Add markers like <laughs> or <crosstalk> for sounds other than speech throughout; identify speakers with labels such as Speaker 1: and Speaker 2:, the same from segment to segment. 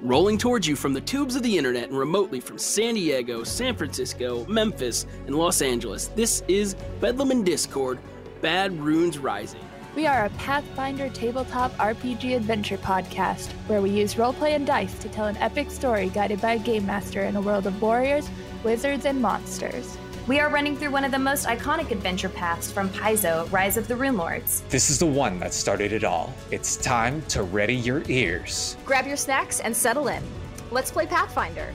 Speaker 1: rolling towards you from the tubes of the internet and remotely from San Diego, San Francisco, Memphis, and Los Angeles. This is Bedlam and Discord Bad Runes Rising.
Speaker 2: We are a Pathfinder tabletop RPG adventure podcast where we use roleplay and dice to tell an epic story guided by a game master in a world of warriors, wizards, and monsters.
Speaker 3: We are running through one of the most iconic adventure paths from Paizo, Rise of the Rune Lords.
Speaker 4: This is the one that started it all. It's time to ready your ears.
Speaker 5: Grab your snacks and settle in. Let's play Pathfinder.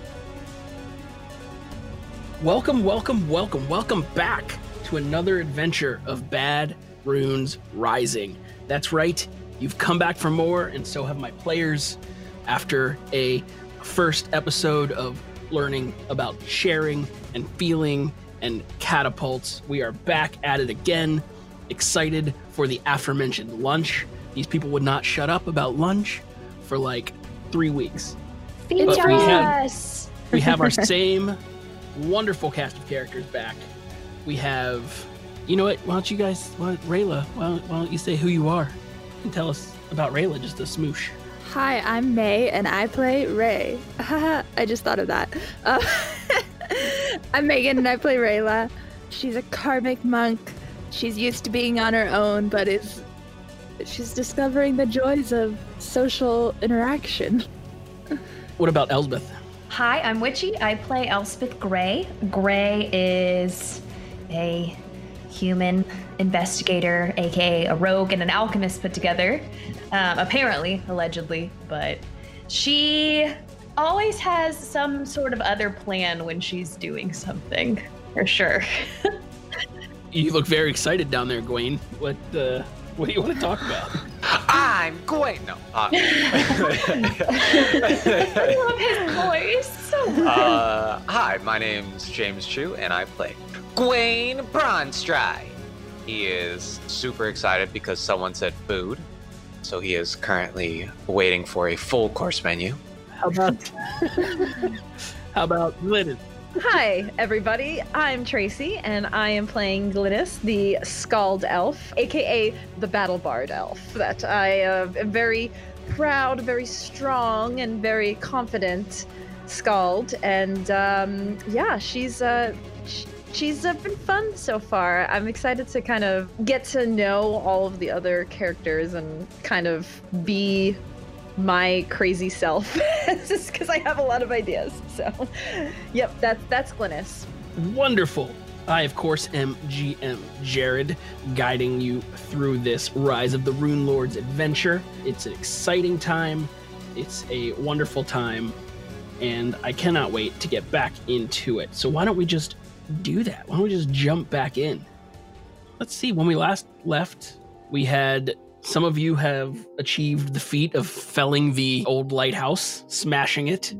Speaker 1: Welcome, welcome, welcome, welcome back to another adventure of Bad Runes Rising. That's right, you've come back for more, and so have my players after a first episode of learning about sharing and feeling and catapults. We are back at it again, excited for the aforementioned lunch. These people would not shut up about lunch for like three weeks.
Speaker 2: Feed
Speaker 1: But we have-
Speaker 2: us!
Speaker 1: We have our same wonderful cast of characters back. We have, you know what? Why don't you guys, why, Rayla? Why don't, why don't you say who you are and tell us about Rayla? Just a smoosh.
Speaker 6: Hi, I'm May, and I play Ray. <laughs> Haha, I just thought of that. Uh, <laughs> I'm Megan, and I play Rayla. She's a karmic monk. She's used to being on her own, but is she's discovering the joys of social interaction.
Speaker 1: What about Elsbeth?
Speaker 3: Hi, I'm Witchy. I play Elspeth Gray. Gray is a human investigator, aka a rogue and an alchemist put together. Um, apparently, allegedly, but she always has some sort of other plan when she's doing something, for sure.
Speaker 1: You look very excited down there, Gwen. What, uh, what do you want to talk about?
Speaker 4: I'm going. No.
Speaker 3: I
Speaker 4: Uh,
Speaker 3: love his voice so much.
Speaker 4: uh, <laughs> hi, my name's James Chu, and I play Gwen Bronstry. He is super excited because someone said food, <laughs> so he is currently waiting for a full course menu.
Speaker 1: How about, how about Glidden?
Speaker 7: Hi, everybody. I'm Tracy, and I am playing Glidis, the Scald Elf, aka the Battle Bard Elf. That I uh, am very proud, very strong, and very confident Scald. And um, yeah, she's uh, sh- she's uh, been fun so far. I'm excited to kind of get to know all of the other characters and kind of be my crazy self <laughs> just because i have a lot of ideas so Yep, that's that's Glynis.
Speaker 1: Wonderful. I, of course, am GM Jared, guiding you through this Rise of the Rune Lords adventure. It's an exciting time, it's a wonderful time, and I cannot wait to get back into it. So, why don't we just do that? Why don't we just jump back in? Let's see, when we last left, we had some of you have achieved the feat of felling the old lighthouse, smashing it,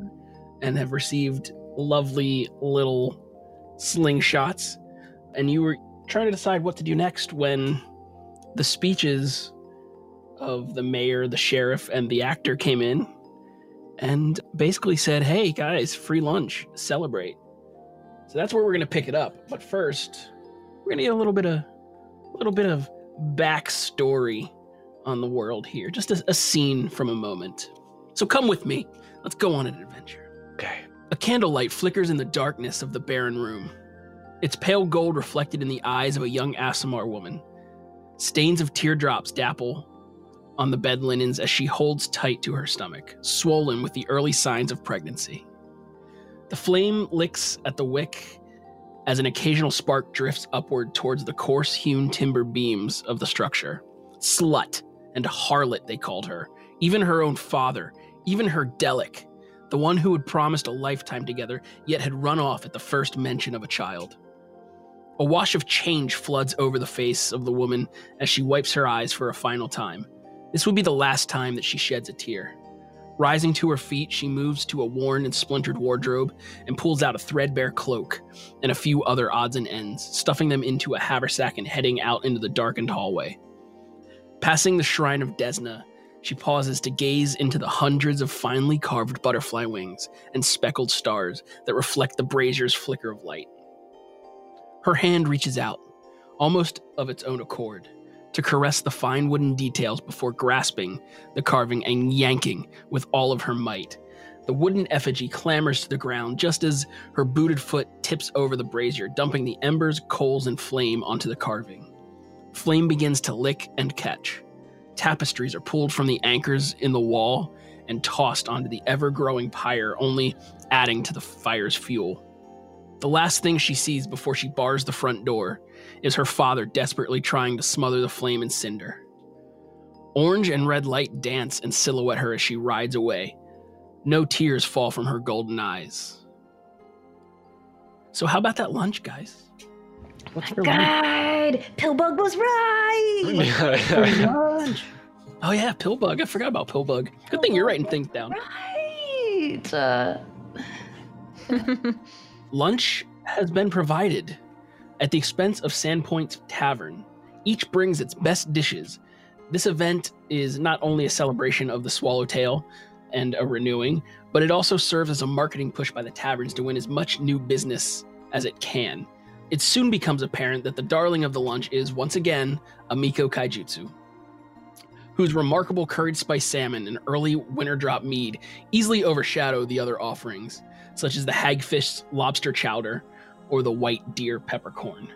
Speaker 1: and have received lovely little slingshots, and you were trying to decide what to do next when the speeches of the mayor, the sheriff, and the actor came in and basically said, Hey guys, free lunch, celebrate. So that's where we're gonna pick it up. But first, we're gonna get a little bit of a little bit of backstory on the world here. Just a, a scene from a moment. So come with me. Let's go on an adventure.
Speaker 4: Okay.
Speaker 1: A candlelight flickers in the darkness of the barren room, its pale gold reflected in the eyes of a young Asimar woman. Stains of teardrops dapple on the bed linens as she holds tight to her stomach, swollen with the early signs of pregnancy. The flame licks at the wick as an occasional spark drifts upward towards the coarse hewn timber beams of the structure. Slut and harlot, they called her, even her own father, even her delic the one who had promised a lifetime together, yet had run off at the first mention of a child. A wash of change floods over the face of the woman as she wipes her eyes for a final time. This would be the last time that she sheds a tear. Rising to her feet, she moves to a worn and splintered wardrobe and pulls out a threadbare cloak and a few other odds and ends, stuffing them into a haversack and heading out into the darkened hallway. Passing the shrine of Desna, she pauses to gaze into the hundreds of finely carved butterfly wings and speckled stars that reflect the brazier's flicker of light. Her hand reaches out, almost of its own accord, to caress the fine wooden details before grasping the carving and yanking with all of her might. The wooden effigy clambers to the ground just as her booted foot tips over the brazier, dumping the embers, coals, and flame onto the carving. Flame begins to lick and catch. Tapestries are pulled from the anchors in the wall and tossed onto the ever growing pyre, only adding to the fire's fuel. The last thing she sees before she bars the front door is her father desperately trying to smother the flame in cinder. Orange and red light dance and silhouette her as she rides away. No tears fall from her golden eyes. So, how about that lunch, guys? What's for lunch?
Speaker 3: God, Pillbug was right.
Speaker 1: Oh, yeah, Pillbug. I forgot about Pillbug. Good thing you're writing things down.
Speaker 3: Right. Uh,
Speaker 1: Lunch has been provided at the expense of Sandpoint's Tavern. Each brings its best dishes. This event is not only a celebration of the swallowtail and a renewing, but it also serves as a marketing push by the taverns to win as much new business as it can. It soon becomes apparent that the darling of the lunch is, once again, Amiko Kaijutsu, whose remarkable curried spice salmon and early winter drop mead easily overshadow the other offerings such as the hagfish lobster chowder or the white deer peppercorn.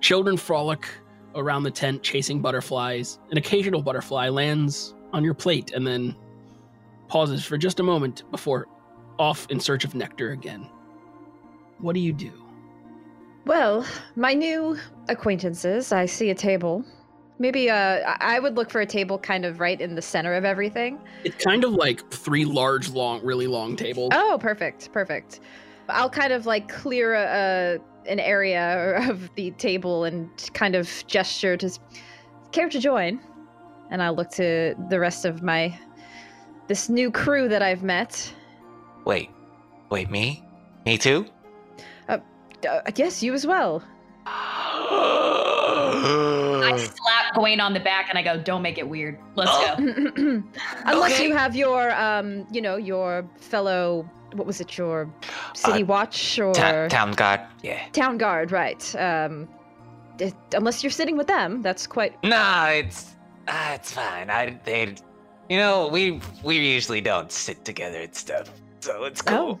Speaker 1: Children frolic around the tent chasing butterflies. An occasional butterfly lands on your plate and then pauses for just a moment before off in search of nectar again. What do you do?
Speaker 7: Well, my new acquaintances, I see a table. Maybe uh, I- I would look for a table kind of right in the center of everything.
Speaker 1: It's kind of like three large, long, really long tables.
Speaker 7: Oh, perfect, perfect. I'll kind of like clear a, a, an area <laughs> of the table and kind of gesture to s- care to join. And I'll look to the rest of my this new crew that I've met.
Speaker 4: wait, wait, me? Me too?
Speaker 7: Uh, yes, you as well.
Speaker 3: I slap Gawain on the back and I go, "Don't make it weird. Let's go."
Speaker 7: <clears throat> Unless
Speaker 4: Okay.
Speaker 7: you have your um, you know, your fellow what was it, your city watch or
Speaker 4: Uh, Ta- town guard. Yeah.
Speaker 7: town guard, right? Um, it- unless you're sitting with them, that's quite
Speaker 4: Nah, it's ah, it's fine. I they, you know, we we usually don't sit together and stuff, so it's cool.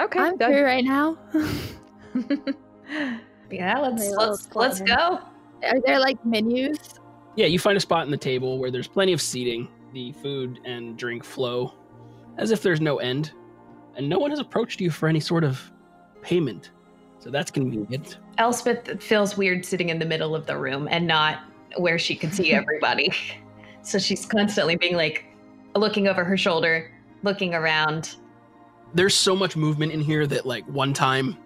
Speaker 7: okay.
Speaker 6: I'm
Speaker 7: that-
Speaker 6: free
Speaker 7: <laughs>
Speaker 6: right now.
Speaker 3: <gasps> Yeah, let's
Speaker 6: Okay,
Speaker 3: let's let's
Speaker 6: let's
Speaker 3: go.
Speaker 6: Are there like menus?
Speaker 1: Yeah, you find a spot in the table where there's plenty of seating. The food and drink flow as if there's no end, and no one has approached you for any sort of payment. So that's convenient.
Speaker 3: Elspeth feels weird sitting in the middle of the room and not where she can <laughs> see everybody. so she's constantly being like looking over her shoulder, looking around.
Speaker 1: There's so much movement in here that, like, one time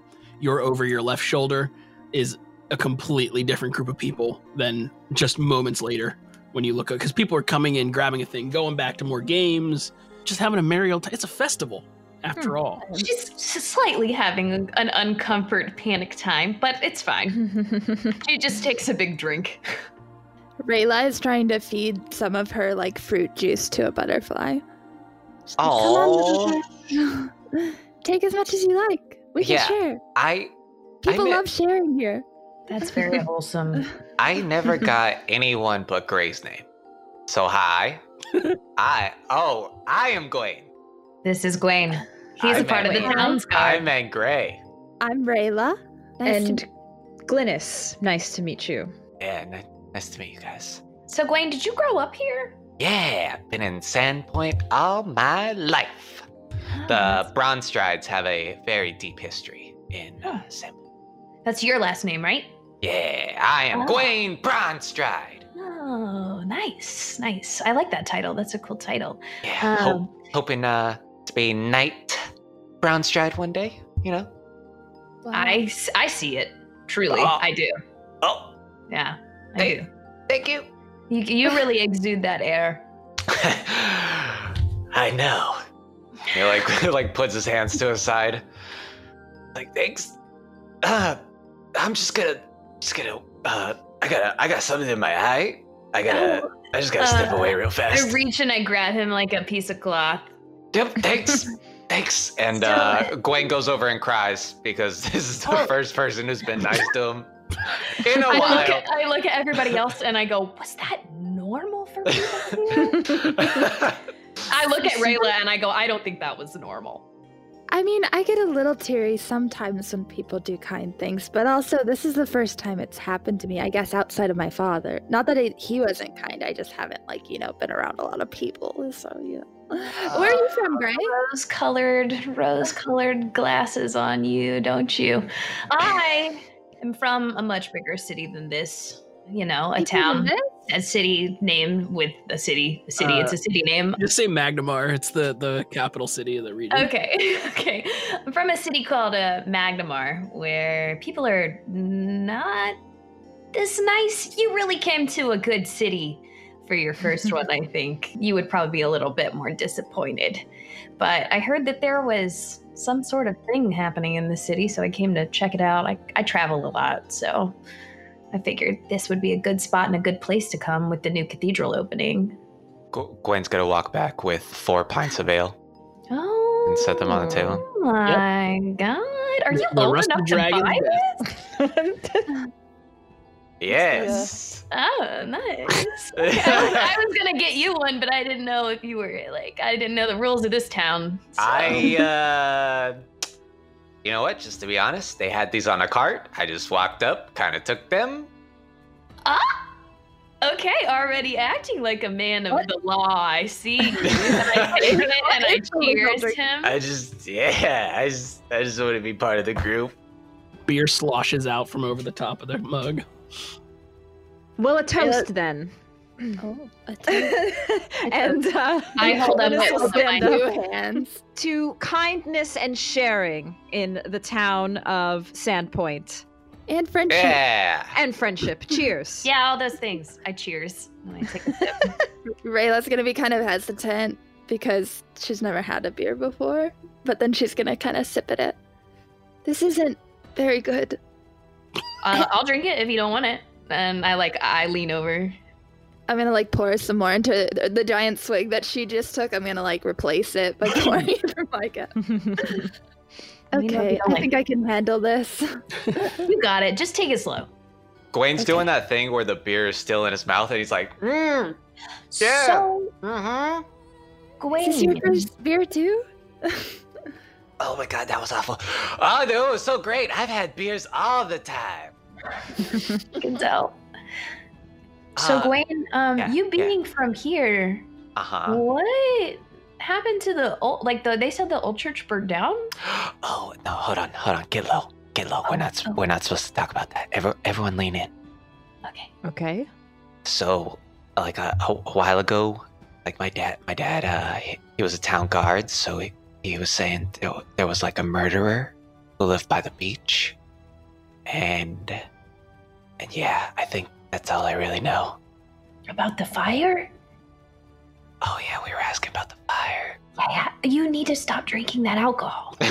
Speaker 1: you're over your left shoulder is a completely different group of people than just moments later when you look up because people are coming in, grabbing a thing, going back to more games, just having a merry old time. It's a festival, after all.
Speaker 3: She's s- slightly having an uncomfort panic time, but it's fine. <laughs> She just takes a big drink.
Speaker 6: Rayla is trying to feed some of her like fruit juice to a butterfly. She's like,
Speaker 4: Aw.
Speaker 6: Come on, butterfly. <laughs> Take as much as you like. We can
Speaker 4: Yeah.
Speaker 6: share.
Speaker 4: I
Speaker 6: People
Speaker 4: ne-
Speaker 6: love sharing here.
Speaker 3: That's <laughs> very wholesome.
Speaker 4: I never got anyone but Gray's name. So hi, I oh I am Gwen.
Speaker 3: This is Gwaine. He's
Speaker 4: I
Speaker 3: a part of the
Speaker 4: meant-
Speaker 3: town's
Speaker 4: I
Speaker 3: guard.
Speaker 4: meant Gray.
Speaker 6: I'm Rayla. Nice
Speaker 7: and
Speaker 6: to
Speaker 7: Glynis, nice to meet you.
Speaker 4: Yeah, ni- nice to meet you guys.
Speaker 3: So, Gwaine, did you grow up here?
Speaker 4: Yeah, I've been in Sandpoint all my life. The Bronze Strides have a very deep history in uh, Sandpoint.
Speaker 3: That's your last name, right?
Speaker 4: Yeah, I am
Speaker 3: Oh.
Speaker 4: Gwen Bronstride.
Speaker 3: Oh, nice, nice. I like that title. That's a cool title.
Speaker 4: Yeah, hope,
Speaker 3: Um,
Speaker 4: hoping uh, to be Knight Bronstride one day, you know?
Speaker 3: I, s- I see it. Truly,
Speaker 4: Oh.
Speaker 3: I do.
Speaker 4: Oh,
Speaker 3: Yeah, I
Speaker 4: Hey.
Speaker 3: do.
Speaker 4: thank you.
Speaker 3: You, you really exude that air.
Speaker 4: <laughs> I know. He like <laughs> like puts his hands to his side. Like thanks. Uh, I'm just gonna just gonna uh I gotta I got something in my eye. I gotta I just gotta step
Speaker 3: Uh,
Speaker 4: away real fast.
Speaker 3: I reach and I grab him like a piece of cloth.
Speaker 4: Yep,
Speaker 3: <laughs>
Speaker 4: thanks. thanks. And
Speaker 3: Still
Speaker 4: uh, Gwen goes over and cries because <laughs> this is the first person who's been nice to him in a
Speaker 3: Oh. I
Speaker 4: while.
Speaker 3: look,
Speaker 4: <laughs>
Speaker 3: at, I look at <laughs>
Speaker 4: <laughs>
Speaker 3: everybody else and I go, was that normal for people? here?" I look at Rayla and I go, I don't think that was normal.
Speaker 6: I mean, I get a little teary sometimes when people do kind things, but also this is the first time it's happened to me, I guess, outside of my father. Not that it, he wasn't kind, I just haven't, like, you know, been around a lot of people, so, you know. <laughs> Where are you from, Gray?
Speaker 3: Rose colored, rose colored glasses on you, don't you? I am from a much bigger city than this. You know, a town, a city named with a city, a city. it's a city name.
Speaker 1: Just say Magnemar. It's the the capital city of the region.
Speaker 3: Okay, <laughs> okay. I'm from a city called uh, Magnamar, where people are not this nice. You really came to a good city for your first one, I think. You would probably be a little bit more disappointed. But I heard that there was some sort of thing happening in the city, so I came to check it out. I, I travel a lot, so I figured this would be a good spot and a good place to come with the new cathedral opening.
Speaker 4: G- Gwen's gonna walk back with four pints of ale.
Speaker 3: Oh,
Speaker 4: And set them on the table.
Speaker 3: My God, are
Speaker 1: The-
Speaker 3: you
Speaker 1: the
Speaker 3: old
Speaker 1: rusted
Speaker 3: enough to
Speaker 1: dragon's
Speaker 3: buy
Speaker 1: breath.
Speaker 3: this?
Speaker 4: Yes.
Speaker 3: Oh, nice. Okay, I, was, I was gonna get you one, but I didn't know if you were like I didn't know the rules of this town. so-
Speaker 4: I, uh, you know what? Just to be honest, they had these on a cart. I just walked up, kind of took them.
Speaker 3: okay, already acting like a man of the law. I see. you. and I take it and I cheers him.
Speaker 4: I just, yeah, I just, I just want to be part of the
Speaker 3: <laughs>
Speaker 4: group.
Speaker 1: Beer sloshes out from over the top of the mug.
Speaker 7: <laughs> Well, a toast then. <laughs>
Speaker 6: Oh, a t-
Speaker 7: and uh,
Speaker 3: I hold up
Speaker 7: Jonas
Speaker 3: my-
Speaker 7: will stand
Speaker 3: my-
Speaker 7: up.
Speaker 6: two <laughs> hands.
Speaker 7: to kindness and sharing in the town of Sandpoint
Speaker 6: And friendship.
Speaker 4: Yeah.
Speaker 7: and friendship. Cheers.
Speaker 3: Yeah, all those things. I cheers. And I take a sip.
Speaker 6: Rayla's gonna be kind of hesitant because she's never had a beer before, but then she's gonna kind of sip at it. This isn't very good.
Speaker 3: uh, I'll drink it if you don't want it. And I like I lean over.
Speaker 6: I'm gonna like pour some more into the, the giant swig that she just took. I'm gonna like replace it <laughs> by pouring it from my cup.
Speaker 3: Let me know if
Speaker 6: Okay,
Speaker 3: you don't
Speaker 6: I
Speaker 3: like
Speaker 6: think I can handle this.
Speaker 3: You got it. Just take it slow.
Speaker 4: Gwen's doing that thing where the beer is still in his mouth, and he's like, mm, Yeah.
Speaker 3: So,
Speaker 4: mm-hmm.
Speaker 6: Is this your
Speaker 3: Gwen,
Speaker 6: first beer too?
Speaker 4: Oh my god, that was awful. Oh, no, it was so great. I've had beers all the time.
Speaker 3: you can tell. So,
Speaker 4: Uh,
Speaker 3: Gwen, um,
Speaker 4: yeah,
Speaker 3: you
Speaker 4: yeah.
Speaker 3: being from here,
Speaker 4: Uh-huh. <gasps>
Speaker 3: What happened to the old? Like the they said the old church burned down.
Speaker 4: Oh no! Hold on, hold on. Get low, get low. We're not,
Speaker 3: Oh.
Speaker 4: we're not supposed to talk about that. Every, everyone, lean in.
Speaker 3: Okay.
Speaker 7: <laughs> Okay.
Speaker 4: So, like a, a while ago, like my dad, my dad, uh, he, he was a town guard, so he, he was saying there, wa- there was like a murderer who lived by the beach, and and yeah, I think that's all I really know.
Speaker 3: About the fire?
Speaker 4: Oh yeah, we were asking about the fire.
Speaker 3: Yeah, you need to stop drinking that alcohol.
Speaker 4: <laughs> I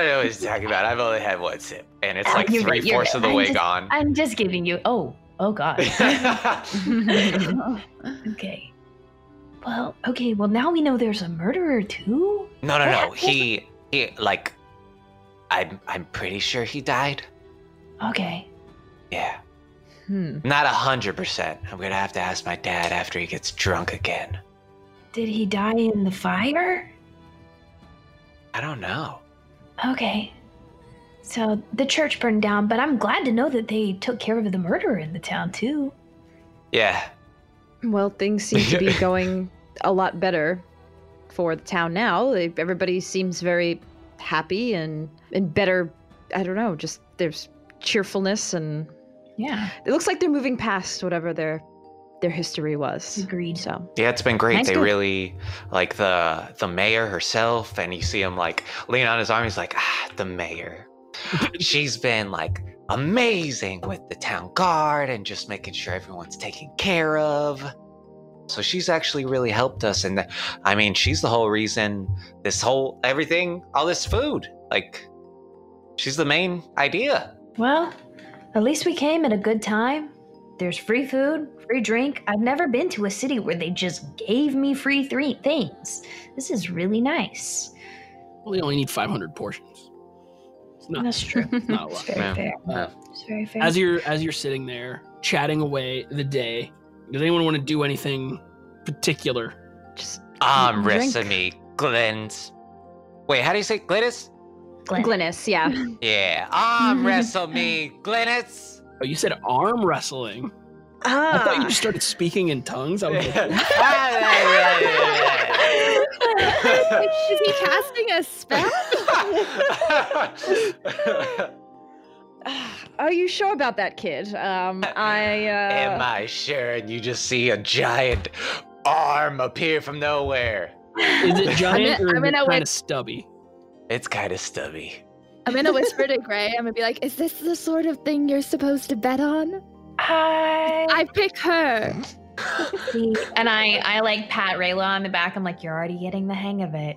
Speaker 4: don't know what he's talking about. I've only had one sip, and it's
Speaker 3: Oh,
Speaker 4: like
Speaker 3: you're
Speaker 4: three
Speaker 3: right, you're
Speaker 4: fourths
Speaker 3: right.
Speaker 4: of the
Speaker 3: I'm
Speaker 4: way
Speaker 3: just-
Speaker 4: gone.
Speaker 3: I'm just giving you. Oh, oh
Speaker 4: <laughs>
Speaker 3: God. <laughs> okay. Well, okay. Well, now we know there's a murderer too.
Speaker 4: No, no, no.
Speaker 3: What?
Speaker 4: He, he, like, I'm, I'm pretty sure he died.
Speaker 3: Okay.
Speaker 4: Yeah,
Speaker 7: Hmm.
Speaker 4: not a hundred percent. I'm gonna have to ask my dad after he gets drunk again.
Speaker 3: Did he die in the fire?
Speaker 4: I don't know.
Speaker 3: Okay. So the church burned down, but I'm glad to know that they took care of the murderer in the town too.
Speaker 4: Yeah,
Speaker 7: Well, things seem to
Speaker 1: <laughs>
Speaker 7: be going a lot better for the town now. They, everybody seems very happy and and better. I don't know. Just there's cheerfulness and
Speaker 3: Yeah.
Speaker 7: it looks like they're moving past whatever their their history was.
Speaker 3: Agreed.
Speaker 7: So
Speaker 4: yeah. It's been great.
Speaker 3: Mine's
Speaker 4: they
Speaker 3: good.
Speaker 4: really like the the mayor herself, and you see him like lean on his arm. He's like, ah, the mayor. She's been like amazing with the town guard and just making sure everyone's taken care of. So she's actually really helped us, and I mean, she's the whole reason this whole everything, all this food. Like, she's the main idea.
Speaker 3: Well, at least we came at a good time. There's free food, free drink. I've never been to a city where they just gave me free three things. This is really nice.
Speaker 1: Well, you only need 500 portions. It's not,
Speaker 3: That's true.
Speaker 1: it's not
Speaker 3: <laughs>
Speaker 1: a lot.
Speaker 3: Very
Speaker 4: Yeah.
Speaker 3: fair.
Speaker 1: Uh,
Speaker 3: It's very fair. <laughs>
Speaker 1: as you're as you're sitting there chatting away the day does anyone want to do anything particular.
Speaker 7: Just
Speaker 4: Arm
Speaker 7: Drink.
Speaker 4: wrestle me, Um, Glens. Wait, how do you say Glynis?
Speaker 3: Glenn.
Speaker 1: <laughs>
Speaker 7: Glynis, yeah.
Speaker 4: Yeah, Um, arm wrestle me, Glynis.
Speaker 1: Oh, you said arm wrestling. Ah. I thought
Speaker 7: <laughs> Ah.
Speaker 1: you just started speaking in tongues. I was like,
Speaker 4: Ah,
Speaker 6: Is he casting a spell?
Speaker 7: <sighs> Are you sure about that, kid? Um, I.
Speaker 4: Am
Speaker 7: Uh,
Speaker 4: I sure? And you just see a giant arm appear from nowhere.
Speaker 1: is it giant
Speaker 6: gonna-
Speaker 1: or
Speaker 6: I'm
Speaker 1: is it
Speaker 6: gonna
Speaker 1: kind
Speaker 6: wait-
Speaker 1: of stubby?
Speaker 4: It's kind of stubby.
Speaker 6: I'm gonna whisper to Gray. I'm gonna be like, "Is this the sort of thing you're supposed to bet on?" I pick her.
Speaker 3: and I, I like pat Rayla on the back. I'm like, you're already getting the hang of it.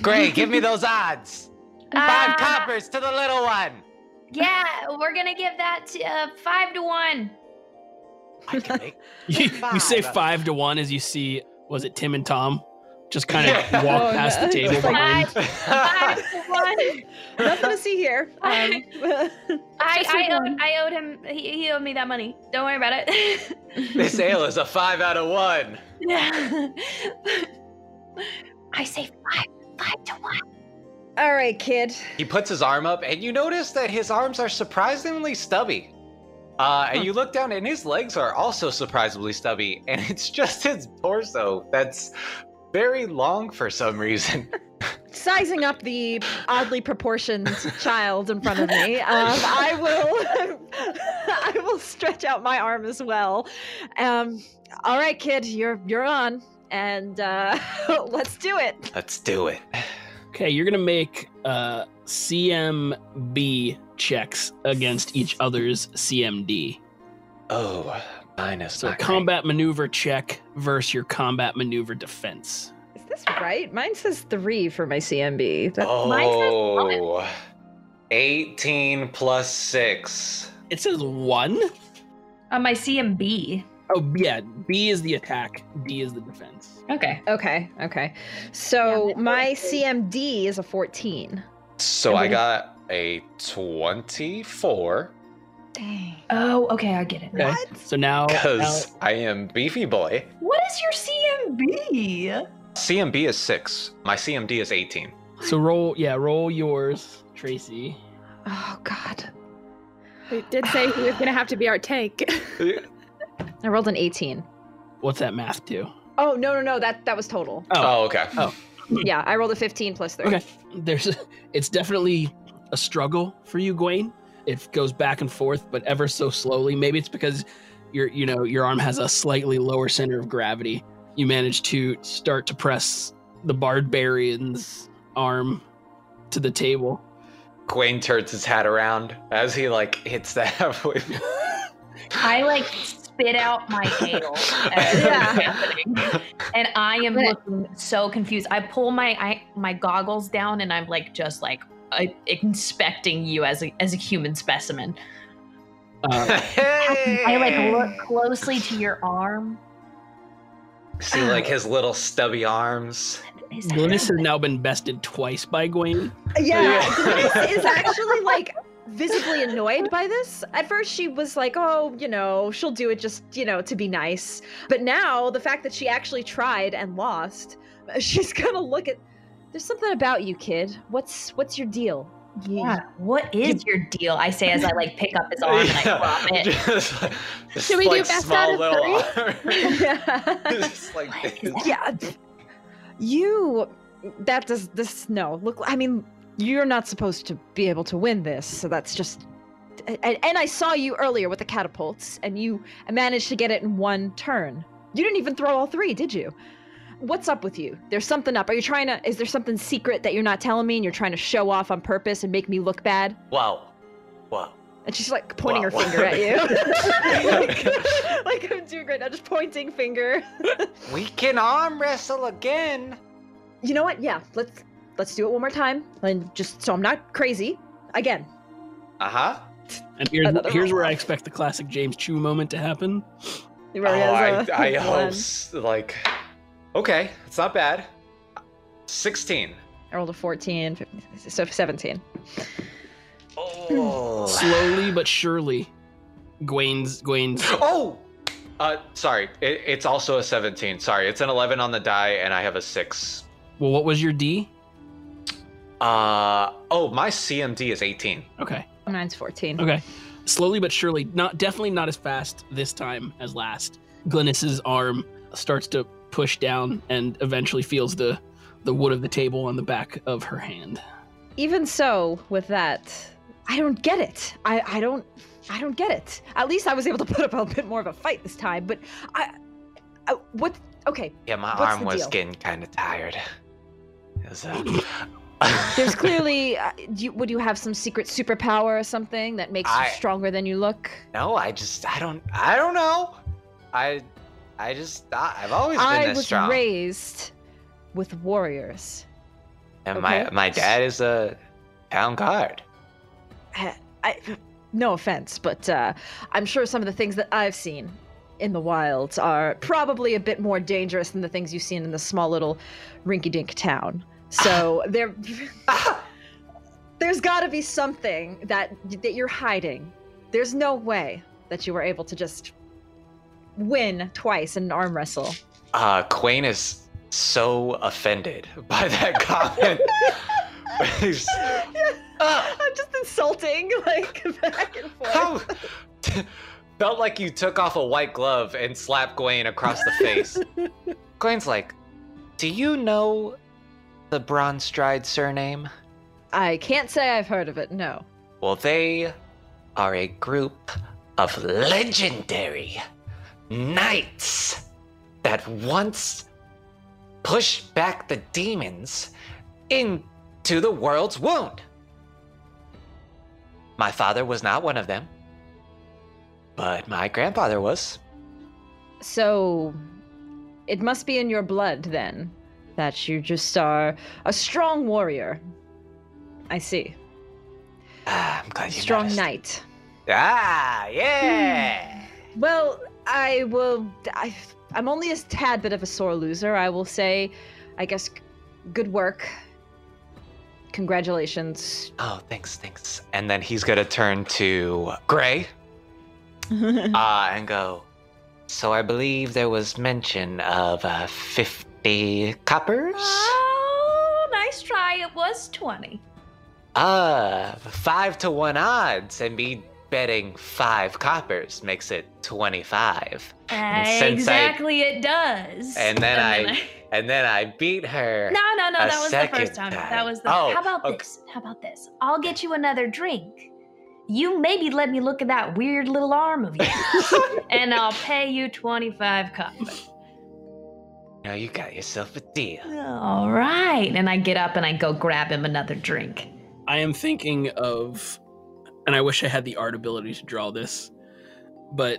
Speaker 4: Great, Uh, give me those odds. Five
Speaker 3: Ah.
Speaker 4: coppers to the little one.
Speaker 3: Yeah, we're gonna give that to, uh, five to one.
Speaker 4: I can make <laughs>
Speaker 1: You, you say
Speaker 4: Five.
Speaker 1: five to one as you see, was it Tim and Tom? Just kind of
Speaker 4: Yeah.
Speaker 1: walk
Speaker 7: Oh,
Speaker 1: past
Speaker 7: no.
Speaker 1: the table
Speaker 7: It's like-
Speaker 1: behind.
Speaker 4: <laughs>
Speaker 3: Five to one.
Speaker 7: nothing to see here. Um,
Speaker 3: I,
Speaker 7: Just
Speaker 3: I
Speaker 7: like
Speaker 3: owed
Speaker 7: one.
Speaker 3: I owed him. He, he owed me that money. Don't worry about it. <laughs>
Speaker 4: this ale is a five out of one.
Speaker 3: Yeah. I say five, five to one.
Speaker 7: <laughs> all right, kid.
Speaker 4: He puts his arm up, and you notice that his arms are surprisingly stubby. Uh, and you look down, and his legs are also surprisingly stubby, and <laughs> it's just his torso that's very long for
Speaker 1: <laughs>
Speaker 4: some reason.
Speaker 7: sizing up the oddly proportioned <laughs> child in front of me, um, I will <laughs> I will stretch out my arm as well. Um, all right, kid, you're you're on, and uh, <laughs> let's do it.
Speaker 4: Let's do it.
Speaker 1: Okay, you're gonna make uh, CMB checks against each other's CMD.
Speaker 4: Oh, minus.
Speaker 1: So a combat maneuver check versus your combat maneuver defense.
Speaker 7: Is this right? Mine says three for my CMB. That-
Speaker 4: Oh, 18 plus 6.
Speaker 1: It says one.
Speaker 3: On Uh, my CMB.
Speaker 1: Oh yeah, B is the attack, D is the defense.
Speaker 3: Okay.
Speaker 7: Okay, okay. So
Speaker 6: Yeah,
Speaker 7: my
Speaker 6: mine says
Speaker 7: CMD is a fourteen.
Speaker 4: So I got a 24
Speaker 7: Dang.
Speaker 3: Oh, okay. I get it.
Speaker 1: Okay. So now, now
Speaker 4: because I am beefy boy.
Speaker 3: What is your CMB?
Speaker 4: CMB is 6. My CMD is 18.
Speaker 1: <laughs> so roll yeah, roll yours, Tracy.
Speaker 7: Oh God.
Speaker 6: We did say he was gonna have to be our tank. <laughs>
Speaker 7: I rolled an eighteen.
Speaker 1: What's that math do?
Speaker 7: Oh no no no that that was total.
Speaker 4: Oh, okay.
Speaker 7: Yeah, I rolled a fifteen plus three.
Speaker 1: Okay. there's <laughs> it's definitely a struggle for you Gwen. it goes back and forth but ever so slowly maybe it's because your you know your arm has a slightly lower center of gravity you manage to start to press the barbarian's arm to the table
Speaker 4: Quain turns his hat around as he like hits the <laughs> halfway.
Speaker 3: I like spit out my ale as it's
Speaker 7: Yeah.
Speaker 3: happening, and I am
Speaker 6: But-
Speaker 3: looking so confused. I pull my I, my goggles down, and I'm like just like I, inspecting you as a as a human specimen.
Speaker 4: <laughs>
Speaker 1: uh,
Speaker 3: I like look closely to your arm.
Speaker 4: See like his little stubby arms.
Speaker 3: Is that-
Speaker 1: Glynis has now been bested twice by Gwen.
Speaker 7: Uh, Yeah,
Speaker 4: Yeah.
Speaker 7: Glynis <laughs> is actually like visibly annoyed by this. At first, she was like, "Oh, you know, she'll do it just you know to be nice," but now the fact that she actually tried and lost, <laughs> she's gonna look at. There's something about you, kid. What's what's your deal? You-
Speaker 3: Yeah. <laughs> What is your deal? I say as I Oh, like pick up
Speaker 4: <laughs>
Speaker 3: his arm and I drop it.
Speaker 4: Just, like- just
Speaker 6: Should we do
Speaker 4: like
Speaker 6: best
Speaker 4: small
Speaker 6: out of
Speaker 4: little arm.
Speaker 7: <laughs>
Speaker 6: <laughs>
Speaker 4: <laughs>
Speaker 7: yeah.
Speaker 4: Just like
Speaker 3: What is
Speaker 4: this.
Speaker 3: that?
Speaker 7: yeah. pff, You. That does this. No. Look. I mean, you're not supposed to be able to win this. So that's just. And, and I saw you earlier with the catapults, and you managed to get it in one turn. You didn't even throw all three, did you? What's up with you? There's something up. Are you trying to? Is there something secret that you're not telling me, and you're trying to show off on purpose and make me look bad?
Speaker 4: Wow. Wow.
Speaker 7: And she's like pointing her
Speaker 4: Wow.
Speaker 7: finger at you, <laughs> like, <laughs> like I'm doing right now, just pointing finger.
Speaker 4: We can arm wrestle again.
Speaker 7: you know what yeah let's let's do it one more time and just so i'm not crazy again
Speaker 4: Uh-huh.
Speaker 1: And here's,
Speaker 7: Another
Speaker 1: here's where I
Speaker 7: roll.
Speaker 1: expect the classic James Chu moment to happen.
Speaker 7: There
Speaker 4: Oh, I,
Speaker 7: is <laughs> a
Speaker 4: I
Speaker 7: one.
Speaker 4: hope s- like okay, it's not bad. 16.
Speaker 7: i rolled a 14 15, so 17
Speaker 4: Oh.
Speaker 1: Slowly but surely, Gwen's Gwen's
Speaker 4: <laughs> Oh! Uh, sorry, it, it's also a 17. Sorry, it's an 11 on the die, and I have a six.
Speaker 1: Well, what was your D?
Speaker 4: Uh, oh, my CMD is 18.
Speaker 1: Okay.
Speaker 7: Mine's 14.
Speaker 1: Okay. Slowly but surely, not definitely not as fast this time as last. Glennis's arm starts to push down and eventually feels the the wood of the table on the back of her hand.
Speaker 7: Even so, with that, I don't get it. I, I don't I don't get it. At least I was able to put up a bit more of a fight this time, but I, I what okay,
Speaker 4: Yeah, my
Speaker 7: What's
Speaker 4: arm
Speaker 7: the
Speaker 4: was
Speaker 7: deal?
Speaker 4: getting kind of tired. <laughs> It was, uh,
Speaker 7: <laughs> there's clearly uh, do you, would you have some secret superpower or something that makes
Speaker 4: I-
Speaker 7: you stronger than you look?
Speaker 4: <laughs> no, I just, I don't, I don't know. I, I just, I, I've always been
Speaker 7: I
Speaker 4: this
Speaker 7: was
Speaker 4: strong.
Speaker 7: raised with warriors.
Speaker 4: and my,
Speaker 7: okay.
Speaker 4: my dad is a town guard. <laughs>
Speaker 7: I, I- no offense, but uh, I'm sure some of the things that I've seen in the wilds are probably a bit more dangerous than the things you've seen in the small little rinky-dink town. So there,
Speaker 4: Uh,
Speaker 7: there's got to be something that that you're hiding. There's no way that you were able to just win twice in an arm wrestle. <laughs>
Speaker 4: Uh, Quain is so offended <laughs> by
Speaker 7: <laughs>
Speaker 4: that comment. <laughs> He's- Ah,
Speaker 7: I'm just insulting, like <laughs> back and forth.
Speaker 4: how- <laughs> felt like you took off a white glove and slapped Gwen across the face. Gwen's like, "Do you know the Bronze Stride surname?"
Speaker 7: I can't say I've heard of it. No.
Speaker 4: Well, they are a group of legendary knights that once pushed back the demons into the world's wound. My father was not one of them, but my grandfather was.
Speaker 7: So it must be in your blood then that you just are a strong warrior. I see.
Speaker 4: Ah, I'm glad you
Speaker 7: strong
Speaker 4: noticed.
Speaker 7: knight. Hmm.
Speaker 4: Ah, yeah.
Speaker 7: Well, I will I, I'm only a tad bit of a sore loser. I will say I guess g- good work. Congratulations.
Speaker 4: Oh, thanks, thanks. And then he's gonna turn to
Speaker 3: <laughs>
Speaker 4: Gray. uh, and go. So I believe there was mention of uh, 50 coppers?
Speaker 3: Oh, nice try. It was 20.
Speaker 4: Uh, 5 to 1 odds, and me betting 5 coppers makes it 25. since I-
Speaker 3: Exactly, it does.
Speaker 4: And then And then I beat her.
Speaker 3: <laughs>
Speaker 4: <laughs>
Speaker 3: No, no, no.
Speaker 4: a
Speaker 3: That was the first
Speaker 4: second
Speaker 3: time.
Speaker 4: time.
Speaker 3: That was the.
Speaker 4: Oh,
Speaker 3: how about
Speaker 4: okay.
Speaker 3: this? How about this? I'll get you another drink. You maybe let me look at that weird little arm of yours,
Speaker 4: <laughs>
Speaker 3: and I'll pay you twenty-five copper.
Speaker 4: Now you got yourself a deal.
Speaker 3: All right. And I get up and I go grab him another drink.
Speaker 1: I am thinking of, and I wish I had the art ability to draw this, but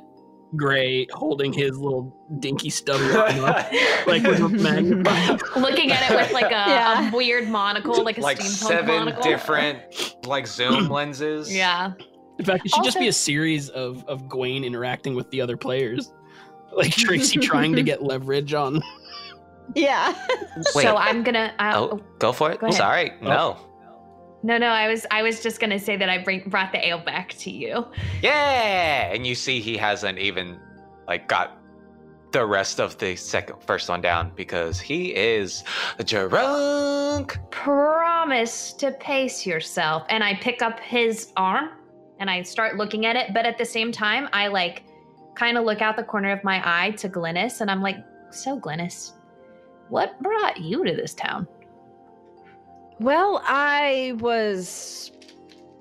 Speaker 1: Gray holding his little dinky stubby arm up, like with a magnifying.
Speaker 3: Looking at it with like a,
Speaker 7: Yeah.
Speaker 3: a weird monocle, like a
Speaker 4: like
Speaker 3: steampunk
Speaker 4: seven
Speaker 3: monocle.
Speaker 4: different like zoom lenses.
Speaker 3: Yeah.
Speaker 1: In fact, it should just be
Speaker 3: Also-
Speaker 1: a series of of Gwen interacting with the other players, like Tracy trying to get leverage on.
Speaker 7: Yeah.
Speaker 4: Wait.
Speaker 3: So I'm gonna. I,
Speaker 4: Oh, go for it.
Speaker 3: Go ahead.
Speaker 4: Sorry. No.
Speaker 3: No, no. I was. I was just gonna say that I bring brought the ale back to you.
Speaker 4: Yeah, and you see he hasn't even like got the rest of the second first one down because he is drunk.
Speaker 3: promise to pace yourself. And I pick up his arm and I start looking at it. But at the same time, I like kind of look out the corner of my eye to Glennis and I'm like, so Glennis, what brought you to this town?
Speaker 7: <laughs> Well, I was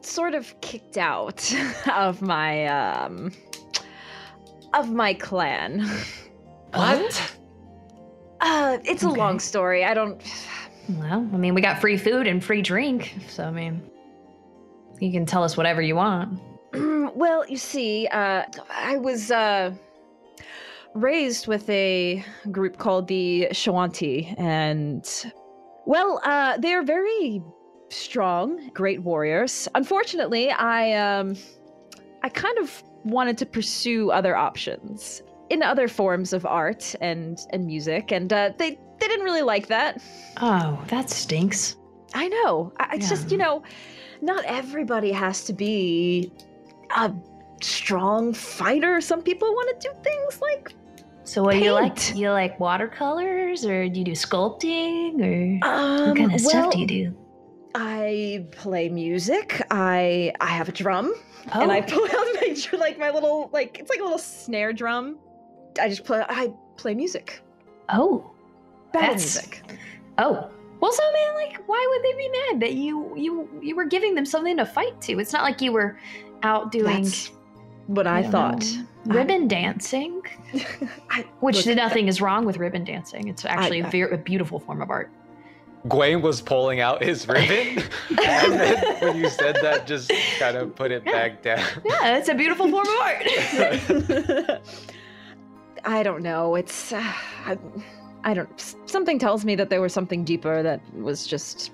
Speaker 7: sort of kicked out <laughs> of my um of my clan. <laughs>
Speaker 4: What?
Speaker 7: Uh it's a
Speaker 3: Okay.
Speaker 7: long story. I don't <clears throat>
Speaker 3: Well, I mean, we got free food and free drink. So, I mean, you can tell us whatever you want.
Speaker 7: well, you see, uh I was uh raised with a group called the Shawanti and well, uh they're very strong, great warriors. Unfortunately, I um I kind of wanted to pursue other options in other forms of art and and music and uh, they they didn't really like that.
Speaker 3: Oh, that stinks.
Speaker 7: I know. I, it's just you know, not everybody has to be a strong fighter. Some people want to do things like
Speaker 3: So what do you like?
Speaker 7: Paint.
Speaker 3: Do you like watercolors or do you do sculpting or
Speaker 7: um,
Speaker 3: what kind of
Speaker 7: well,
Speaker 3: stuff do you do?
Speaker 7: I play music. I I have a drum,
Speaker 3: Oh,
Speaker 7: and I pull <laughs> out my dr- like my little like it's like a little snare drum. I just play. I play music.
Speaker 3: oh.
Speaker 7: Battle
Speaker 3: That's-
Speaker 7: music.
Speaker 3: Oh. Well, so man, like, why would they be mad that you you you were giving them something to fight to? It's not like you were out doing
Speaker 7: That's what I,
Speaker 3: don't
Speaker 7: thought.
Speaker 3: ribbon dancing,
Speaker 7: <laughs> I,
Speaker 3: which
Speaker 7: look,
Speaker 3: nothing is wrong with ribbon dancing. It's actually a
Speaker 7: I-
Speaker 3: very a beautiful form of art.
Speaker 4: Gwaine was pulling out his ribbon, and then when you said that, just kind of put it back down.
Speaker 3: Yeah, it's a beautiful form of art.
Speaker 7: I don't know. It's uh, I, I don't. s- Something tells me that there was something deeper that was just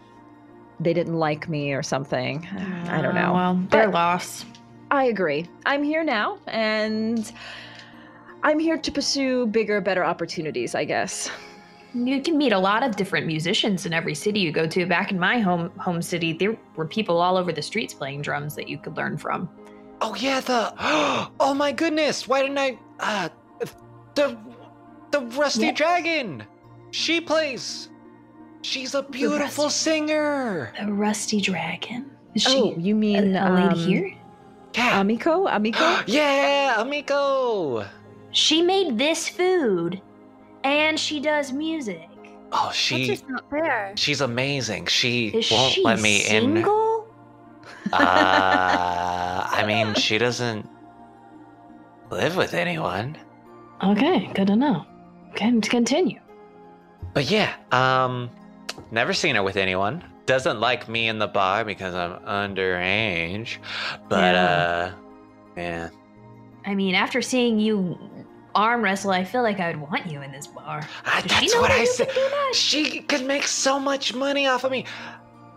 Speaker 7: they didn't like me or something. I don't know.
Speaker 3: Oh, Well,
Speaker 7: Uh, they're
Speaker 3: they're lost.
Speaker 7: I agree. I'm here now, and I'm here to pursue bigger, better opportunities. I guess.
Speaker 3: You can meet a lot of different musicians in every city you go to. Back in my home home city, there were people all over the streets playing drums that you could learn from.
Speaker 4: Oh yeah, the <gasps> oh my goodness, why didn't I? Uh, the the rusty
Speaker 3: Yes.
Speaker 4: dragon. She plays. She's a beautiful singer.
Speaker 3: The Rusty Dragon. Is she
Speaker 7: oh, you
Speaker 3: a,
Speaker 7: mean
Speaker 3: a lady
Speaker 7: um,
Speaker 3: here?
Speaker 4: Yeah.
Speaker 7: Amiko? <gasps> Amiko?
Speaker 4: <gasps> yeah, Amico.
Speaker 3: She made this food, and she does music.
Speaker 4: Oh,
Speaker 6: That's
Speaker 4: she
Speaker 6: just not fair.
Speaker 4: she's amazing. She
Speaker 3: Is
Speaker 4: won't
Speaker 3: she
Speaker 4: let me in.
Speaker 3: single?
Speaker 4: Uh, I mean, she doesn't live with anyone.
Speaker 3: Okay, good to know. Can continue.
Speaker 4: But yeah, um, never seen her with anyone. Doesn't like me in the bar because I'm underage. But
Speaker 3: Yeah.
Speaker 4: uh, yeah.
Speaker 3: I mean, after seeing you arm wrestle, I feel like I would want you in this bar.
Speaker 4: I,
Speaker 3: Does she
Speaker 4: Ah, that's
Speaker 3: know
Speaker 4: what
Speaker 3: that
Speaker 4: I
Speaker 3: you
Speaker 4: said.
Speaker 3: can do that?
Speaker 4: She could make so much money off of me.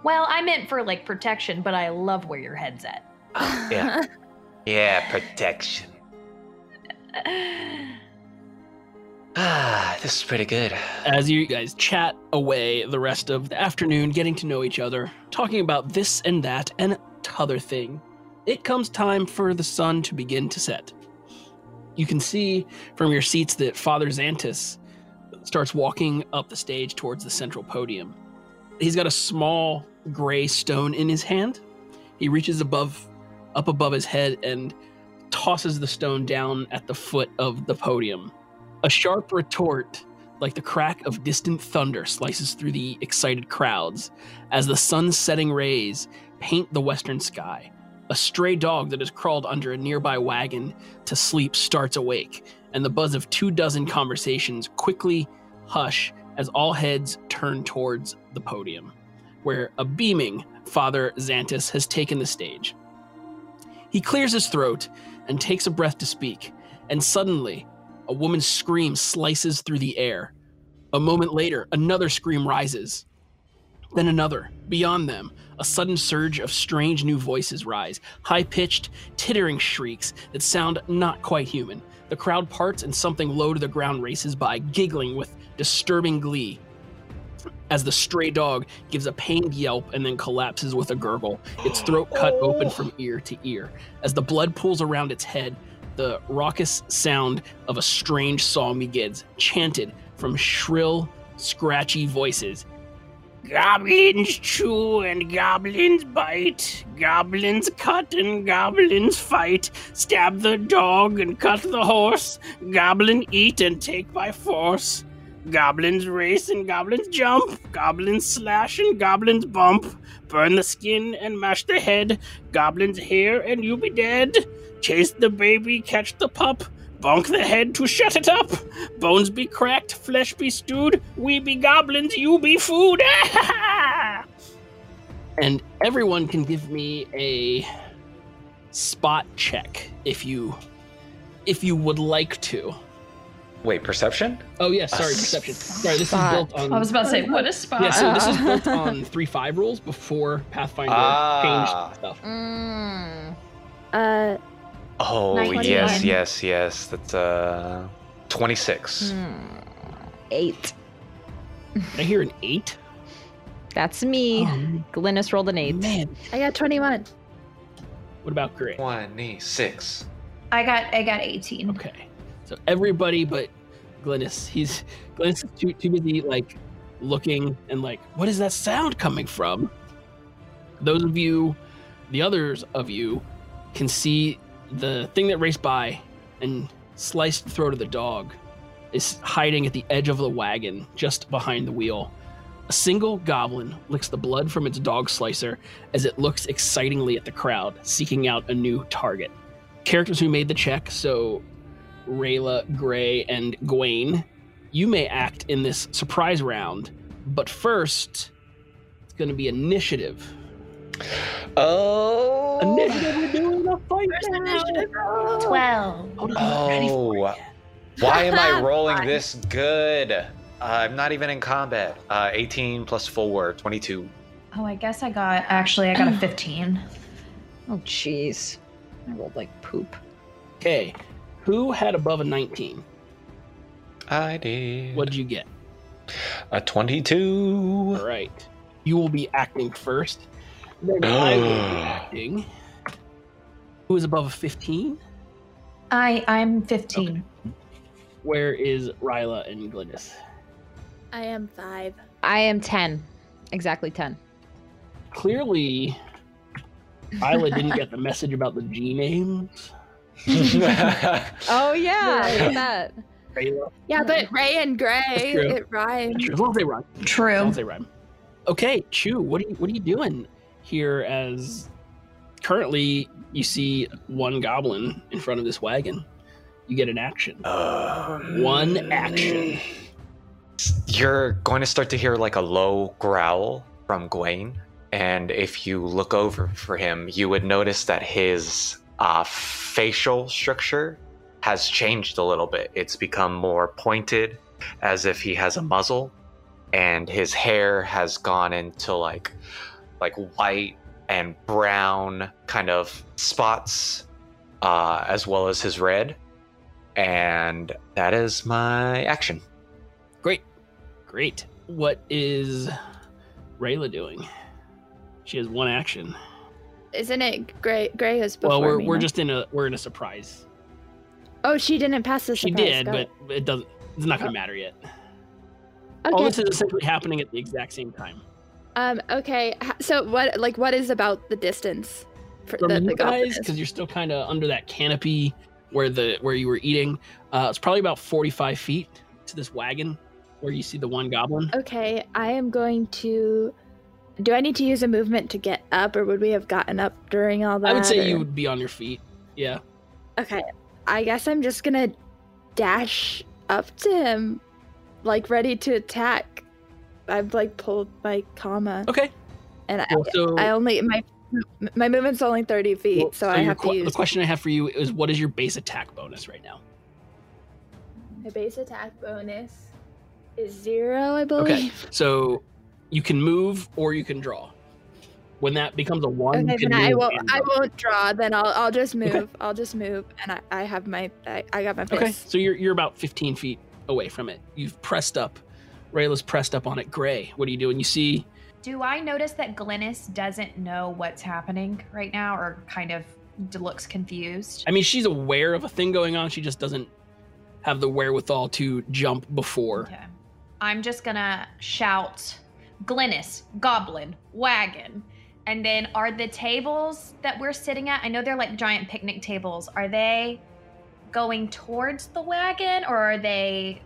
Speaker 3: Well, I meant for like protection, but I love where your head's at.
Speaker 4: Oh, yeah,
Speaker 3: <laughs>
Speaker 4: yeah, protection. Ah, this is pretty good.
Speaker 1: As you guys chat away the rest of the afternoon, getting to know each other, talking about this and that and t'other thing, it comes time for the sun to begin to set. You can see from your seats that Father Xantus starts walking up the stage towards the central podium. He's got a small gray stone in his hand. He reaches above up above his head and tosses the stone down at the foot of the podium. A sharp retort like the crack of distant thunder slices through the excited crowds as the sun's setting rays paint the western sky. A stray dog that has crawled under a nearby wagon to sleep starts awake, and the buzz of two dozen conversations quickly hush as all heads turn towards the podium, where a beaming Father Xantus has taken the stage. He clears his throat and takes a breath to speak, and suddenly, a woman's scream slices through the air. A moment later, another scream rises. Then another. Beyond them, a sudden surge of strange new voices rise, high pitched, tittering shrieks that sound not quite human. The crowd parts and something low to the ground races by, giggling with disturbing glee. As the stray dog gives a pained yelp and then collapses with a gurgle, its throat cut open from ear to ear. As the blood pools around its head, the raucous sound of a strange song begins, chanted from shrill, scratchy voices. Goblins chew and goblins bite. Goblins cut and goblins fight. Stab the dog and cut the horse. Goblin eat and take by force. Goblins race and goblins jump. Goblins slash and goblins bump. Burn the skin and mash the head. Goblins here and you be dead. Chase the baby, catch the pup, bonk the head to shut it up. Bones be cracked, flesh be stewed, we be goblins, you be food. <laughs> and everyone can give me a spot check if you if you would like to.
Speaker 4: Wait, perception?
Speaker 1: Oh yeah, sorry, perception. Sorry, this is built on
Speaker 3: about to say, what a spot.
Speaker 1: Yeah, so this is built on three five rules before Pathfinder
Speaker 4: Ah.
Speaker 1: changed stuff.
Speaker 5: Mm.
Speaker 6: Uh,
Speaker 4: Oh
Speaker 5: Nineteen.
Speaker 4: yes, yes, yes. That's uh, twenty six.
Speaker 7: hmm. Eight.
Speaker 1: Did I hear an eight?
Speaker 7: That's me.
Speaker 1: Oh,
Speaker 7: Glynis rolled an eight.
Speaker 1: man.
Speaker 6: I got 21.
Speaker 1: What about Gray?
Speaker 4: Twenty six.
Speaker 3: <laughs> I got I got 18.
Speaker 1: Okay. So everybody but Glynis. He's Glynis is too too busy like looking and like, what is that sound coming from? Those of you, the others of you, can see the thing that raced by and sliced the throat of the dog is hiding at the edge of the wagon just behind the wheel. A single goblin licks the blood from its dog slicer as it looks excitingly at the crowd, seeking out a new target. Characters who made the check, so Rayla, Gray, and Gawain, you may act in this surprise round, but first, it's going to be initiative.
Speaker 4: Oh.
Speaker 1: Initiative, we're doing a fight now.
Speaker 3: 12.
Speaker 1: Hold on, I'm not ready for
Speaker 4: Oh.
Speaker 1: it yet.
Speaker 4: Why
Speaker 1: <laughs>
Speaker 4: am I rolling this good? Uh, I'm not even in combat. Uh, 18 plus 4, 22.
Speaker 3: Oh, I guess I got actually I
Speaker 1: <clears throat>
Speaker 3: got a 15.
Speaker 7: Oh, jeez. I rolled like poop.
Speaker 1: Okay, who had above a 19?
Speaker 4: I did.
Speaker 1: What did you get?
Speaker 4: A 22. <laughs>
Speaker 1: All right, you will be acting first. Then I will be acting. Who is above a 15?
Speaker 3: I I'm 15.
Speaker 1: Where is Ryla and Glynis?
Speaker 6: I am five.
Speaker 7: I am 10. Exactly 10.
Speaker 1: Clearly, Isla didn't get the message about the G names.
Speaker 7: Oh, yeah. look at that.
Speaker 1: Rayla
Speaker 6: Yeah, but Ray and Gray,
Speaker 1: true.
Speaker 6: it rhymes.
Speaker 1: Sure, as long as they rhyme. As long
Speaker 3: True.
Speaker 1: as they rhyme. Okay, Chew, what are you what are you doing here as currently you see one goblin in front of this wagon. You get an action. <laughs>
Speaker 4: Uh,
Speaker 1: One action.
Speaker 4: You're going to start to hear like a low growl from Gawain. And if you look over for him, you would notice that his uh, facial structure has changed a little bit. It's become more pointed, as if he has a muzzle, and his hair has gone into like like white and brown kind of spots, uh, as well as his red. And that is my action.
Speaker 1: Great. Great. What is Rayla doing? She has one action.
Speaker 6: Isn't it Gray? Gray is before
Speaker 1: well, we're
Speaker 6: me,
Speaker 1: we're
Speaker 6: no?
Speaker 1: just in a we're in a surprise.
Speaker 6: Oh, she didn't pass the
Speaker 1: she
Speaker 6: surprise.
Speaker 1: did,
Speaker 6: Got
Speaker 1: but
Speaker 6: it.
Speaker 1: it doesn't it's not gonna matter yet. All
Speaker 6: okay.
Speaker 1: this is essentially happening at the exact same time.
Speaker 6: Um. Okay. h- So what? Like, what is about the distance? For
Speaker 1: from
Speaker 6: that
Speaker 1: you
Speaker 6: the goblin
Speaker 1: guys
Speaker 6: is?
Speaker 1: because you're still kind of under that canopy where the where you were eating. Uh, it's probably about 45 feet to this wagon where you see the one goblin.
Speaker 6: Okay, I am going to. Do I need to use a movement to get up, or would we have gotten up during all that?
Speaker 1: I would say
Speaker 6: or-
Speaker 1: you would be on your feet. Yeah.
Speaker 6: Okay, I guess I'm just gonna dash up to him, like ready to attack. I've like pulled my comma,
Speaker 1: Okay.
Speaker 6: and I,
Speaker 1: Well, so
Speaker 6: I only my my movement's only thirty feet,
Speaker 1: well,
Speaker 6: so, I
Speaker 1: your
Speaker 6: have
Speaker 1: que-
Speaker 6: to use
Speaker 1: the question I have for you is what is your base attack bonus right now?
Speaker 6: my base attack bonus is zero, I believe.
Speaker 1: Okay. So you can move or you can draw. When that becomes a one, you
Speaker 6: Okay,
Speaker 1: can
Speaker 6: then I
Speaker 1: move
Speaker 6: won't.
Speaker 1: and
Speaker 6: I
Speaker 1: draw.
Speaker 6: won't draw. Then I'll. I'll just move.
Speaker 1: Okay.
Speaker 6: I'll just move, and I. I have my. I, I got my fist.
Speaker 1: Okay, so you're you're about 15 feet away from it. You've pressed up. Rayla's pressed up on it. Gray, what are you doing? You see
Speaker 3: Do I notice that Glennis doesn't know what's happening right now or kind of d- looks confused?
Speaker 1: I mean, she's aware of a thing going on. She just doesn't have the wherewithal to jump before.
Speaker 3: Okay. I'm just gonna shout Glennis, Goblin, Wagon. And then are the tables that we're sitting at, I know they're like giant picnic tables, are they going towards the wagon or are they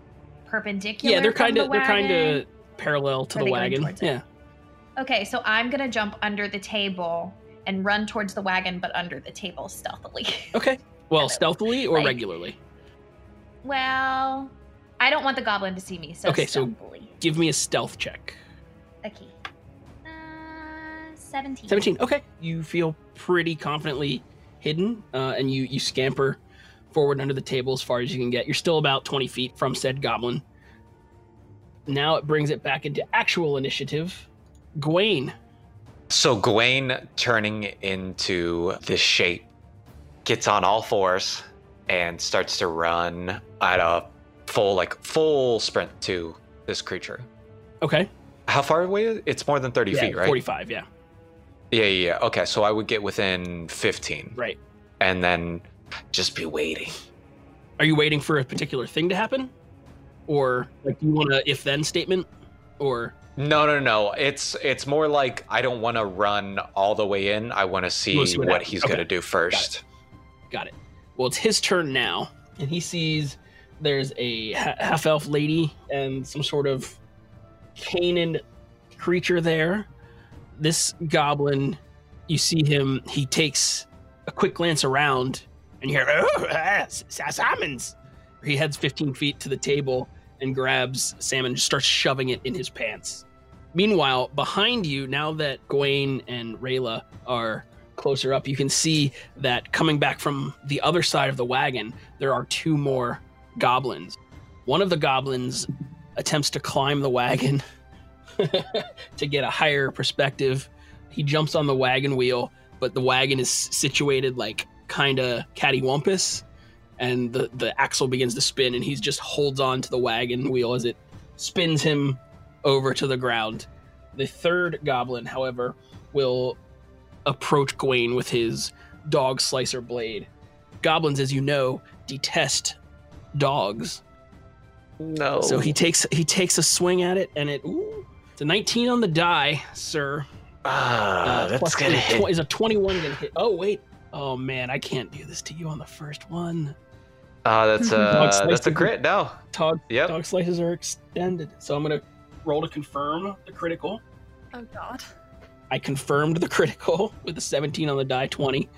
Speaker 3: perpendicular?
Speaker 1: Yeah, they're
Speaker 3: from
Speaker 1: kind of
Speaker 3: the
Speaker 1: they're kind
Speaker 3: wagon?
Speaker 1: of parallel to
Speaker 3: Are
Speaker 1: the
Speaker 3: they going
Speaker 1: wagon.
Speaker 3: towards it?
Speaker 1: Yeah.
Speaker 3: Okay, so I'm gonna jump under the table and run towards the wagon, but under the table stealthily. <laughs>
Speaker 1: Okay. Well,
Speaker 3: Kinda
Speaker 1: stealthily or
Speaker 3: like-
Speaker 1: regularly.
Speaker 3: well, I don't want the goblin to see me, so
Speaker 1: Okay, so-
Speaker 3: stealthily.
Speaker 1: Give me a stealth check.
Speaker 3: Okay. Uh, 17.
Speaker 1: 17. Okay. You feel pretty confidently hidden, uh, and you you scamper forward under the table as far as you can get. You're still about 20 feet from said goblin. Now it brings it back into actual initiative. Gawain,
Speaker 4: So Gawain turning into this shape gets on all fours and starts to run at a full like full sprint to this creature.
Speaker 1: okay.
Speaker 4: How far away? is- It's more than 30
Speaker 1: Yeah,
Speaker 4: feet, right?
Speaker 1: 45, yeah.
Speaker 4: Yeah, yeah, yeah. Okay, so I would get within 15.
Speaker 1: Right.
Speaker 4: And then Just be waiting.
Speaker 1: Are you waiting for a particular thing to happen, or like do you want a if-then statement, or
Speaker 4: No, no, no. It's it's more like I don't want to run all the way in. I want to see
Speaker 1: Let's do it
Speaker 4: what
Speaker 1: now.
Speaker 4: he's
Speaker 1: Okay.
Speaker 4: gonna do first.
Speaker 1: Got it. Well, it's his turn now, and he sees there's a half elf lady and some sort of canid creature there. This goblin, you see him, he takes a quick glance around, and you hear, oh, ah, s- salmons. He heads 15 feet to the table and grabs salmon and just starts shoving it in his pants. Meanwhile, behind you, now that Gawain and Rayla are closer up, you can see that coming back from the other side of the wagon, there are two more goblins. One of the goblins attempts to climb the wagon <laughs> to get a higher perspective. He jumps on the wagon wheel, but the wagon is situated like kind of cattywampus, and the, the axle begins to spin, and he just holds on to the wagon wheel as it spins him over to the ground. The third goblin, however, will approach Gawain with his dog slicer blade. Goblins, as you know, detest dogs.
Speaker 4: No.
Speaker 1: So he takes he takes a swing at it, and it ooh, it's a 19 on the die, sir. Uh,
Speaker 4: ah,
Speaker 1: plus
Speaker 4: that's gonna
Speaker 1: two,
Speaker 4: hit.
Speaker 1: tw- Is a 21 gonna hit? Oh wait. Oh man, I can't do this to you on the first one. <laughs>
Speaker 4: Ah, that's a
Speaker 1: slice
Speaker 4: that's a
Speaker 1: is-
Speaker 4: crit. No.
Speaker 1: Dog,
Speaker 4: Yep.
Speaker 1: dog slices are extended, so I'm gonna roll to confirm the critical.
Speaker 6: Oh God.
Speaker 1: I confirmed the critical <laughs> with a 17 on the die, 20.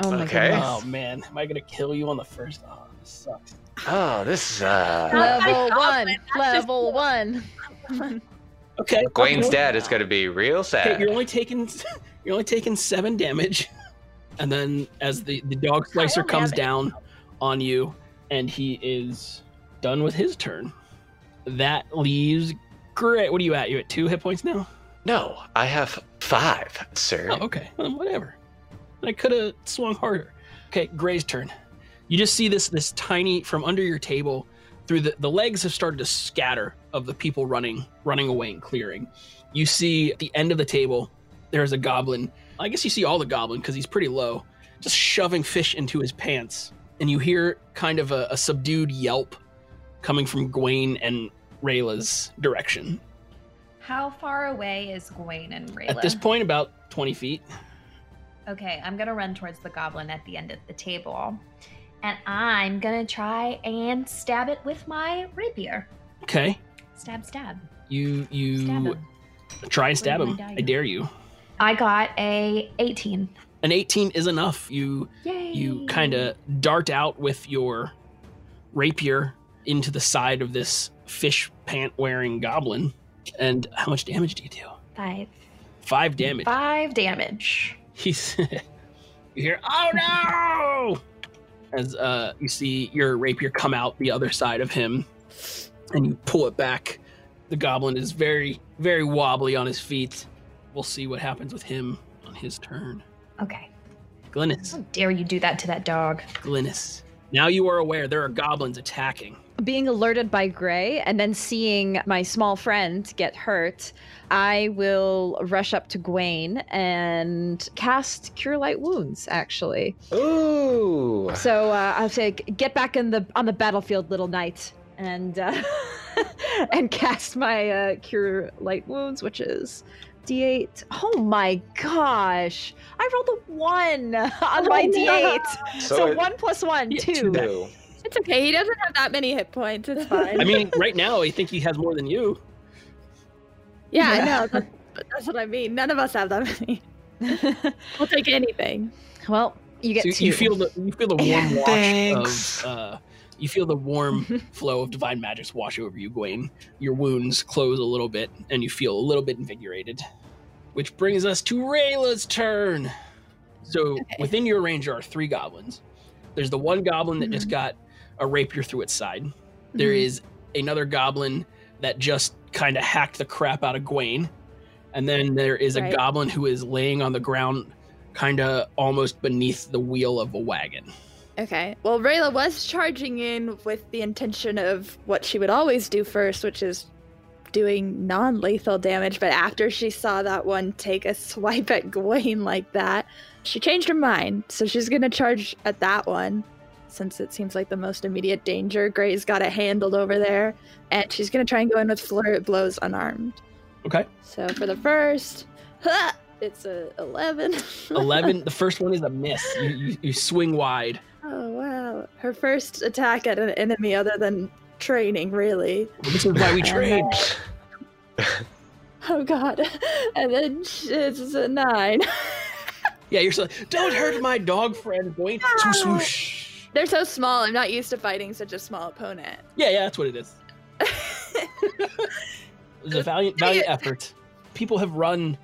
Speaker 7: Oh my
Speaker 4: Okay.
Speaker 7: goodness.
Speaker 1: Oh man, am I gonna kill you on the first? Oh, this sucks.
Speaker 4: Oh, this is uh.
Speaker 7: Level
Speaker 5: God,
Speaker 7: one. Level
Speaker 5: cool.
Speaker 7: one.
Speaker 1: Okay.
Speaker 4: Gawain's
Speaker 1: okay.
Speaker 4: dad is gonna be real
Speaker 1: Okay,
Speaker 4: sad.
Speaker 1: you're only taking <laughs> you're only taking seven damage, <laughs> and then as the the dog slicer
Speaker 5: don't
Speaker 1: comes
Speaker 5: have it.
Speaker 1: down on you, and he is done with his turn. That leaves great. What are you at? You at two hit points now?
Speaker 4: No, I have five, sir.
Speaker 1: Oh, okay. Well, then whatever. I could have swung harder. Okay, Gray's turn. You just see this this tiny from under your table through the the legs have started to scatter of the people running running away and clearing. You see at the end of the table there's a goblin. I guess you see all the goblin because he's pretty low, just shoving fish into his pants, and you hear kind of a, a subdued yelp coming from Gawain and Rayla's direction.
Speaker 3: How far away is Gawain and Rayla?
Speaker 1: At this point, about twenty feet.
Speaker 3: Okay, I'm gonna run towards the goblin at the end of the table, and I'm gonna try and stab it with my rapier.
Speaker 1: Okay,
Speaker 3: Stab, stab,
Speaker 1: you you.
Speaker 3: stab him.
Speaker 1: Try and stab
Speaker 3: Where'd
Speaker 1: him.
Speaker 3: my die
Speaker 1: I
Speaker 3: go?
Speaker 1: dare you.
Speaker 3: I got a 18.
Speaker 1: An 18 is enough. You
Speaker 3: Yay!
Speaker 1: you kind of dart out with your rapier into the side of this fish pant wearing goblin. And how much damage do you do?
Speaker 3: five,
Speaker 1: Five damage.
Speaker 3: five damage.
Speaker 1: <laughs> He's you hear oh no as uh you see your rapier come out the other side of him and you pull it back. The goblin is very very wobbly on his feet. We'll see what happens with him on his turn.
Speaker 3: Okay.
Speaker 1: Glynis.
Speaker 3: How dare you do that to that dog?
Speaker 1: Glynis. Now you are aware there are goblins attacking.
Speaker 7: Being alerted by Gray and then seeing my small friend get hurt, I will rush up to Gwaine and cast Cure Light Wounds, actually.
Speaker 4: Ooh.
Speaker 7: So uh, I'll say, get back in the on the battlefield, little knight, and uh, <laughs> and cast my uh, cure light wounds, which is d8. Oh my gosh! I rolled a one <laughs> on my d8, so,
Speaker 4: it-
Speaker 7: one plus one,
Speaker 1: Oh, Yeah, <laughs>
Speaker 7: two.
Speaker 4: Two.
Speaker 6: It's okay. He doesn't have that many hit points. It's fine.
Speaker 1: I
Speaker 7: <laughs>
Speaker 1: mean, right now I think he has more than you.
Speaker 6: yeah,
Speaker 1: <laughs>
Speaker 6: I know. That's, but that's what I mean. None of us have that many. We'll take anything.
Speaker 7: well, you get
Speaker 1: So
Speaker 7: two.
Speaker 1: you feel the you feel the warm wash
Speaker 4: Thanks.
Speaker 1: of uh, you feel the warm flow of divine magics wash over you, Gwaine. Your wounds close a little bit, and you feel a little bit invigorated. Which brings us to Rayla's turn. So within your range are three goblins. There's the one goblin that just got a rapier through its side. There is another goblin that just kind of hacked the crap out of Gwaine. And then there is a
Speaker 6: Right.
Speaker 1: goblin who is laying on the ground, kind of almost beneath the wheel of a wagon.
Speaker 6: Okay. Well, Rayla was charging in with the intention of what she would always do first, which is doing non lethal damage, but after she saw that one take a swipe at Gawain like that, she changed her mind. So she's going to charge at that one since it seems like the most immediate danger. Gray's got it handled over there. And she's going to try and go in with Flurry Blows unarmed.
Speaker 1: Okay.
Speaker 6: So for the first, <laughs> it's a <laughs> 11.
Speaker 1: 11. the first one is a miss. You, you, you swing wide.
Speaker 6: Oh, wow. Her first attack at an enemy other than training, really.
Speaker 1: This is why we train.
Speaker 6: Oh, God. <laughs> And then it's a nine. <laughs>
Speaker 1: Yeah, you're so don't hurt my dog friend, Boy. Swoosh, swoosh.
Speaker 6: They're so small. I'm not used to fighting such a small opponent.
Speaker 1: Yeah, yeah, that's what it is. It was a valiant, valiant effort. People have run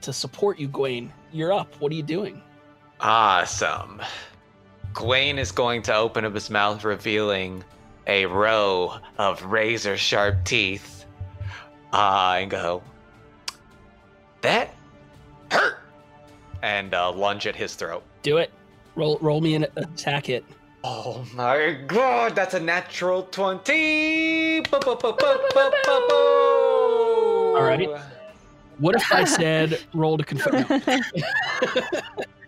Speaker 1: to support you, Gwaine. You're up. What are you doing?
Speaker 4: Awesome. Gawain is going to open up his mouth, revealing a row of razor sharp teeth. Uh, and go, That hurt! And uh, lunge at his throat.
Speaker 1: Do it. Roll, roll me an attack hit.
Speaker 4: Oh my god, that's a natural 20! Boop, boop, boop, boop, boop, boop, boop.
Speaker 1: All right. What if I said roll to confirm?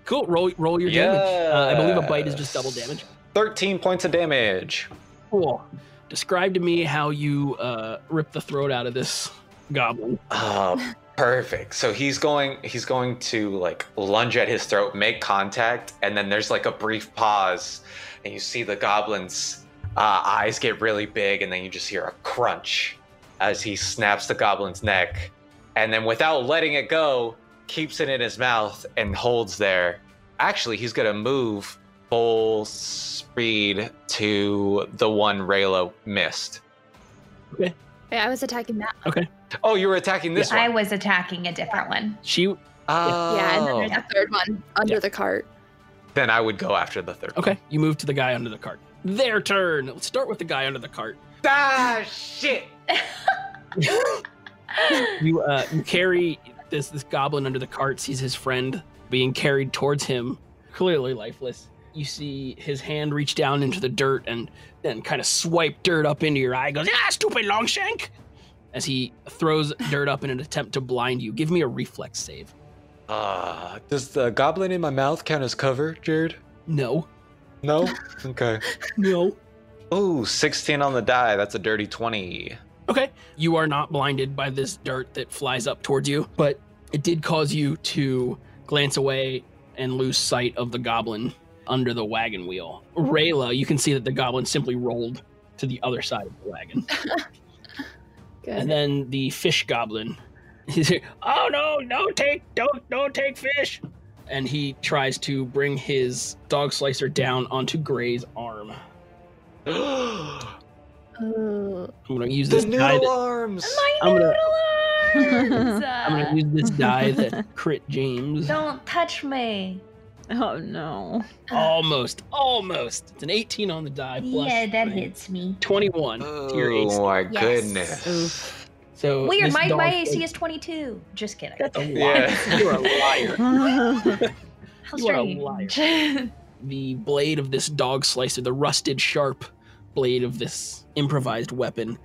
Speaker 1: cool. Roll, roll your damage. Uh, I believe a bite is just double
Speaker 4: Yes.
Speaker 1: damage.
Speaker 4: 13 points of damage.
Speaker 1: Cool. Describe to me how you uh, rip the throat out of this goblin.
Speaker 4: Oh, perfect. So he's going he's going to like lunge at his throat, make contact, and then there's like a brief pause, and you see the goblin's uh, eyes get really big, and then you just hear a crunch as he snaps the goblin's neck, and then without letting it go, keeps it in his mouth and holds there. Actually, he's gonna move full speed to the one Raylo missed.
Speaker 6: Yeah, I was attacking that.
Speaker 4: Oh, you were attacking this
Speaker 3: I
Speaker 4: one.
Speaker 3: was attacking a different one.
Speaker 1: She
Speaker 4: Oh.
Speaker 6: Yeah, and then there's a third one under
Speaker 1: Yeah.
Speaker 6: the cart.
Speaker 4: Then I would go after the third.
Speaker 1: okay. You move to the guy under the cart. Their turn. Let's start with the guy under the cart.
Speaker 4: Ah, shit.
Speaker 1: You uh, you carry this this goblin under the cart. Sees his friend being carried towards him, clearly lifeless. You see his hand reach down into the dirt and then kind of swipe dirt up into your eye. Goes, ah, stupid longshank! As he throws dirt up in an attempt to blind you. Give me a reflex save.
Speaker 4: Uh, does the goblin in my mouth count as cover, Jared?
Speaker 1: No,
Speaker 4: No?
Speaker 1: <laughs>
Speaker 4: okay.
Speaker 1: no.
Speaker 4: Ooh, 16 on the die. That's a dirty 20.
Speaker 1: Okay. You are not blinded by this dirt that flies up towards you, but it did cause you to glance away and lose sight of the goblin under the wagon wheel. Rayla, you can see that the goblin simply rolled to the other side of the wagon. And
Speaker 6: Good.
Speaker 1: then the fish goblin. He's here, oh no, don't take don't don't take fish. And he tries to bring his dog slicer down onto Gray's arm.
Speaker 4: <gasps> the
Speaker 6: Ooh.
Speaker 1: I'm gonna use this guy
Speaker 4: noodle
Speaker 1: that,
Speaker 4: arms.
Speaker 1: I'm gonna <laughs>
Speaker 3: Arms,
Speaker 1: I'm
Speaker 3: uh,
Speaker 1: gonna use this die that crit James.
Speaker 3: Don't touch me.
Speaker 1: <laughs>
Speaker 7: Oh no.
Speaker 1: Almost, almost. It's an 18 on the die. Plus
Speaker 3: yeah, that
Speaker 1: three.
Speaker 3: hits me.
Speaker 1: 21 to your AC.
Speaker 4: Oh my
Speaker 3: Yes.
Speaker 4: goodness.
Speaker 1: So
Speaker 3: Weird.
Speaker 1: this
Speaker 3: My,
Speaker 1: dog-
Speaker 3: my AC is 22. Just kidding.
Speaker 4: Oh,
Speaker 1: That's a liar.
Speaker 4: Yeah. <laughs>
Speaker 1: You're a liar.
Speaker 3: How
Speaker 1: you are a
Speaker 3: strange. <laughs>
Speaker 1: The blade of this dog slicer, the rusted sharp blade of this improvised weapon,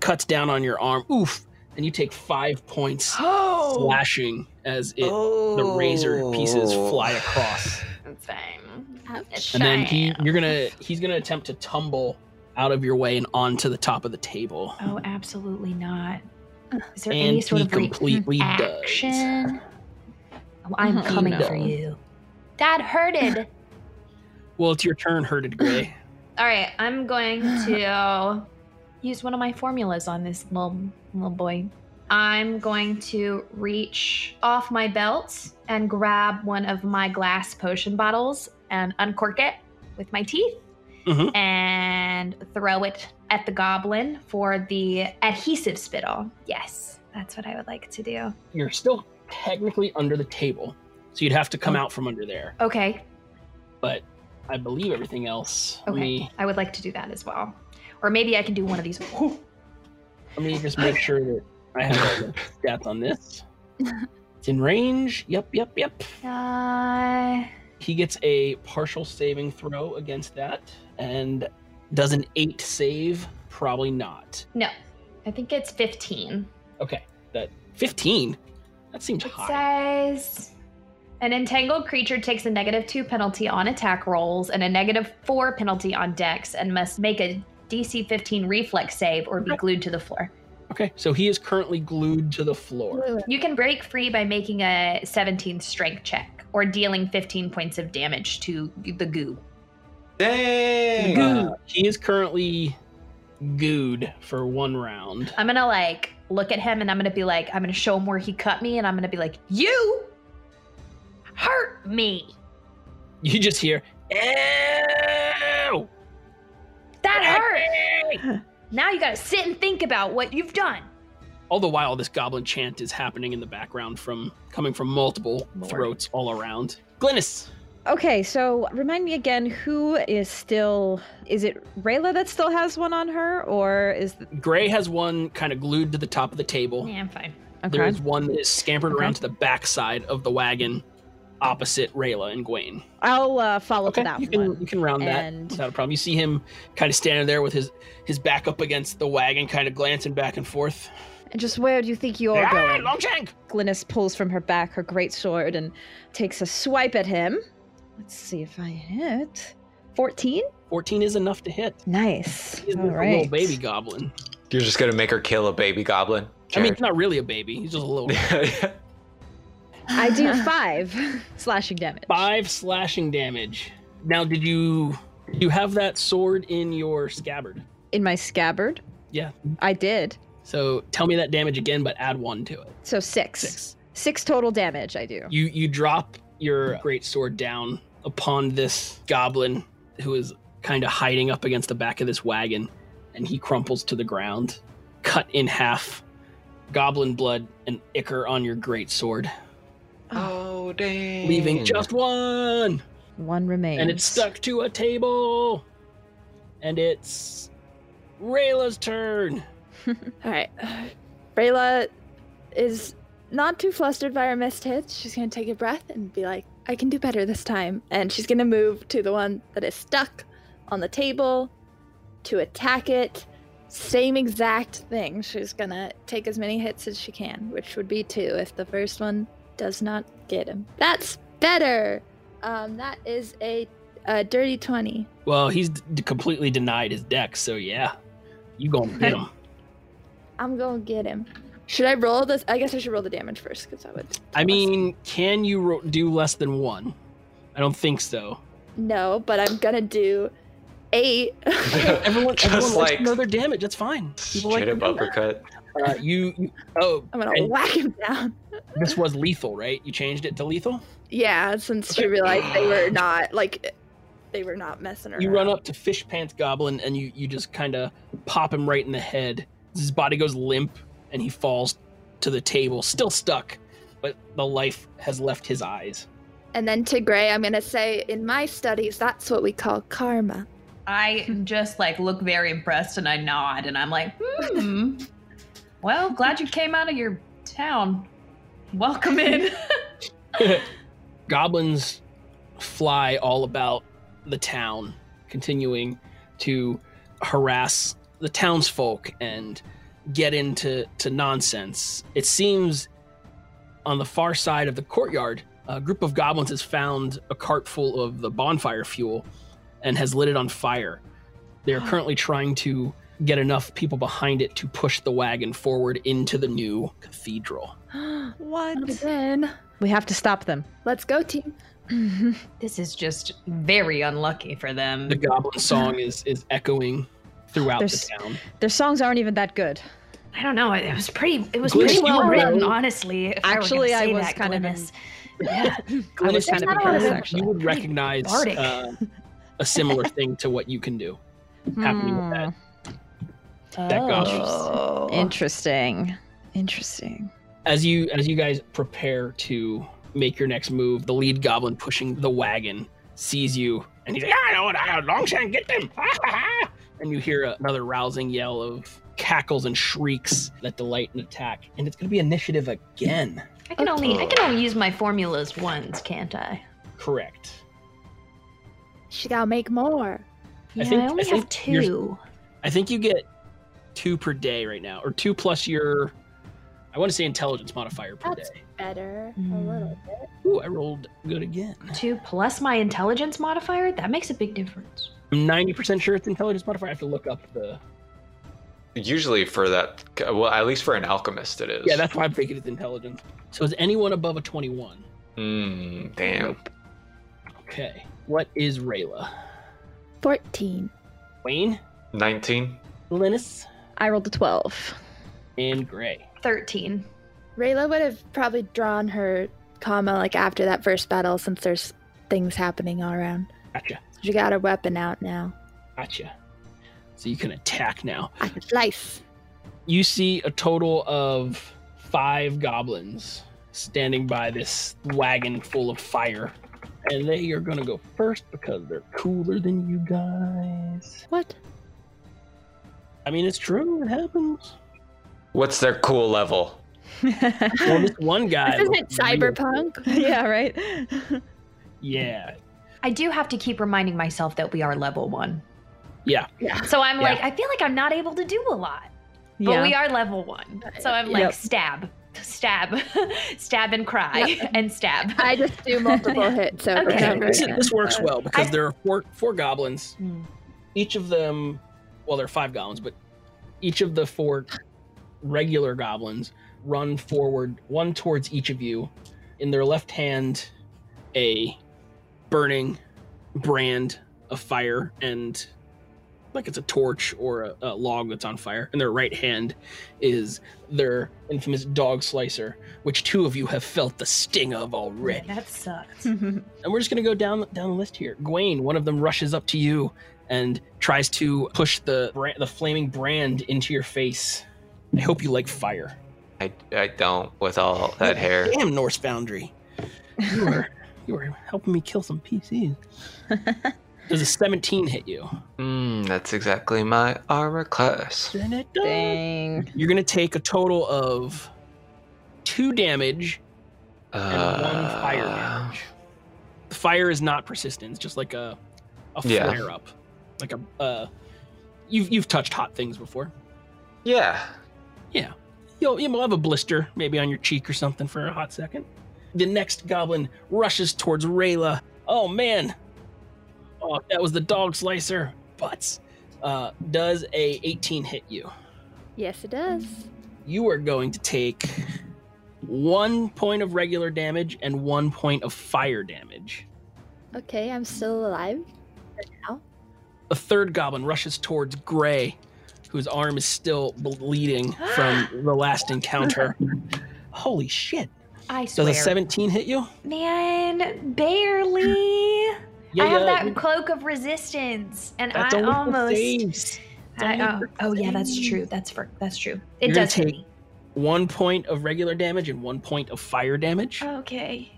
Speaker 1: cuts down on your arm. Oof! And you take five points
Speaker 3: <gasps> oh,
Speaker 1: slashing as
Speaker 4: Oh,
Speaker 1: it the razor pieces fly across.
Speaker 3: that's fine.
Speaker 6: Ouch.
Speaker 1: And then he, you're gonna he's gonna attempt to tumble out of your way and onto the top of the table.
Speaker 3: Oh, absolutely not. Is there
Speaker 1: And
Speaker 3: any sort
Speaker 1: he
Speaker 3: of like,
Speaker 1: completely does.
Speaker 3: action? Oh, I'm
Speaker 7: Mhm.
Speaker 3: coming
Speaker 7: No.
Speaker 3: for you. That hurted.
Speaker 1: Well, it's your turn, herded gray.
Speaker 3: <gasps> All right, I'm going to use one of my formulas on this little little boy. I'm going to reach off my belt and grab one of my glass potion bottles and uncork it with my teeth
Speaker 1: Mhm.
Speaker 3: and throw it at the goblin for the adhesive spittle. Yes, that's what I would like to do.
Speaker 1: you're still technically under the table, so you'd have to
Speaker 3: Oh.
Speaker 1: come out from under there.
Speaker 3: Okay,
Speaker 1: But I believe everything else. Let
Speaker 3: Okay.
Speaker 1: me
Speaker 3: I would like to do that as well. Or maybe I can do one of these. <gasps> Uh,
Speaker 1: let me just make sure that I have all
Speaker 3: <laughs>
Speaker 1: the stats on this. It's in range. Yep, yep, yep.
Speaker 3: Uh,
Speaker 1: He gets a partial saving throw against that, and does an eight save. Probably not.
Speaker 3: No, I think it's 15.
Speaker 1: Okay, that 15. That seems high.
Speaker 3: says an entangled creature takes a negative two penalty on attack rolls and a negative four penalty on dex and must make a DC 15 reflex save or be glued to the floor.
Speaker 1: Okay, so he is currently glued to the floor.
Speaker 3: You can break free by making a 17 strength check or dealing 15 points of damage to the goo.
Speaker 4: Dang!
Speaker 1: Uh, he is currently gooed for one round.
Speaker 3: I'm gonna like look at him and I'm gonna be like, I'm gonna show him where he cut me and I'm gonna be like, You hurt me.
Speaker 1: You just hear, Ew!
Speaker 3: That hurt. now you gotta sit and think about what you've done.
Speaker 1: All the while, this goblin chant is happening in the background from coming from multiple
Speaker 3: Lord.
Speaker 1: throats all around. Glynis,
Speaker 7: Okay, so remind me again who is still. Is it Rayla that still has one on her, or is. The,
Speaker 1: Gray has one kind of glued to the top of the table.
Speaker 3: Yeah, I'm fine.
Speaker 1: There
Speaker 7: okay.
Speaker 1: is one that is scampered
Speaker 7: Okay.
Speaker 1: around to the backside of the wagon, opposite Rayla and Gwaine.
Speaker 7: I'll uh, follow
Speaker 1: Okay,
Speaker 7: to that
Speaker 1: you can
Speaker 7: one.
Speaker 1: you can round that.
Speaker 7: And
Speaker 1: without a problem. You see him kind of standing there with his his back up against the wagon, kind of glancing back and forth.
Speaker 7: and just where do you think you're
Speaker 1: Ah,
Speaker 7: going?
Speaker 1: Longshank!
Speaker 7: Glynis pulls from her back her great sword and takes a swipe at him. Let's see if I hit. 14?
Speaker 1: Fourteen is enough to hit.
Speaker 7: Nice.
Speaker 1: He's
Speaker 7: All
Speaker 1: a little
Speaker 7: right.
Speaker 1: baby goblin.
Speaker 4: You're just gonna make her kill a baby goblin.
Speaker 1: I mean, he's not really a baby. He's just a
Speaker 4: <laughs>
Speaker 1: little <laughs>
Speaker 4: Jared.
Speaker 7: I <laughs> do five slashing damage.
Speaker 1: five slashing damage. Now, did you you have that sword in your scabbard?
Speaker 7: In my scabbard?
Speaker 1: Yeah.
Speaker 7: I did.
Speaker 1: So tell me that damage again, but add one to it.
Speaker 7: So six.
Speaker 1: Six.
Speaker 7: Six total damage I do.
Speaker 1: You you drop your great sword down upon this goblin who is kind of hiding up against the back of this wagon, and he crumples to the ground, cut in half, goblin blood and ichor on your great sword,
Speaker 4: oh dang!
Speaker 1: leaving
Speaker 4: <laughs>
Speaker 1: just <laughs> one,
Speaker 7: One remains.
Speaker 1: and it's stuck to a table, and it's Rayla's turn.
Speaker 6: All right. <sighs> Rayla is not too flustered by her missed hits. She's going to take a breath and be like, I can do better this time. And she's going to move to the one that is stuck on the table to attack it. Same exact thing. She's going to take as many hits as she can, which would be two if the first one does not get him. That's better. Um, that is a, a dirty 20.
Speaker 1: Well, he's d- completely denied his deck, so yeah, you
Speaker 4: <laughs>
Speaker 1: gonna hit him.
Speaker 6: I'm going to get him. Should I roll this? I guess I should roll the damage first because I would.
Speaker 1: I mean, can you ro- do less than one? I don't think
Speaker 4: <laughs>
Speaker 1: so.
Speaker 6: No, but I'm gonna do eight.
Speaker 1: Everyone,
Speaker 4: Just
Speaker 1: everyone
Speaker 4: like-
Speaker 1: likes another damage. That's fine. People like
Speaker 4: Straight
Speaker 1: to
Speaker 4: up
Speaker 1: do that.
Speaker 4: uppercut.
Speaker 1: Uh, you, you- Oh,
Speaker 6: I'm gonna
Speaker 1: And-
Speaker 6: whack him down.
Speaker 1: this was lethal, right? You changed it to lethal.
Speaker 6: Yeah, since she realized they were not like they were not messing around.
Speaker 1: You run up to Fish Pants Goblin and you you just kind of pop him right in the head. His body goes limp and he falls to the table, still stuck, but the life has left his eyes.
Speaker 6: and then to Gray, I'm gonna say, in my studies, that's what we call karma.
Speaker 3: I just like look very impressed and I nod and I'm like, hmm. well, glad you came out of your town. Welcome in. <laughs>
Speaker 1: goblins fly all about the town, continuing to harass the townsfolk and get into to nonsense. It seems on the far side of the courtyard, a group of goblins has found a cart full of the bonfire fuel and has lit it on fire. They are currently trying to get enough people behind it to push the wagon forward into the new cathedral.
Speaker 7: <gasps> What?
Speaker 6: Then
Speaker 7: We have to stop them. <laughs>
Speaker 6: let's go, team.
Speaker 3: this is just very unlucky for them.
Speaker 1: The goblin song is is echoing throughout
Speaker 7: There's-
Speaker 1: the town.
Speaker 7: Their songs aren't even that good.
Speaker 3: I don't know. It it was pretty. It was
Speaker 1: Glynis,
Speaker 3: pretty
Speaker 1: you
Speaker 3: well
Speaker 1: were-
Speaker 3: written, honestly. if were gonna
Speaker 7: Actually, I
Speaker 3: say
Speaker 7: was
Speaker 3: that,
Speaker 7: kind of
Speaker 3: Glynis. <laughs>
Speaker 7: I was kind of
Speaker 3: not a lot of
Speaker 7: impressed,
Speaker 3: it.
Speaker 7: actually.
Speaker 1: You would recognize
Speaker 3: bardic.
Speaker 1: uh, a similar thing to what you can do happening with that.
Speaker 7: Hmm.
Speaker 1: that
Speaker 3: Oh.
Speaker 7: Interesting.
Speaker 1: <laughs>
Speaker 7: Interesting. <laughs>
Speaker 1: As you as you guys prepare to make your next move, the lead goblin pushing the wagon sees you, and he's like, "I know what I know. Longshan, get them!" <laughs> Ha, ha, ha." and you hear another rousing yell of cackles and shrieks that delight and attack, and it's going to be initiative again.
Speaker 3: I can only I can only use my formulas once, can't I?
Speaker 1: Correct.
Speaker 6: She gotta make more.
Speaker 1: I
Speaker 3: Yeah, I,
Speaker 1: think-
Speaker 3: only
Speaker 1: I
Speaker 3: have
Speaker 1: think you're-
Speaker 3: 2
Speaker 1: I think you get two per day right now, or two plus your I want to say intelligence modifier per
Speaker 6: That's-
Speaker 1: day.
Speaker 6: Better a
Speaker 1: Hmm.
Speaker 3: Mm.
Speaker 6: little bit.
Speaker 1: Ooh, I rolled good again.
Speaker 3: Two plus my intelligence modifier? That makes a big difference.
Speaker 1: I'm 90% sure it's intelligence modifier. I have to look up the.
Speaker 4: Usually for that, well, at least for an alchemist, it is.
Speaker 1: Yeah, that's why I'm thinking it's intelligence. So is anyone above a 21?
Speaker 4: Mm, damn.
Speaker 1: Okay. What is Rayla?
Speaker 6: 14.
Speaker 1: Wayne,
Speaker 4: 19.
Speaker 1: Linus,
Speaker 7: I rolled a 12.
Speaker 1: and Gray.
Speaker 3: 13.
Speaker 6: Rayla would have probably drawn her comma like after that first battle since there's things happening all around.
Speaker 1: Gotcha.
Speaker 6: She got her weapon out now.
Speaker 1: Gotcha. So you can attack now.
Speaker 6: I can slice.
Speaker 1: you see a total of five goblins standing by this wagon full of fire. And they are gonna go first because they're cooler than you guys.
Speaker 6: What?
Speaker 1: I mean, it's true, it happens.
Speaker 4: What's their cool level?
Speaker 1: Well, this one guy.
Speaker 6: This isn't
Speaker 1: looked real- <laughs>
Speaker 6: cyberpunk.
Speaker 7: yeah, right?
Speaker 1: Yeah.
Speaker 3: I do have to keep reminding myself that we are level one.
Speaker 1: Yeah.
Speaker 3: So I'm
Speaker 1: Yeah.
Speaker 3: like, I feel like I'm not able to do a lot, but we are level one. So I'm like,
Speaker 7: Yep.
Speaker 3: stab, stab, <laughs> stab and cry
Speaker 6: Yep.
Speaker 3: <laughs> and stab.
Speaker 6: I just do <laughs> multiple hits over
Speaker 3: Okay. Uh,
Speaker 6: and over
Speaker 1: <laughs> This,
Speaker 6: again.
Speaker 1: this works well because
Speaker 3: I-
Speaker 1: there are four, four goblins.
Speaker 3: Hmm.
Speaker 1: Each of them, well, there are five goblins, but each of the four regular goblins run forward, one towards each of you. In their left hand, a burning brand of fire, and like it's a torch or a, a log that's on fire. In their right hand is their infamous dog slicer, which two of you have felt the sting of already.
Speaker 3: That sucks.
Speaker 7: Hmm.
Speaker 1: And we're just gonna go down down the list here. Gawain, one of them rushes up to you and tries to push the brand, the flaming brand into your face. I hope you like fire.
Speaker 4: I, I don't with all
Speaker 1: <laughs>
Speaker 4: that hair.
Speaker 1: Damn Norse Foundry. You are <laughs> you are helping me kill some PCs. Does a 17 hit you?
Speaker 4: Mm, that's exactly my armor class.
Speaker 1: Then it does.
Speaker 7: <laughs> Dang.
Speaker 1: You're gonna take a total of two damage and one fire
Speaker 4: Uh,
Speaker 1: damage. The fire is not persistent; it's just like a a
Speaker 4: Yeah.
Speaker 1: flare up, like a uh, you've you've touched hot things before.
Speaker 4: Yeah.
Speaker 1: You'll you'll have a blister maybe on your cheek or something for a hot second. The next goblin rushes towards Rayla. Oh man, oh that was the dog slicer. But uh, does a 18 hit you?
Speaker 6: Yes, it does.
Speaker 1: You are going to take one point of regular damage and one point of fire damage.
Speaker 6: Okay, I'm still alive.
Speaker 1: a third goblin rushes towards Gray, whose arm is still bleeding from the last
Speaker 3: <laughs>
Speaker 1: encounter. Holy shit.
Speaker 3: I
Speaker 1: Does
Speaker 3: swear.
Speaker 1: a 17 hit you?
Speaker 3: Man, barely.
Speaker 1: <laughs>
Speaker 3: I have that cloak of resistance, and
Speaker 1: That's
Speaker 3: I
Speaker 1: almost the
Speaker 3: almost.
Speaker 1: saves. It's
Speaker 3: I,
Speaker 1: almost
Speaker 3: oh,
Speaker 1: the
Speaker 3: oh yeah, that's
Speaker 1: saves.
Speaker 3: true. That's for that's true. It
Speaker 1: You're gonna
Speaker 3: does hit
Speaker 1: take-
Speaker 3: me.
Speaker 1: One point of regular damage and one point of fire damage.
Speaker 3: Oh. Okay.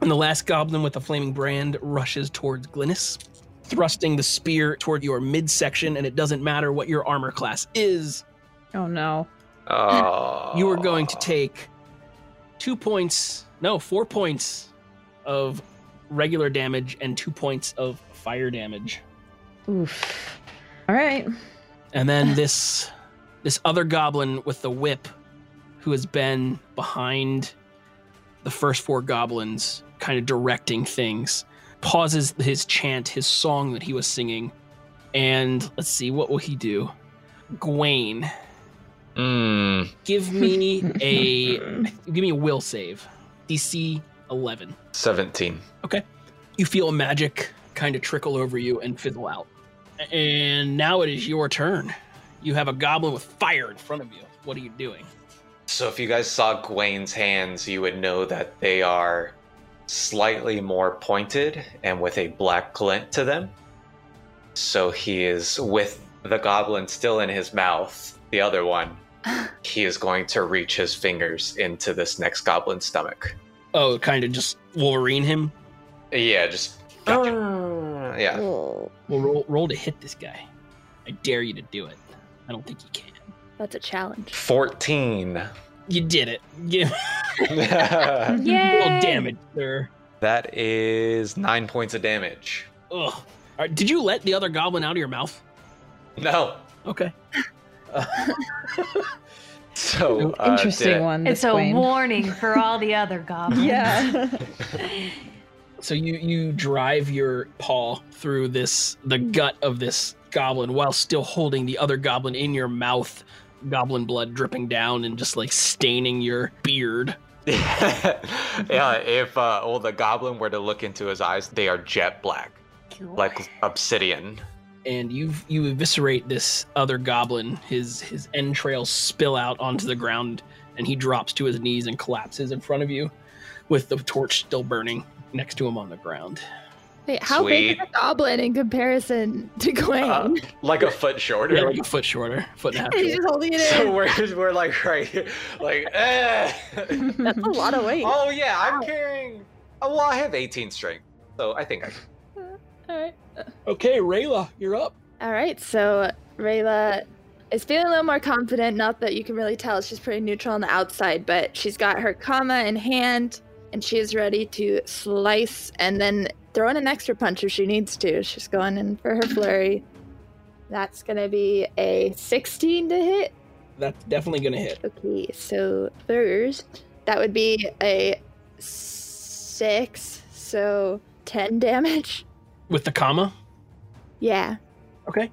Speaker 1: And the last goblin with the flaming brand rushes towards Glynis, thrusting the spear toward your midsection, and it doesn't matter what your armor class is,
Speaker 7: Oh, no.
Speaker 4: Oh.
Speaker 1: you are going to take two points, no, four points of regular damage and two points of fire damage.
Speaker 7: Oof. All right.
Speaker 1: And then this this other goblin with the whip who has been behind the first four goblins kind of directing things pauses his chant, his song that he was singing. And let's see what will he do? Gawain,
Speaker 4: Mm,
Speaker 1: give me a give me a will save. DC 11.
Speaker 4: 17.
Speaker 1: You feel a magic kind of trickle over you and fizzle out. And now it is your turn. You have a goblin with fire in front of you. What are you doing?
Speaker 4: So if you guys saw Gawain's hands, you would know that they are slightly more pointed and with a black glint to them. So he is with the goblin still in his mouth, the other
Speaker 7: <laughs>
Speaker 4: one. He is going to reach his fingers into this next goblin's stomach.
Speaker 1: Oh, kind of just Wolverine him.
Speaker 4: Yeah, just gotcha. yeah.
Speaker 6: Oh,
Speaker 1: Well, roll, roll to hit this guy. I dare you to do it. I don't think you can.
Speaker 6: that's a challenge.
Speaker 7: <laughs>
Speaker 4: 14.
Speaker 1: You did it. Give
Speaker 4: <laughs> that
Speaker 1: roll damage, sir.
Speaker 4: is 9 points of damage.
Speaker 1: Ugh. All right, did you let the other goblin out of your mouth?
Speaker 4: No.
Speaker 1: Okay.
Speaker 4: So So uh,
Speaker 7: Interesting
Speaker 4: did I-
Speaker 7: one.
Speaker 3: It's
Speaker 7: this
Speaker 3: a
Speaker 7: queen.
Speaker 3: warning for all the other goblins.
Speaker 7: <laughs>
Speaker 3: <laughs>
Speaker 7: Yeah.
Speaker 1: So you you drive your paw through this the
Speaker 6: Hmm.
Speaker 1: gut of this goblin while still holding the other goblin in your mouth, goblin blood dripping down and just like staining your beard.
Speaker 4: yeah, <laughs> if uh, well, the goblin were to look into his eyes, they are jet black, like obsidian.
Speaker 1: And you you eviscerate this other goblin. His his entrails spill out onto the ground, and he drops to his knees and collapses in front of you, with the torch still burning next to him on the ground.
Speaker 6: Wait, how big is
Speaker 4: Sweet.
Speaker 6: a goblin in comparison to Gwen? <laughs>
Speaker 4: Uh, like a foot shorter.
Speaker 1: Yeah, like
Speaker 4: <laughs>
Speaker 1: a foot shorter, foot and a half.
Speaker 6: He's
Speaker 1: Shorter.
Speaker 6: just holding it
Speaker 4: So
Speaker 6: in.
Speaker 4: we're, we're like right here, like, eh.
Speaker 6: That's a lot of weight.
Speaker 4: oh yeah, I'm carrying. Oh well, I have 18 strength, so I think I.
Speaker 3: <laughs>
Speaker 6: All right.
Speaker 1: Okay, Rayla, you're up.
Speaker 6: All right, so Rayla is feeling a little more confident. Not that you can really tell, she's pretty neutral on the outside, but she's got her comma in hand and she is ready to slice and then throw in an extra punch if she needs to. She's going in for her flurry. That's going to be a 16 to hit.
Speaker 1: That's definitely gonna hit.
Speaker 6: Okay, so first, that would be a 6, so 10 damage. <laughs>
Speaker 1: With the comma.
Speaker 6: Yeah.
Speaker 1: Okay.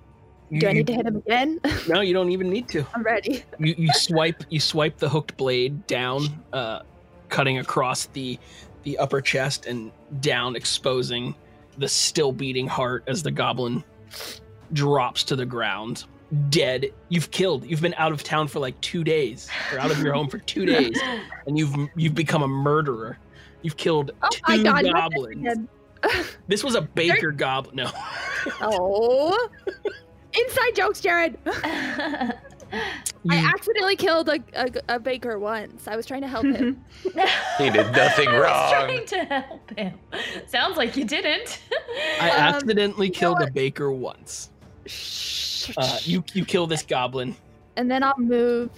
Speaker 6: Do I
Speaker 1: You-
Speaker 6: need to hit him again? <laughs>
Speaker 1: No, you don't even need to.
Speaker 6: I'm ready.
Speaker 1: you, you swipe you swipe the hooked blade down uh, cutting across the the upper chest and down exposing the still beating heart as the goblin drops to the ground dead you've killed you've been out of town for like 2 days or out of your home for 2
Speaker 6: <laughs>
Speaker 1: days and you've you've become a murderer you've killed <laughs>
Speaker 6: Oh
Speaker 1: two
Speaker 6: my god. not this
Speaker 1: goblins
Speaker 6: again.
Speaker 1: this was a baker goblin no
Speaker 6: Oh. <laughs> Inside jokes, Jared.
Speaker 3: <laughs>
Speaker 6: I
Speaker 1: You-
Speaker 6: accidentally killed a, a, a baker once. I was trying to help him.
Speaker 4: He did nothing
Speaker 3: I was
Speaker 4: wrong.
Speaker 3: trying to help him. Sounds like you didn't.
Speaker 1: I
Speaker 6: um,
Speaker 1: accidentally
Speaker 6: you know
Speaker 1: killed a
Speaker 6: what?
Speaker 1: baker once.
Speaker 6: Shh.
Speaker 1: Mm-hmm. Uh, you you kill this goblin.
Speaker 6: and then I'll move.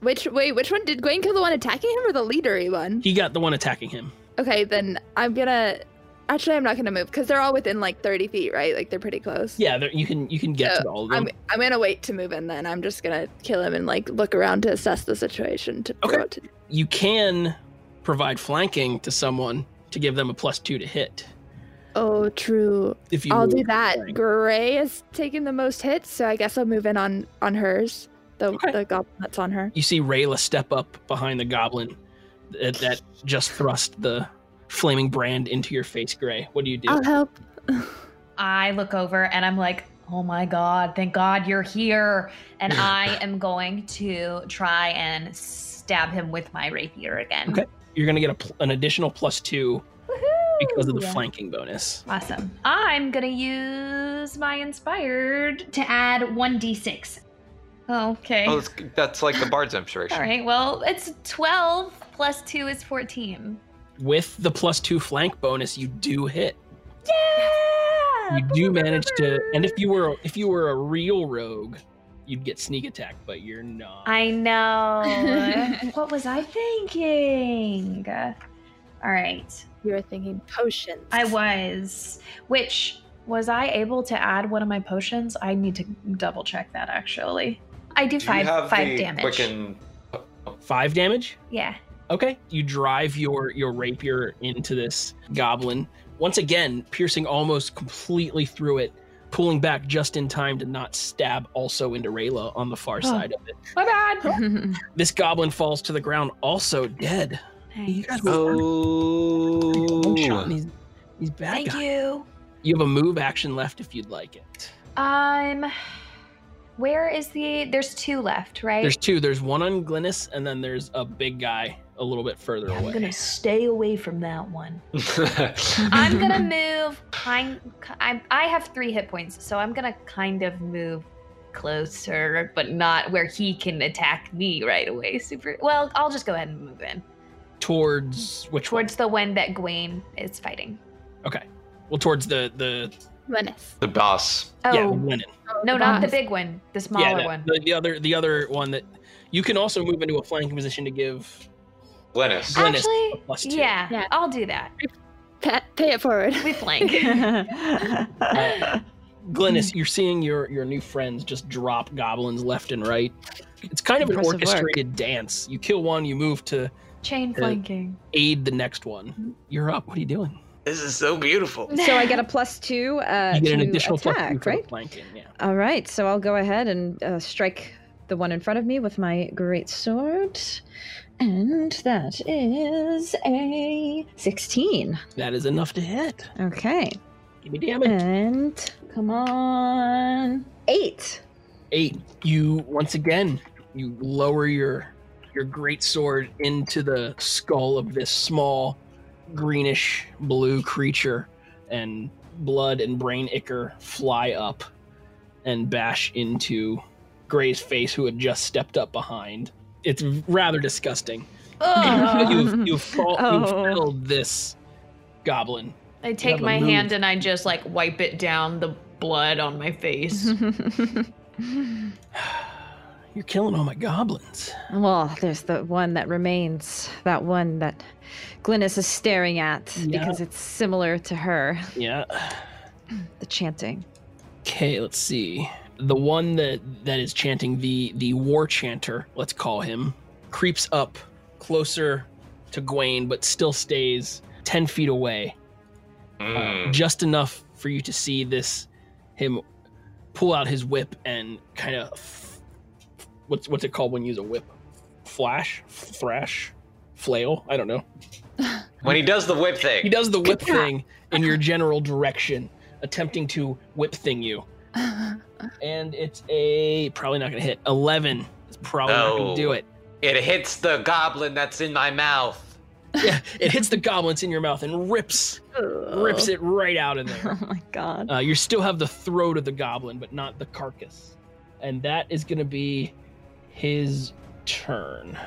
Speaker 6: Which wait, which one did Gwen kill? The one attacking him or the leadery one?
Speaker 1: He got the one attacking him.
Speaker 6: Okay, then I'm gonna. Actually, I'm not gonna move because they're all within like 30 feet, right? Like they're pretty close.
Speaker 1: Yeah, there, you can you can get to all of them.
Speaker 6: Uh, I'm I'm gonna wait to move in. Then I'm just gonna kill him and like look around to assess the situation. To
Speaker 1: Okay.
Speaker 6: throw it to-
Speaker 1: you can provide flanking to someone to give them a plus two to hit.
Speaker 6: Oh, true.
Speaker 1: If you
Speaker 6: I'll
Speaker 1: move
Speaker 6: do that.
Speaker 1: flank.
Speaker 6: Gray is taking the most hits, so I guess I'll move in on on hers. The
Speaker 1: Okay.
Speaker 6: the goblin that's on her.
Speaker 1: You see Rayla step up behind the goblin that, that just thrust the flaming brand into your face, Gray. What do you do?
Speaker 6: I'll help.
Speaker 3: <laughs> I look over and I'm like, oh my God, thank God you're here. And I am going to try and stab him with my rapier again.
Speaker 1: Okay. You're gonna get a, pl- an additional plus two because of the
Speaker 3: Woohoo!
Speaker 1: flanking bonus.
Speaker 3: Awesome. I'm going to use my inspired to add 1d6. Okay.
Speaker 4: Oh, it's, that's like the bard's inspiration.
Speaker 3: All right. Well, it's 12 plus 2 is 14.
Speaker 1: With the plus two flank bonus, you do hit.
Speaker 3: Yeah!
Speaker 1: You do manage to, and if you were if you were a real rogue, you'd get sneak attack, but you're not.
Speaker 3: I <laughs> know. what was I thinking? All right.
Speaker 6: You were thinking potions.
Speaker 3: I was. Which was I able to add one of my potions? I need to double check that actually. I do,
Speaker 4: Do you
Speaker 3: five
Speaker 4: have
Speaker 3: five
Speaker 4: the
Speaker 3: damage.
Speaker 4: Quicken...
Speaker 1: Five damage.
Speaker 3: Yeah.
Speaker 1: Okay, you drive your your rapier into this goblin once again, piercing almost completely through it, pulling back just in time to not stab also into Rayla on the far side of it.
Speaker 3: My bad.
Speaker 1: This goblin falls to the ground, also dead. You guys were one shot
Speaker 4: Oh.
Speaker 1: these, these bad
Speaker 3: Thank
Speaker 1: guys.
Speaker 3: you.
Speaker 1: You have a move action left if you'd like it.
Speaker 3: Um where is the there's two left, right?
Speaker 1: There's two. There's one on Glynis, and then there's a big guy a little bit further
Speaker 3: I'm
Speaker 1: away.
Speaker 3: gonna stay away from that one. I'm gonna move kind. I'm, I have three hit points, so I'm gonna kind of move closer, but not where he can attack me right away. Super. Well, I'll just go ahead and move in
Speaker 1: Towards which
Speaker 3: towards the one that Gawain is fighting.
Speaker 1: one? Well, towards the the
Speaker 6: Menace.
Speaker 4: <laughs> the boss.
Speaker 3: Oh
Speaker 1: yeah, the Glennon.
Speaker 3: no, not the
Speaker 6: boss.
Speaker 3: big one, the smaller
Speaker 1: yeah, the,
Speaker 3: one.
Speaker 1: The, the other the other one that you can also move into a flanking position to give
Speaker 4: Glennis.
Speaker 1: Glenn is
Speaker 3: Actually,
Speaker 1: plus two.
Speaker 3: yeah,
Speaker 6: Yeah.
Speaker 3: I'll do that.
Speaker 6: Pa- pay it forward.
Speaker 3: We
Speaker 7: <laughs>
Speaker 3: flank.
Speaker 7: Hmm.
Speaker 1: Glennis. You're seeing your your new friends just drop goblins left and right. It's kind of an
Speaker 7: Impressive work.
Speaker 1: orchestrated dance. You kill one, you move to Uh,
Speaker 3: Chain
Speaker 1: <laughs>
Speaker 3: flanking.
Speaker 1: aid the next one. You're up. What are you doing?
Speaker 4: This is so beautiful.
Speaker 7: So I get a plus two uh,
Speaker 1: you get
Speaker 7: to
Speaker 1: an additional plus two
Speaker 7: attack,
Speaker 1: for the
Speaker 7: right?
Speaker 1: flanking, Yeah.
Speaker 7: All right, so I'll go ahead and uh, strike the one in front of me with my great sword, and that is a sixteen.
Speaker 1: That is enough to hit.
Speaker 7: Okay,
Speaker 1: Give me damage.
Speaker 7: and come on, eight.
Speaker 1: Eight. You once again you lower your your great sword into the skull of this small greenish blue creature, and blood and brain ichor fly up and bash into Gray's face, who had just stepped up behind. It's rather disgusting. <laughs> you've, you've, fall, you've
Speaker 7: Oh.
Speaker 1: felled this goblin.
Speaker 8: I
Speaker 1: have
Speaker 8: take
Speaker 1: a
Speaker 8: my
Speaker 1: move.
Speaker 8: hand and I just like wipe it down the blood on my face.
Speaker 7: Mm-hmm.
Speaker 1: You're killing all my goblins.
Speaker 7: <laughs> Well, there's the one that remains, that one that Glynis is staring at
Speaker 1: Yeah.
Speaker 7: because it's similar to her,
Speaker 1: Yeah.
Speaker 7: the chanting.
Speaker 1: Okay, let's see. The one that that is chanting the the war chanter, let's call him, creeps up closer to Gawain, but still stays ten feet away, uh,
Speaker 4: Mm.
Speaker 1: just enough for you to see this him pull out his whip and kind of what's what's it called when you use a whip? Flash, thrash, flail. I don't know.
Speaker 4: When he does the whip
Speaker 1: He
Speaker 4: thing,
Speaker 1: does the whip thing in your general direction, attempting to whip thing you.
Speaker 6: Oh,
Speaker 1: And it's a probably not gonna hit. Eleven is probably not gonna
Speaker 4: No.
Speaker 1: do it. <laughs>
Speaker 4: it hits the goblin that's in my mouth.
Speaker 1: Yeah, it hits the goblins in your mouth and rips rips it right out of there.
Speaker 7: Oh my god.
Speaker 1: Uh, you still have the throat of the goblin, but not the carcass. And that is gonna be his turn.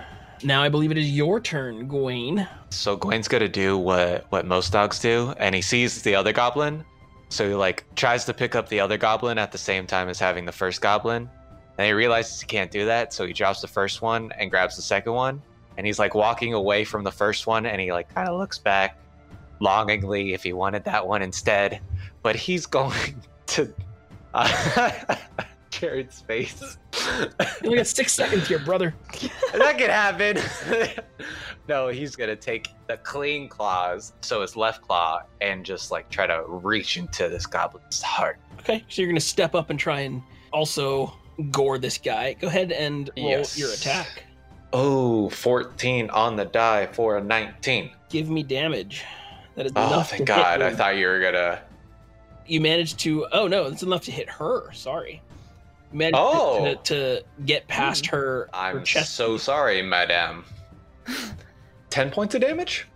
Speaker 1: Now I believe it is your turn, Gawain.
Speaker 4: So Gwen's gonna do what what most dogs do, and he sees the other goblin, so he like tries to pick up the other goblin at the same time as having the first goblin, and he realizes he can't do that, so he drops the first one and grabs the second one, and he's like walking away from the first one, and he like kind of looks back, longingly if he wanted that one instead, but he's <laughs> going to uh, <laughs> Jared's face.
Speaker 1: You only got six seconds here, brother.
Speaker 4: that could happen. <laughs> no, he's gonna take the clean claws, so his left claw, and just like try to reach into this goblin's heart.
Speaker 1: Okay, so you're gonna step up and try and also gore this guy. Go ahead and roll
Speaker 4: Yes.
Speaker 1: your attack.
Speaker 4: Oh, 14 on the die for a 19.
Speaker 1: Give me damage. That is
Speaker 4: Oh,
Speaker 1: enough.
Speaker 4: thank
Speaker 1: to hit
Speaker 4: God. I
Speaker 1: her.
Speaker 4: thought you were gonna.
Speaker 1: you managed to. Oh no, that's enough to hit her. Sorry. You managed to-
Speaker 4: Oh.
Speaker 1: to, to get past her, her
Speaker 4: I'm
Speaker 1: chest.
Speaker 4: so sorry, madame. 10 points of damage?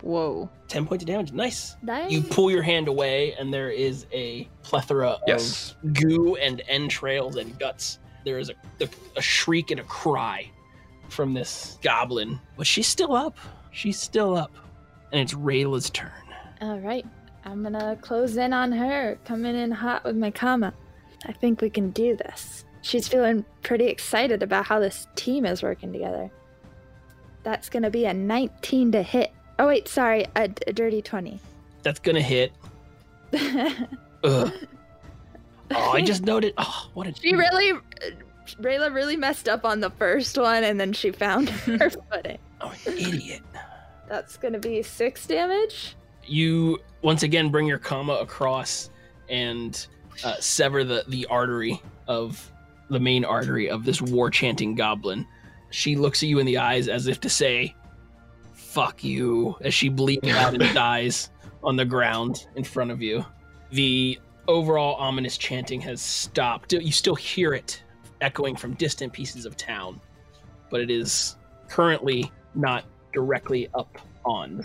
Speaker 7: Whoa.
Speaker 1: Ten points of damage. Nice.
Speaker 6: Nice.
Speaker 1: You pull your hand away, and there is a plethora
Speaker 4: Yes.
Speaker 1: of goo and entrails and guts. There is a, the- a shriek and a cry from this goblin, but she's still up. She's still up, and it's Rayla's turn.
Speaker 6: All right. I'm gonna close in on her, coming in hot with my comma. I think we can do this. She's feeling pretty excited about how this team is working together. That's gonna be a 19 to hit. Oh, wait, sorry, a, a dirty <laughs> 20.
Speaker 1: That's gonna hit.
Speaker 6: <laughs>
Speaker 1: Ugh. Oh, I just noted. Oh, what a
Speaker 6: she really, Rayla really messed up on the first one and then she found <laughs> her footing.
Speaker 1: oh, an idiot.
Speaker 6: That's gonna be six damage.
Speaker 1: You once again bring your comma across and uh, sever the the artery of the main artery of this war chanting goblin. She looks at you in the eyes as if to say, "Fuck you," as she bleeds out and dies on the ground in front of you. The overall ominous chanting has stopped. You still hear it echoing from distant pieces of town, but it is currently not directly up on.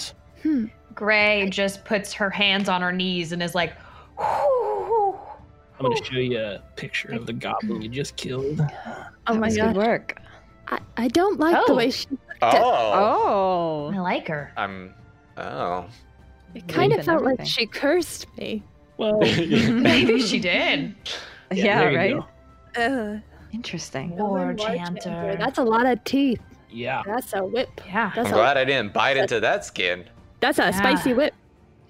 Speaker 8: Gray just puts her hands on her knees and is like, "Whew."
Speaker 1: I'm gonna show you a picture of the goblin you just killed.
Speaker 6: Oh
Speaker 7: That
Speaker 6: my
Speaker 7: was
Speaker 6: god.
Speaker 7: Good work.
Speaker 6: I, I don't like the
Speaker 8: Oh.
Speaker 6: way she.
Speaker 4: Oh.
Speaker 8: I
Speaker 7: Oh.
Speaker 8: like
Speaker 4: <laughs>
Speaker 8: her.
Speaker 4: I'm. Oh.
Speaker 6: It kind of
Speaker 7: and
Speaker 6: felt like
Speaker 7: everything.
Speaker 6: she cursed me.
Speaker 4: <laughs>
Speaker 1: Well,
Speaker 8: Maybe she did.
Speaker 7: yeah,
Speaker 1: there you
Speaker 7: right?
Speaker 1: go.
Speaker 6: Ugh.
Speaker 7: Interesting.
Speaker 8: War
Speaker 6: Roman war
Speaker 8: chanter.
Speaker 6: That's a lot of teeth.
Speaker 1: Yeah,
Speaker 6: That's a whip.
Speaker 8: yeah,
Speaker 6: That's
Speaker 4: I'm
Speaker 6: a,
Speaker 4: glad I didn't bite into that skin.
Speaker 6: that's a
Speaker 8: Yeah.
Speaker 6: spicy whip.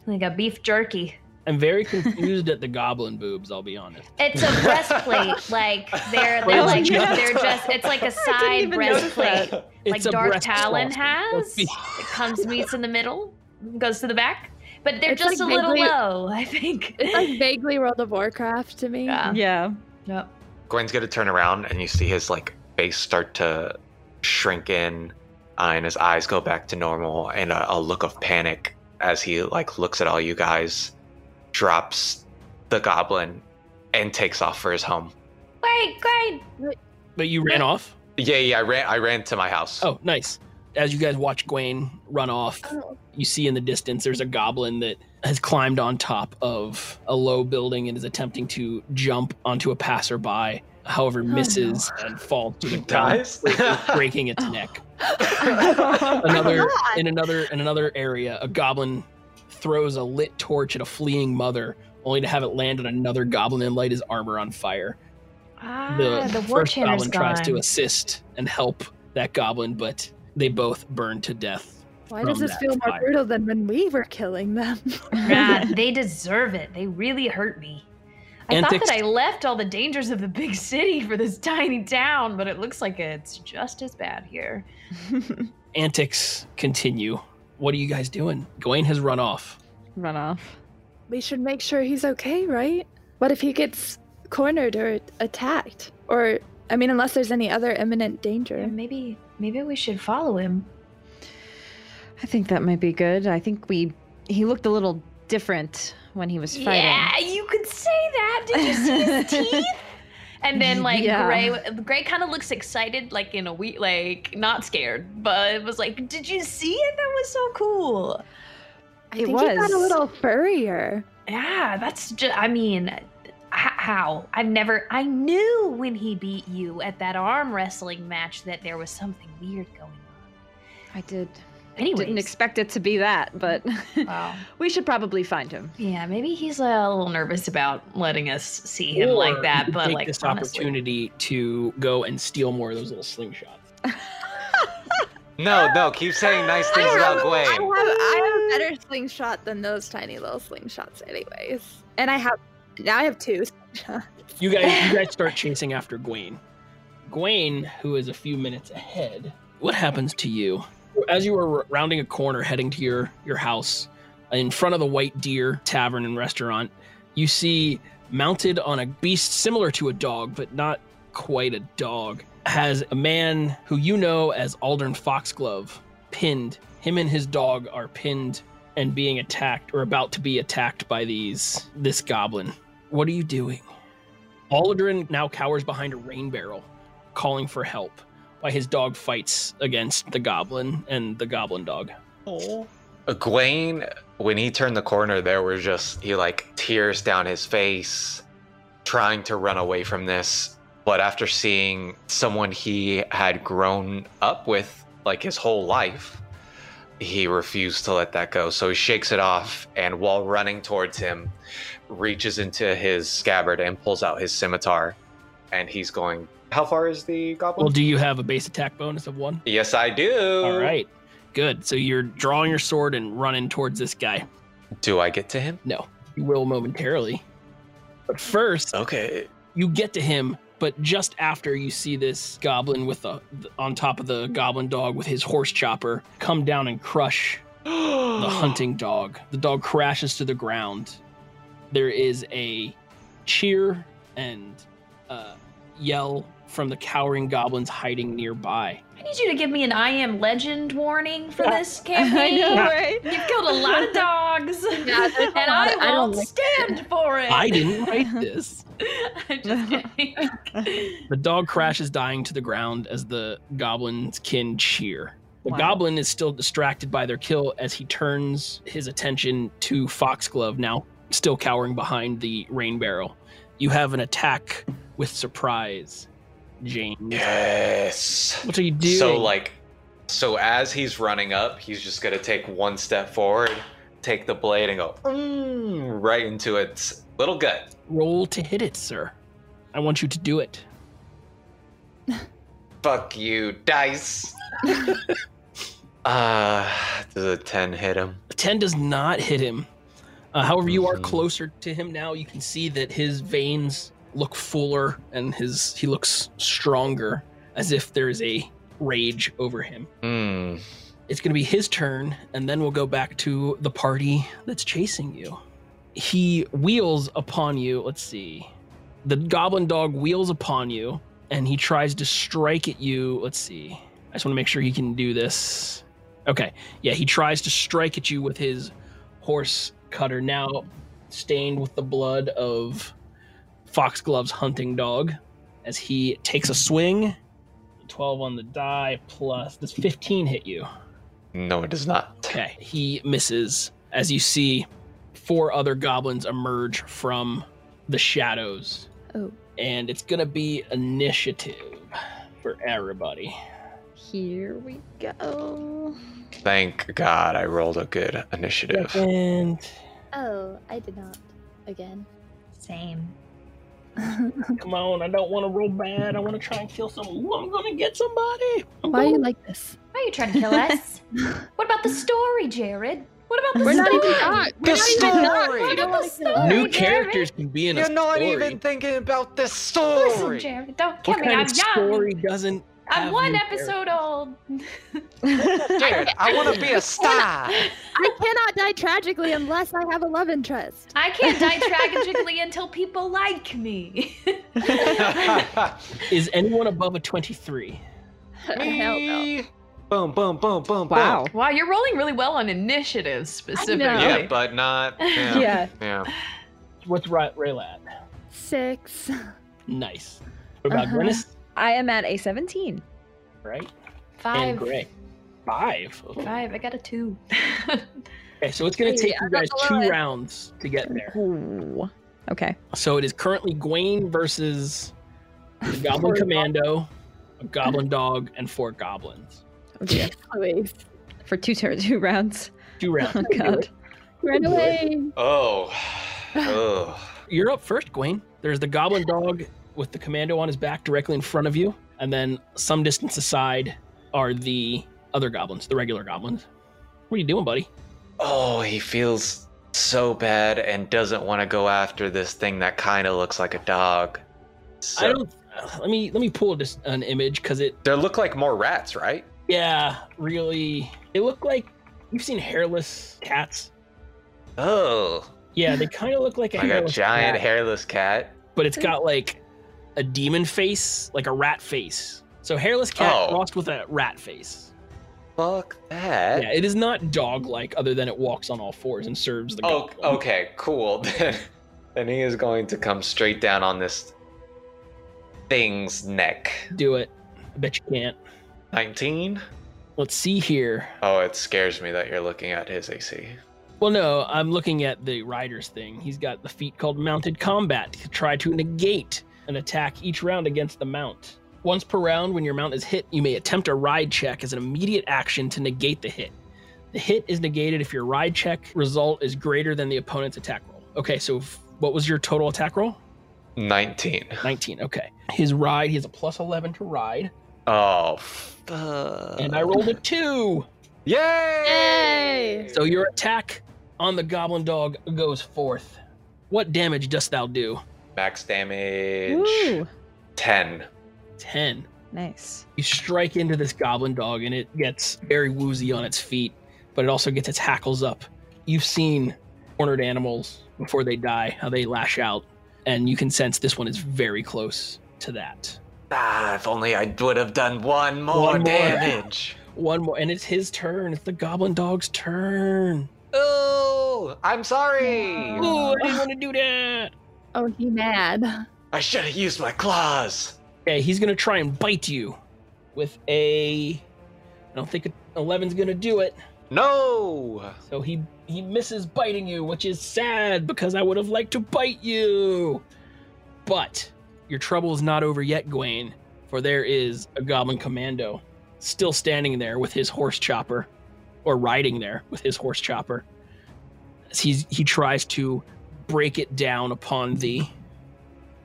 Speaker 8: like a beef jerky.
Speaker 1: I'm very confused at the goblin boobs. I'll be honest.
Speaker 3: It's a breastplate. Like they're they're
Speaker 1: Oh,
Speaker 3: like
Speaker 1: yeah.
Speaker 3: they're just it's like a side
Speaker 7: even notice
Speaker 3: breastplate. Like
Speaker 1: It's a
Speaker 3: Dark
Speaker 1: breast
Speaker 3: Talon
Speaker 1: saucer. Let's
Speaker 3: has.
Speaker 1: be- <laughs>
Speaker 3: It comes meets in the middle, goes to the back. But they're
Speaker 6: It's
Speaker 3: just
Speaker 6: like
Speaker 3: a little
Speaker 6: vaguely-
Speaker 3: low, I think. <laughs>
Speaker 6: It's like vaguely World of Warcraft to me.
Speaker 3: Yeah.
Speaker 7: Yeah.
Speaker 3: Yep.
Speaker 4: Gwen's gonna turn around and you see his like face start to shrink in, uh, and his eyes go back to normal, and a, a look of panic as he like looks at all you guys, drops the goblin, and takes off for his home.
Speaker 3: Great, great.
Speaker 1: But you ran off.
Speaker 4: Yeah, yeah, I ran, I ran to my house.
Speaker 1: Oh, nice. As you guys watch Gwaine run off,
Speaker 3: Oh.
Speaker 1: you see in the distance there's a goblin that has climbed on top of a low building and is attempting to jump onto a passerby. However,
Speaker 3: Oh,
Speaker 1: misses and falls to the ground,
Speaker 4: dies.
Speaker 6: <laughs>
Speaker 1: breaking its neck.
Speaker 3: Oh
Speaker 1: another in another in another area, a goblin throws a lit torch at a fleeing mother, only to have it land on another goblin and light his armor on fire.
Speaker 3: Ah, the, war
Speaker 1: first
Speaker 3: chanter's
Speaker 1: goblin tries to
Speaker 3: gone.
Speaker 1: assist and help that goblin, but they both burn to death.
Speaker 6: Why
Speaker 1: from
Speaker 6: does this
Speaker 1: that
Speaker 6: feel more
Speaker 1: fire.
Speaker 6: brutal than when we were killing them?
Speaker 3: God, <laughs> they deserve it. They really hurt me. I
Speaker 1: Antics-
Speaker 3: thought that I left all the dangers of the big <laughs> city for this tiny town, but it looks like it's just as bad here.
Speaker 1: Antics continue. What are you guys doing? Gawain has run off.
Speaker 7: Run off.
Speaker 6: <laughs> we should make sure he's okay, right? What if he gets cornered or attacked? Or, I mean, unless there's any other imminent
Speaker 3: Yeah,
Speaker 6: danger.
Speaker 3: maybe maybe we should follow him.
Speaker 7: I think that might be good. I think we. He looked a little different when he was fighting.
Speaker 3: Yeah, you could say that. Did you see his
Speaker 7: <laughs>
Speaker 3: teeth? And then like
Speaker 7: Yeah.
Speaker 3: Gray Gray kind of looks excited, like in a wee like not scared, but was like, Did you see it? That was so cool.
Speaker 6: I
Speaker 7: It
Speaker 6: think he got a
Speaker 7: was.
Speaker 6: little <laughs> furrier.
Speaker 3: Yeah, that's just, I mean, h- how? I've never, I knew when he beat you at that arm wrestling match that there was something weird going on.
Speaker 7: I did.
Speaker 3: Anyways.
Speaker 7: Didn't expect it to be that, but
Speaker 3: Wow.
Speaker 7: <laughs> we should probably find him.
Speaker 3: Yeah, maybe he's uh, a little nervous about letting us see him
Speaker 1: Or
Speaker 3: like that,
Speaker 1: you
Speaker 3: but
Speaker 1: take
Speaker 3: like
Speaker 1: this
Speaker 3: honestly.
Speaker 1: opportunity to go and steal more of those little slingshots.
Speaker 4: no, no, keep saying nice things about
Speaker 6: I have,
Speaker 4: Gwen.
Speaker 6: I have a better slingshot than those tiny little slingshots, anyways. And I have now I have two. slingshots.
Speaker 1: You guys, you guys start chasing after Gwaine. Gwaine, who is a few minutes ahead, what happens to you as you were rounding a corner, heading to your your house, in front of the White Deer Tavern and Restaurant? You see mounted on a beast similar to a dog, but not quite a dog, has a man who you know as Aldern Foxglove pinned. Him and his dog are pinned and being attacked or about to be attacked by these this goblin. What are you doing? Aldrin now cowers behind a rain barrel, calling for help while his dog fights against the goblin and the goblin dog.
Speaker 4: Gwen, when he turned the corner, there were just he like tears down his face, trying to run away from this. But after seeing someone he had grown up with like his whole life, he refused to let that go. So he shakes it off and while running towards him, reaches into his scabbard and pulls out his scimitar. And he's going, How far is the goblin?
Speaker 1: Well, do you have a base attack bonus of one?
Speaker 4: yes, I do.
Speaker 1: All right, good. So you're drawing your sword and running towards this guy.
Speaker 4: Do I get to him?
Speaker 1: No, you will momentarily. But first,
Speaker 4: Okay.
Speaker 1: you get to him, but just after you see this goblin with the on top of the goblin dog with his horse chopper come down and crush the hunting dog. The dog crashes to the ground. There is a cheer and uh, yell from the cowering goblins hiding nearby.
Speaker 3: I need you to give me an I am legend warning for
Speaker 1: <laughs>
Speaker 3: this campaign.
Speaker 7: <laughs> I know, right?
Speaker 3: You've killed a lot
Speaker 7: <laughs>
Speaker 3: of dogs,
Speaker 6: there's a
Speaker 3: and
Speaker 6: lot
Speaker 3: I
Speaker 6: of- I don't
Speaker 3: won't
Speaker 6: like
Speaker 3: stand for it. <laughs>
Speaker 1: I didn't write this.
Speaker 3: I'm just
Speaker 6: <laughs>
Speaker 3: kidding. <laughs>
Speaker 1: The dog crashes dying to the ground as the goblins kin cheer. The
Speaker 7: Wow.
Speaker 1: goblin is still distracted by their kill as he turns his attention to Foxglove, now still cowering behind the rain barrel. You have an attack with surprise, James.
Speaker 4: Yes.
Speaker 1: What are you doing?
Speaker 4: So like, so as he's running up, he's just gonna take one step forward, take the blade, and go "Mm," right into its little gut.
Speaker 1: roll to hit it, sir. I want you to do it.
Speaker 4: Fuck you, dice. uh, does a ten hit him?
Speaker 1: A 10 does not hit him. Uh, however, you are
Speaker 9: Mhm.
Speaker 1: closer to him now. You can see that his veins look fuller and his he looks stronger, as if there is a rage over him.
Speaker 9: Hmm.
Speaker 1: It's going to be his turn, and then we'll go back to the party that's chasing you. He wheels upon you. Let's see. The goblin dog wheels upon you, and he tries to strike at you. Let's see. I just want to make sure he can do this. Okay. Yeah, he tries to strike at you with his horse cutter, now stained with the blood of Foxglove's hunting dog, as he takes a swing. 12 on the die plus does 15 hit you
Speaker 4: No, it does not.
Speaker 1: Okay. He misses as you see four other goblins emerge from the shadows.
Speaker 6: Oh.
Speaker 1: And it's going to be initiative for everybody.
Speaker 7: Here we go.
Speaker 4: Thank God I rolled a good initiative.
Speaker 1: And
Speaker 6: Oh, I did not. Again.
Speaker 3: Same.
Speaker 1: come on, I don't want to roll bad. I want to try and kill someone. Ooh, I'm going to get somebody. I'm
Speaker 6: Why are you
Speaker 1: gonna-
Speaker 6: like this?
Speaker 8: Why are you trying to kill
Speaker 6: <laughs>
Speaker 8: us? what about the story, Jared? What about the
Speaker 6: We're not
Speaker 8: story?
Speaker 6: <laughs> even not. We're not even not.
Speaker 4: story!
Speaker 6: You don't want to kill
Speaker 3: Oh,
Speaker 8: Story,
Speaker 1: New
Speaker 8: Jared.
Speaker 1: characters can be in a
Speaker 4: You're not
Speaker 1: story.
Speaker 4: even thinking about the
Speaker 8: Listen,
Speaker 4: story.
Speaker 8: Jared, don't kill
Speaker 1: what
Speaker 8: me.
Speaker 1: kind
Speaker 8: I'm
Speaker 1: of
Speaker 8: young.
Speaker 1: story doesn't
Speaker 8: I'm
Speaker 1: have
Speaker 8: one
Speaker 1: new
Speaker 8: episode old.
Speaker 4: Jared, I want to be a
Speaker 6: <laughs>
Speaker 4: star. <laughs>
Speaker 6: I cannot die tragically unless I have a love interest.
Speaker 8: I can't die tragically until people like
Speaker 1: <laughs>
Speaker 8: me.
Speaker 1: Is anyone above a 23?
Speaker 6: <laughs> Hell no.
Speaker 4: Me. Boom, boom, boom, boom,
Speaker 7: Wow.
Speaker 4: boom.
Speaker 8: wow, you're rolling really well on initiatives specifically.
Speaker 6: I know.
Speaker 4: Yeah,
Speaker 8: <laughs>
Speaker 4: but
Speaker 6: <laughs>
Speaker 4: not. Yeah.
Speaker 7: Yeah.
Speaker 4: yeah.
Speaker 1: What's Ray- Raylan?
Speaker 6: Six.
Speaker 1: Nice. What about
Speaker 6: Uh-huh.
Speaker 1: Glynis?
Speaker 7: I am at a 17.
Speaker 1: Right? And
Speaker 8: Five.
Speaker 1: Gray. Five. Oh.
Speaker 8: Five. I got a
Speaker 1: <laughs>
Speaker 8: two.
Speaker 1: Okay, so it's going to
Speaker 6: Hey,
Speaker 1: take
Speaker 6: I
Speaker 1: you
Speaker 6: got
Speaker 1: guys
Speaker 6: the
Speaker 1: two
Speaker 6: lowest.
Speaker 1: rounds to get there.
Speaker 7: Ooh. Okay.
Speaker 1: So it is currently Gwaine versus the
Speaker 6: <laughs>
Speaker 1: Goblin Commando, a Goblin Dog, and four goblins.
Speaker 7: Oh, dear.
Speaker 6: <laughs> Always.
Speaker 7: For two turns, <laughs> two rounds.
Speaker 1: Two rounds.
Speaker 6: <laughs>
Speaker 7: Oh, God.
Speaker 6: Run away.
Speaker 4: Oh. Oh.
Speaker 1: You're up first, Gwaine. There's the Goblin Dog with the Commando on his back directly in front of you, and then some distance aside are the other goblins, the regular goblins. What are you doing, buddy?
Speaker 4: Oh, he feels so bad and doesn't want to go after this thing that kind of looks like a dog. So,
Speaker 1: I don't. uh, Let me let me pull just an image because it
Speaker 4: They look like more rats, right?
Speaker 1: Yeah, really. They look like you've seen hairless cats.
Speaker 4: Oh,
Speaker 1: Yeah, they kind of look like a
Speaker 4: like a
Speaker 1: hairless
Speaker 4: giant
Speaker 1: cat,
Speaker 4: hairless cat.
Speaker 1: but it's got like a demon face, like a rat face. So hairless cat
Speaker 4: Oh.
Speaker 1: crossed with a rat face.
Speaker 4: Fuck that.
Speaker 1: Yeah, it is not dog-like, other than it walks on all fours and serves the.
Speaker 4: Oh,
Speaker 1: goblin.
Speaker 4: okay, cool. <laughs> Then, then he is going to come straight down on this thing's neck.
Speaker 1: Do it. I bet you can't.
Speaker 4: 19?
Speaker 1: Let's see here.
Speaker 4: Oh, it scares me that you're looking at his AC.
Speaker 1: Well, no, I'm looking at the rider's thing. He's got the feat called mounted combat to try to negate an attack each round against the mount. Once per round, when your mount is hit, you may attempt a ride check as an immediate action to negate the hit. The hit is negated if your ride check result is greater than the opponent's attack roll. Okay, so f- what was your total attack roll?
Speaker 4: 19.
Speaker 1: 19. Okay. His ride, he has a plus 11 to ride,
Speaker 4: Oh, fuck.
Speaker 1: and I rolled a 2.
Speaker 4: Yay!
Speaker 1: So your attack on the goblin dog goes forth. What damage dost thou do?
Speaker 4: max damage
Speaker 7: Ooh.
Speaker 4: 10.
Speaker 1: 10.
Speaker 7: Nice.
Speaker 1: You strike into this goblin dog and it gets very woozy on its feet, but it also gets its hackles up. You've seen cornered animals before they die, how they lash out, and you can sense this one is very close to that.
Speaker 4: Ah, if only I would have done one more
Speaker 1: One more.
Speaker 4: damage.
Speaker 1: One more, and it's his turn. It's the goblin dog's turn.
Speaker 4: <laughs> Oh, I'm sorry.
Speaker 1: Ooh, I didn't want to do that.
Speaker 6: Oh, he mad.
Speaker 4: I should have used my claws.
Speaker 1: Okay, he's gonna try and bite you with a. I don't think 11's gonna do it.
Speaker 4: No.
Speaker 1: So he he misses biting you, which is sad because I would have liked to bite you. But your trouble is not over yet, Gawain, for there is a goblin commando still standing there with his horse chopper, or riding there with his horse chopper. As he's he tries to break it down upon the.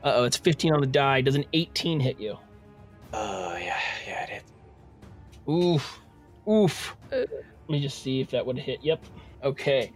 Speaker 1: Uh oh, it's 15 on the die. Does an 18 hit you?
Speaker 4: Oh, yeah, yeah, it is.
Speaker 1: Oof. Oof. Let me just see if that would hit. Yep. Okay.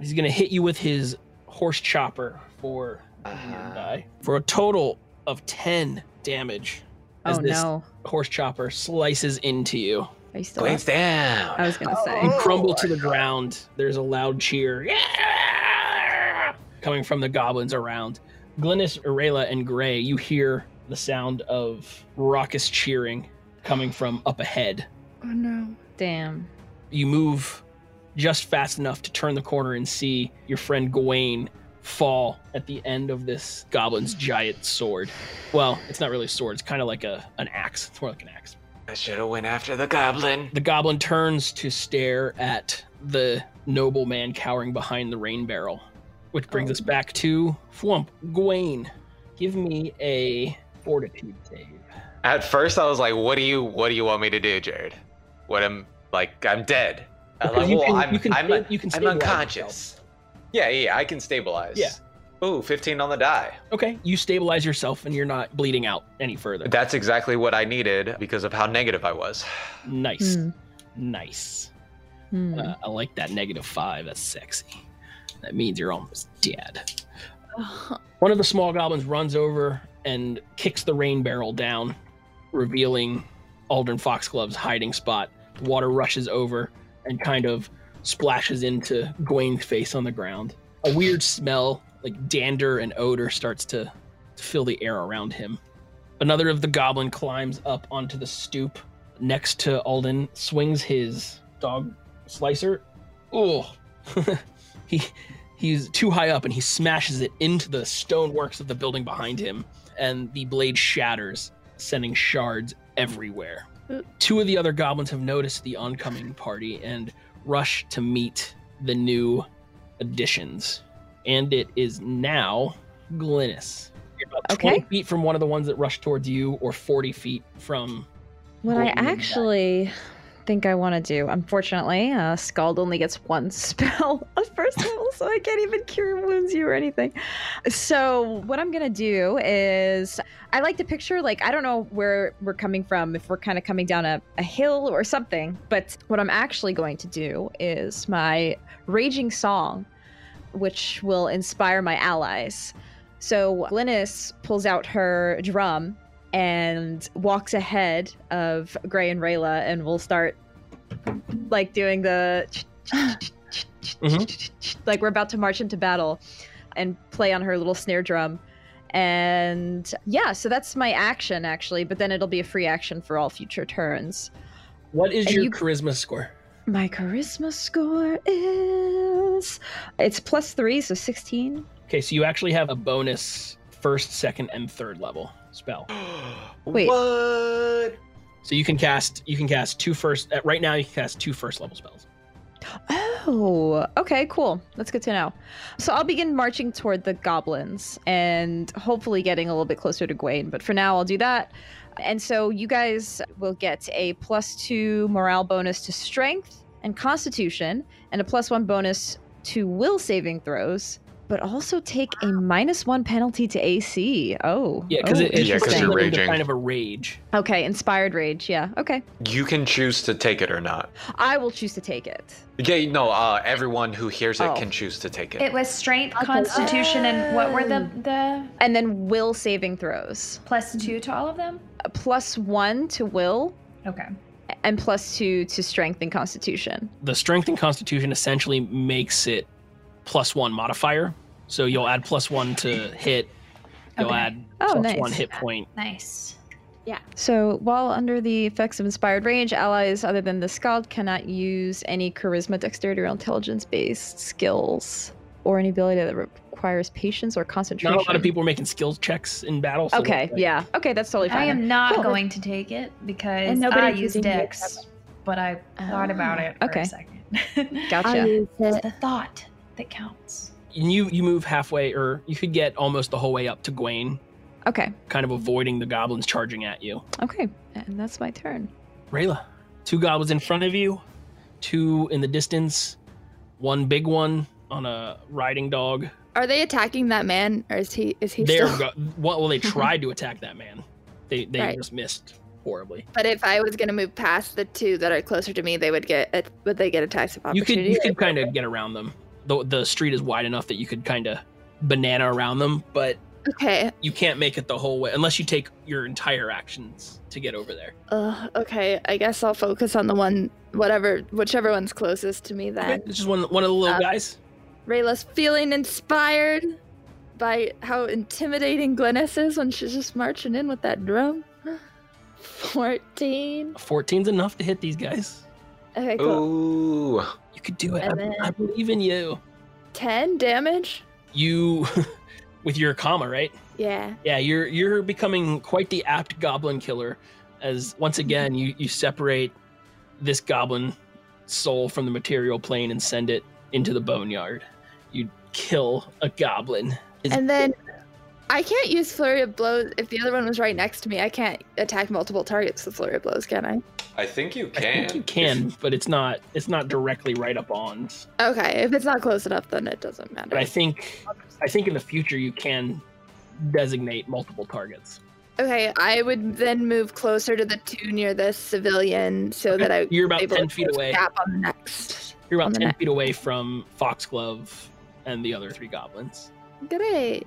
Speaker 1: He's gonna hit you with his horse chopper for
Speaker 4: Uh-huh.
Speaker 1: die, for a total of ten damage as
Speaker 7: Oh
Speaker 1: this
Speaker 7: no.
Speaker 1: horse chopper slices into you.
Speaker 7: Are you still? up?
Speaker 4: Blades down.
Speaker 7: I was gonna say.
Speaker 1: You crumble to the ground. There's a loud cheer "Yeah!" coming from the goblins around. Glynis, Arela, and Gray, you hear the sound of raucous cheering coming from up ahead.
Speaker 6: Oh no.
Speaker 7: Damn.
Speaker 1: You move just fast enough to turn the corner and see your friend Gawain fall at the end of this goblin's giant sword. Well, it's not really a sword, it's kind of like a an axe. It's more like an axe.
Speaker 4: I should have went after the goblin.
Speaker 1: The goblin turns to stare at the nobleman cowering behind the rain barrel, which brings us back to Fwump. Gawain, give me a fortitude save.
Speaker 4: At first, I was like, "What do you What do you want me to do, Jared? What am like? I'm dead. I'm
Speaker 1: Because
Speaker 4: like,
Speaker 1: you
Speaker 4: Uh, well,
Speaker 1: can-
Speaker 4: I'm,
Speaker 1: you can
Speaker 4: I'm,
Speaker 1: sta- you can
Speaker 4: I'm
Speaker 1: stabilize
Speaker 4: unconscious. Yeah, yeah, I can stabilize.
Speaker 1: Yeah.
Speaker 4: Ooh, 15 on the die.
Speaker 1: Okay, you stabilize yourself and you're not bleeding out any further.
Speaker 4: That's exactly what I needed because of how negative I was. <gasps>
Speaker 1: nice,
Speaker 7: Hmm.
Speaker 1: nice.
Speaker 7: Hmm.
Speaker 1: Uh, I like that negative five. That's sexy. That means you're almost dead. One of the small goblins runs over and kicks the rain barrel down, revealing Aldrin Foxglove's hiding spot. Water rushes over and kind of splashes into Gawain's face on the ground. A weird smell, like dander and odor, starts to fill the air around him. Another of the goblin climbs up onto the stoop next to Alden, swings his dog slicer. Oh, <laughs> he he's too high up and he smashes it into the stoneworks of the building behind him, and the blade shatters, sending shards everywhere. Two of the other goblins have noticed the oncoming party and rush to meet the new additions. And it is now Glynis. You're about
Speaker 7: Okay.
Speaker 1: 20 feet from one of the ones that rushed towards you, or 40 feet from
Speaker 7: What I
Speaker 1: Golden Moon Guy.
Speaker 7: actually think I want to do, unfortunately, uh, Scald only gets one <laughs> spell on first level, so I can't even cure wounds you or anything. So what I'm gonna do is, I like to picture like I don't know where we're coming from, if we're kind of coming down a, a hill or something. But what I'm actually going to do is my raging song, which will inspire my allies. So Glynis pulls out her drum and walks ahead of Gray and Rayla and will start like doing the like we're about to march into battle and play on her little snare drum. And yeah, so that's my action actually, but then it'll be a free action for all future turns.
Speaker 1: what is
Speaker 7: And
Speaker 1: your
Speaker 7: you-
Speaker 1: charisma score?
Speaker 7: My charisma score is it's plus 3 so 16.
Speaker 1: Okay, so you actually have a bonus first, second, and third level spell.
Speaker 7: Wait.
Speaker 4: What?
Speaker 1: So you can cast you can cast two first uh, right now you can cast two first level spells.
Speaker 7: Oh, okay, cool. That's good to know. So I'll begin marching toward the goblins and hopefully getting a little bit closer to Gwaine, but for now I'll do that. And so you guys will get a plus two morale bonus to strength and constitution, and a plus one bonus to will saving throws, but also take a minus one penalty to AC. Oh,
Speaker 1: Yeah, because
Speaker 7: oh,
Speaker 1: it, it's
Speaker 4: Yeah, 'cause
Speaker 1: just
Speaker 7: interesting.
Speaker 4: you're
Speaker 1: split into
Speaker 4: raging.
Speaker 1: kind of a rage.
Speaker 7: okay, inspired rage. Yeah, okay.
Speaker 4: You can choose to take it or not.
Speaker 7: I will choose to take it.
Speaker 4: Yeah, no. Uh, everyone who hears it
Speaker 7: Oh.
Speaker 4: can choose to take it.
Speaker 3: It was strength, constitution, and what were the the
Speaker 7: And then will saving throws.
Speaker 3: plus two to all of them?
Speaker 7: plus one to will
Speaker 3: Okay.
Speaker 7: and plus two to strength and constitution.
Speaker 1: The strength and constitution essentially makes it plus one modifier. So you'll add plus one to hit. You'll
Speaker 3: Okay.
Speaker 1: add
Speaker 7: Oh,
Speaker 1: plus
Speaker 7: nice.
Speaker 1: one hit point.
Speaker 8: Nice.
Speaker 7: So while under the effects of inspired rage, allies other than the Scald cannot use any charisma, dexterity, or intelligence based skills or any ability that requires patience or concentration.
Speaker 1: Not a lot of people are making skill checks in battle. so
Speaker 7: Okay,
Speaker 1: like,
Speaker 7: yeah. Okay, that's totally fine.
Speaker 8: I am not
Speaker 7: Cool.
Speaker 8: going to take it because
Speaker 6: And nobody's
Speaker 8: I use
Speaker 6: using the
Speaker 8: Dex, but I thought about it for
Speaker 7: okay.
Speaker 8: a
Speaker 3: <laughs>
Speaker 8: second.
Speaker 6: I'll
Speaker 7: Gotcha.
Speaker 6: use
Speaker 8: it's
Speaker 6: Oh. it.
Speaker 8: the thought that counts.
Speaker 1: And you you move halfway or you could get almost the whole way up to Gwaine,
Speaker 7: Okay,
Speaker 1: kind of avoiding the goblins charging at you.
Speaker 7: okay. And that's my turn.
Speaker 1: Rayla, two goblins in front of you, two in the distance, one big one on a riding dog.
Speaker 6: Are they attacking that man, or is he is he
Speaker 1: They're
Speaker 6: still?
Speaker 1: go- what?
Speaker 6: <laughs>
Speaker 1: Well, they tried to attack that man. They they
Speaker 6: Right.
Speaker 1: just missed horribly.
Speaker 6: But if I was gonna move past the two that are closer to me, they would get would they get attacks of
Speaker 1: You could
Speaker 6: opportunity?
Speaker 1: you could kind of get around them. the the street is wide enough that you could kind of banana around them, but
Speaker 6: Okay.
Speaker 1: you can't make it the whole way unless you take your entire actions to get over there.
Speaker 6: Uh, okay. I guess I'll focus on the one, whatever, whichever one's closest to me
Speaker 1: Okay,
Speaker 6: then.
Speaker 1: it's just one one of the little
Speaker 6: Uh,
Speaker 1: guys.
Speaker 6: Rayla's feeling inspired by how intimidating Glennis is when she's just marching in with that drum. 14.
Speaker 1: 14's enough to hit these guys.
Speaker 6: Okay, cool.
Speaker 4: Ooh.
Speaker 1: You could do it.
Speaker 6: And
Speaker 1: I, I believe in you.
Speaker 6: 10 damage?
Speaker 1: You, <laughs> with your comma, right?
Speaker 6: Yeah.
Speaker 1: Yeah, you're you're becoming quite the apt goblin killer. As once again, you you separate this goblin soul from the material plane and send it into the boneyard. You kill a goblin. Is-
Speaker 6: And then I can't use flurry of blows if the other one was right next to me. I can't attack multiple targets with flurry of blows, can I?
Speaker 10: I think you
Speaker 1: I
Speaker 10: can.
Speaker 1: think you can, but it's not it's not directly right up on.
Speaker 6: Okay, if it's not close enough, then it doesn't matter.
Speaker 1: But I think I think in the future you can designate multiple targets.
Speaker 6: Okay, I would then move closer to the two near this civilian so that I
Speaker 1: You're about
Speaker 6: able
Speaker 1: ten
Speaker 6: to
Speaker 1: feet
Speaker 6: close the
Speaker 1: away.
Speaker 6: Gap on the next.
Speaker 1: You're
Speaker 6: on
Speaker 1: about
Speaker 6: the
Speaker 1: ten
Speaker 6: neck.
Speaker 1: feet away from Foxglove and the other three goblins.
Speaker 6: Great.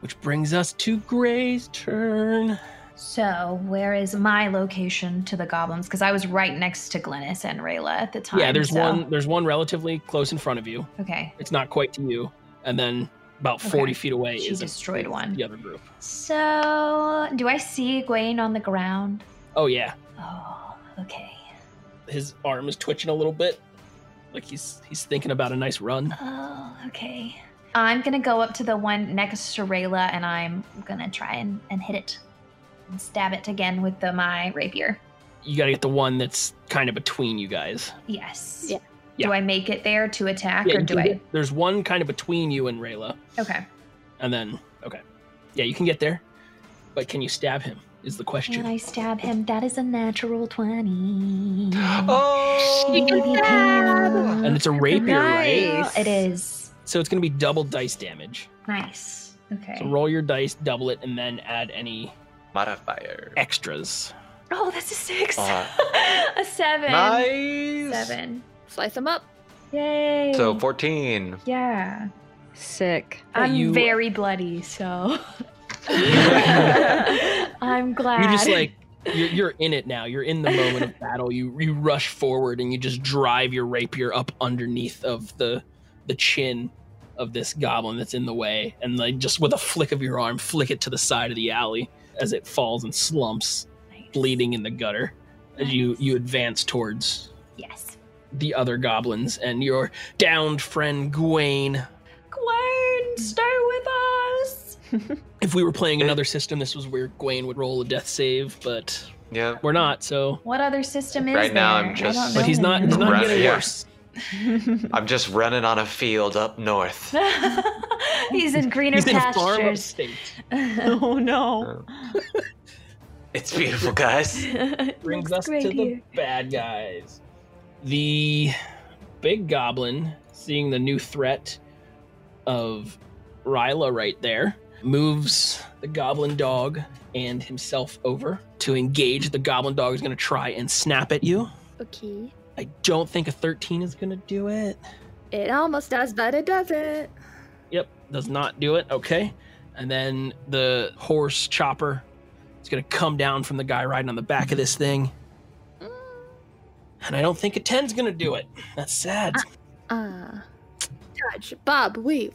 Speaker 1: Which brings us to Gray's turn.
Speaker 3: So, where is my location to the goblins? Because I was right next to Glennis and Rayla at the time.
Speaker 1: Yeah, there's
Speaker 3: so-
Speaker 1: one. There's one relatively close in front of you.
Speaker 3: Okay,
Speaker 1: It's not quite to you, and then about
Speaker 3: Okay.
Speaker 1: forty feet away
Speaker 3: she
Speaker 1: is
Speaker 3: destroyed one.
Speaker 1: the other group.
Speaker 3: So, do I see Egwene on the ground?
Speaker 1: Oh yeah,
Speaker 3: Oh, okay.
Speaker 1: his arm is twitching a little bit, like he's he's thinking about a nice run.
Speaker 3: Oh, okay. I'm gonna go up to the one next to Rayla and I'm gonna try and, and hit it. And stab it again with the my rapier.
Speaker 1: You gotta get the one that's kind of between you guys.
Speaker 3: Yes.
Speaker 6: Yeah.
Speaker 1: Yeah.
Speaker 3: Do I make it there to attack
Speaker 1: Yeah,
Speaker 3: or
Speaker 1: you
Speaker 3: do
Speaker 1: can
Speaker 3: I
Speaker 1: get- there's one kind of between you and Rayla,
Speaker 3: Okay.
Speaker 1: and then okay, yeah, you can get there, but can you stab him? Is the question.
Speaker 3: Can I stab him? That is a
Speaker 1: <gasps>
Speaker 3: natural twenty.
Speaker 4: Oh.
Speaker 1: and it's a rapier, right?
Speaker 7: Nice.
Speaker 3: It is.
Speaker 1: So it's gonna be double dice damage.
Speaker 3: Nice. Okay.
Speaker 1: So roll your dice, double it, and then add any
Speaker 4: Modifier.
Speaker 1: extras.
Speaker 3: Oh, that's a six.
Speaker 1: Uh,
Speaker 4: Ah.
Speaker 3: <laughs> a seven.
Speaker 4: Nice.
Speaker 3: Seven.
Speaker 6: Slice them up.
Speaker 3: Yay.
Speaker 4: So 14.
Speaker 3: yeah.
Speaker 8: <laughs>
Speaker 7: Sick.
Speaker 3: I'm
Speaker 1: you-
Speaker 3: very bloody, so <laughs> I'm glad.
Speaker 1: you just
Speaker 3: <laughs>
Speaker 1: like you're, you're in it now you're in the moment of battle you you rush forward and you just drive your rapier up underneath of the the chin of this goblin that's in the way and like just with a flick of your arm flick it to the side of the alley as it falls and slumps bleeding in the gutter as you you advance towards
Speaker 3: Yes.
Speaker 1: the other goblins and your downed friend Gawain.
Speaker 3: Gwen, stay with us.
Speaker 1: If we were
Speaker 4: Eh.
Speaker 1: playing another system, this was where Gawain would roll a death save, but
Speaker 4: Yep.
Speaker 1: we're not. So,
Speaker 3: What other system is
Speaker 4: Right now,
Speaker 3: there?
Speaker 4: I'm just-
Speaker 3: I don't
Speaker 1: but he's
Speaker 3: know
Speaker 1: not. He's not
Speaker 4: Right,
Speaker 1: getting
Speaker 4: yeah.
Speaker 1: worse.
Speaker 4: I'm just running on a field up north.
Speaker 3: <laughs> he's in greener
Speaker 1: He's in farm <laughs>
Speaker 3: pastures.
Speaker 1: upstate.
Speaker 3: <laughs>
Speaker 7: Oh
Speaker 1: <laughs>
Speaker 7: no.
Speaker 4: It's beautiful, guys.
Speaker 1: Brings us
Speaker 3: Looks
Speaker 1: to
Speaker 3: great
Speaker 1: the
Speaker 3: here.
Speaker 1: bad guys. The big goblin, seeing the new threat of Ryla right there, moves the goblin dog and himself over to engage. The goblin dog is going to try and snap at you.
Speaker 6: Okay.
Speaker 1: I don't think a 13 is going to do it.
Speaker 6: It almost does, but it doesn't.
Speaker 1: Yep, does not do it. Okay. And then the horse chopper is going to come down from the guy riding on the back of this thing. And I don't think a 10's going to do it. That's sad.
Speaker 6: Ah. Dodge, Bob, weave.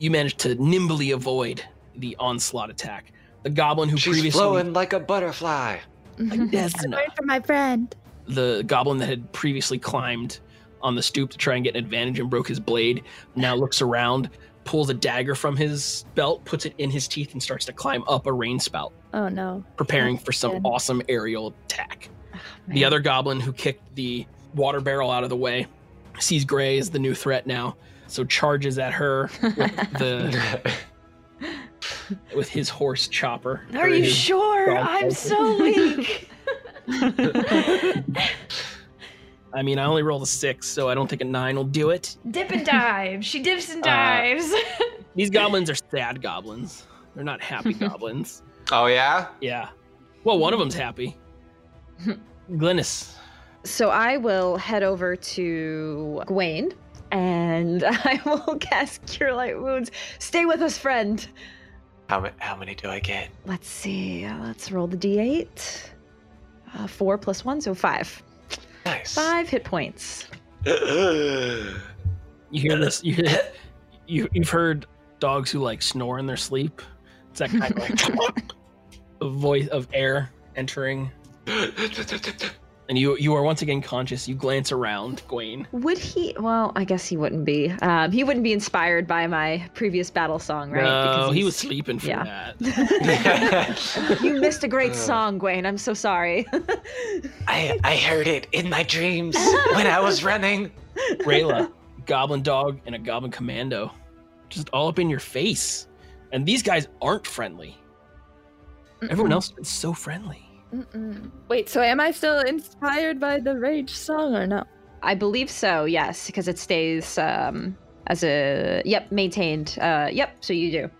Speaker 1: You managed to nimbly avoid the onslaught attack. The goblin who
Speaker 4: She's
Speaker 1: previously <laughs>
Speaker 4: flowing like a butterfly.
Speaker 1: like Desna,
Speaker 6: Sorry for my friend.
Speaker 1: the goblin that had previously climbed on the stoop to try and get an advantage and broke his blade, now looks around, pulls a dagger from his belt, puts it in his teeth, and starts to climb up a rain spout.
Speaker 6: Oh no.
Speaker 1: preparing for some
Speaker 6: Good.
Speaker 1: awesome aerial attack.
Speaker 3: Oh,
Speaker 1: the other goblin who kicked the water barrel out of the way sees Gray as the new threat now, so charges at her with
Speaker 3: <laughs>
Speaker 1: the with his horse chopper.
Speaker 3: Are you
Speaker 1: His-
Speaker 3: sure?
Speaker 1: Dog
Speaker 3: I'm
Speaker 1: focus. <laughs>
Speaker 3: so weak.
Speaker 1: I mean, I only rolled a six, so I don't think a nine will do it.
Speaker 3: Dip and dive. She dips and
Speaker 4: Uh,
Speaker 3: dives. <laughs>
Speaker 1: These goblins are sad goblins. They're not
Speaker 3: <laughs>
Speaker 1: happy goblins.
Speaker 4: <laughs> oh yeah.
Speaker 1: Yeah. Well, one of them's
Speaker 3: <laughs>
Speaker 1: happy. Glennis.
Speaker 7: So I will head over to Gwaine and <laughs> I will cast Cure Light Wounds. Stay with us, friend.
Speaker 4: How, ma- how many do I get?
Speaker 7: Let's see. uh, Let's roll the d8. Uh, four plus one, so five.
Speaker 4: Nice.
Speaker 7: Five hit points.
Speaker 1: You hear this? You hear, you you've heard dogs who like snore in their sleep. It's that kind of like
Speaker 7: <laughs>
Speaker 1: a voice of air entering, and you you are once again conscious. You glance around, Gwaine.
Speaker 7: Would he? Well, I guess he wouldn't be. Um, he wouldn't be inspired by my previous battle song, right?
Speaker 1: No,
Speaker 7: Because
Speaker 1: he was
Speaker 7: he's-
Speaker 1: sleeping for
Speaker 7: yeah. <laughs>
Speaker 1: that. <laughs>
Speaker 7: you missed a great
Speaker 1: Uh.
Speaker 4: Ugh.
Speaker 7: song, Gwen. I'm so sorry.
Speaker 4: <laughs>
Speaker 7: <laughs>
Speaker 4: I, I heard it in my dreams when I was running.
Speaker 1: Rayla, goblin dog, and a goblin commando, just all up in your face. And these guys aren't friendly.
Speaker 7: Hmm.
Speaker 1: Everyone else is so friendly.
Speaker 6: Mm-mm. Wait, so am I still inspired by the rage song or no?
Speaker 7: I believe so. Yes, because it stays um, as a yep maintained. Uh, yep. So you do.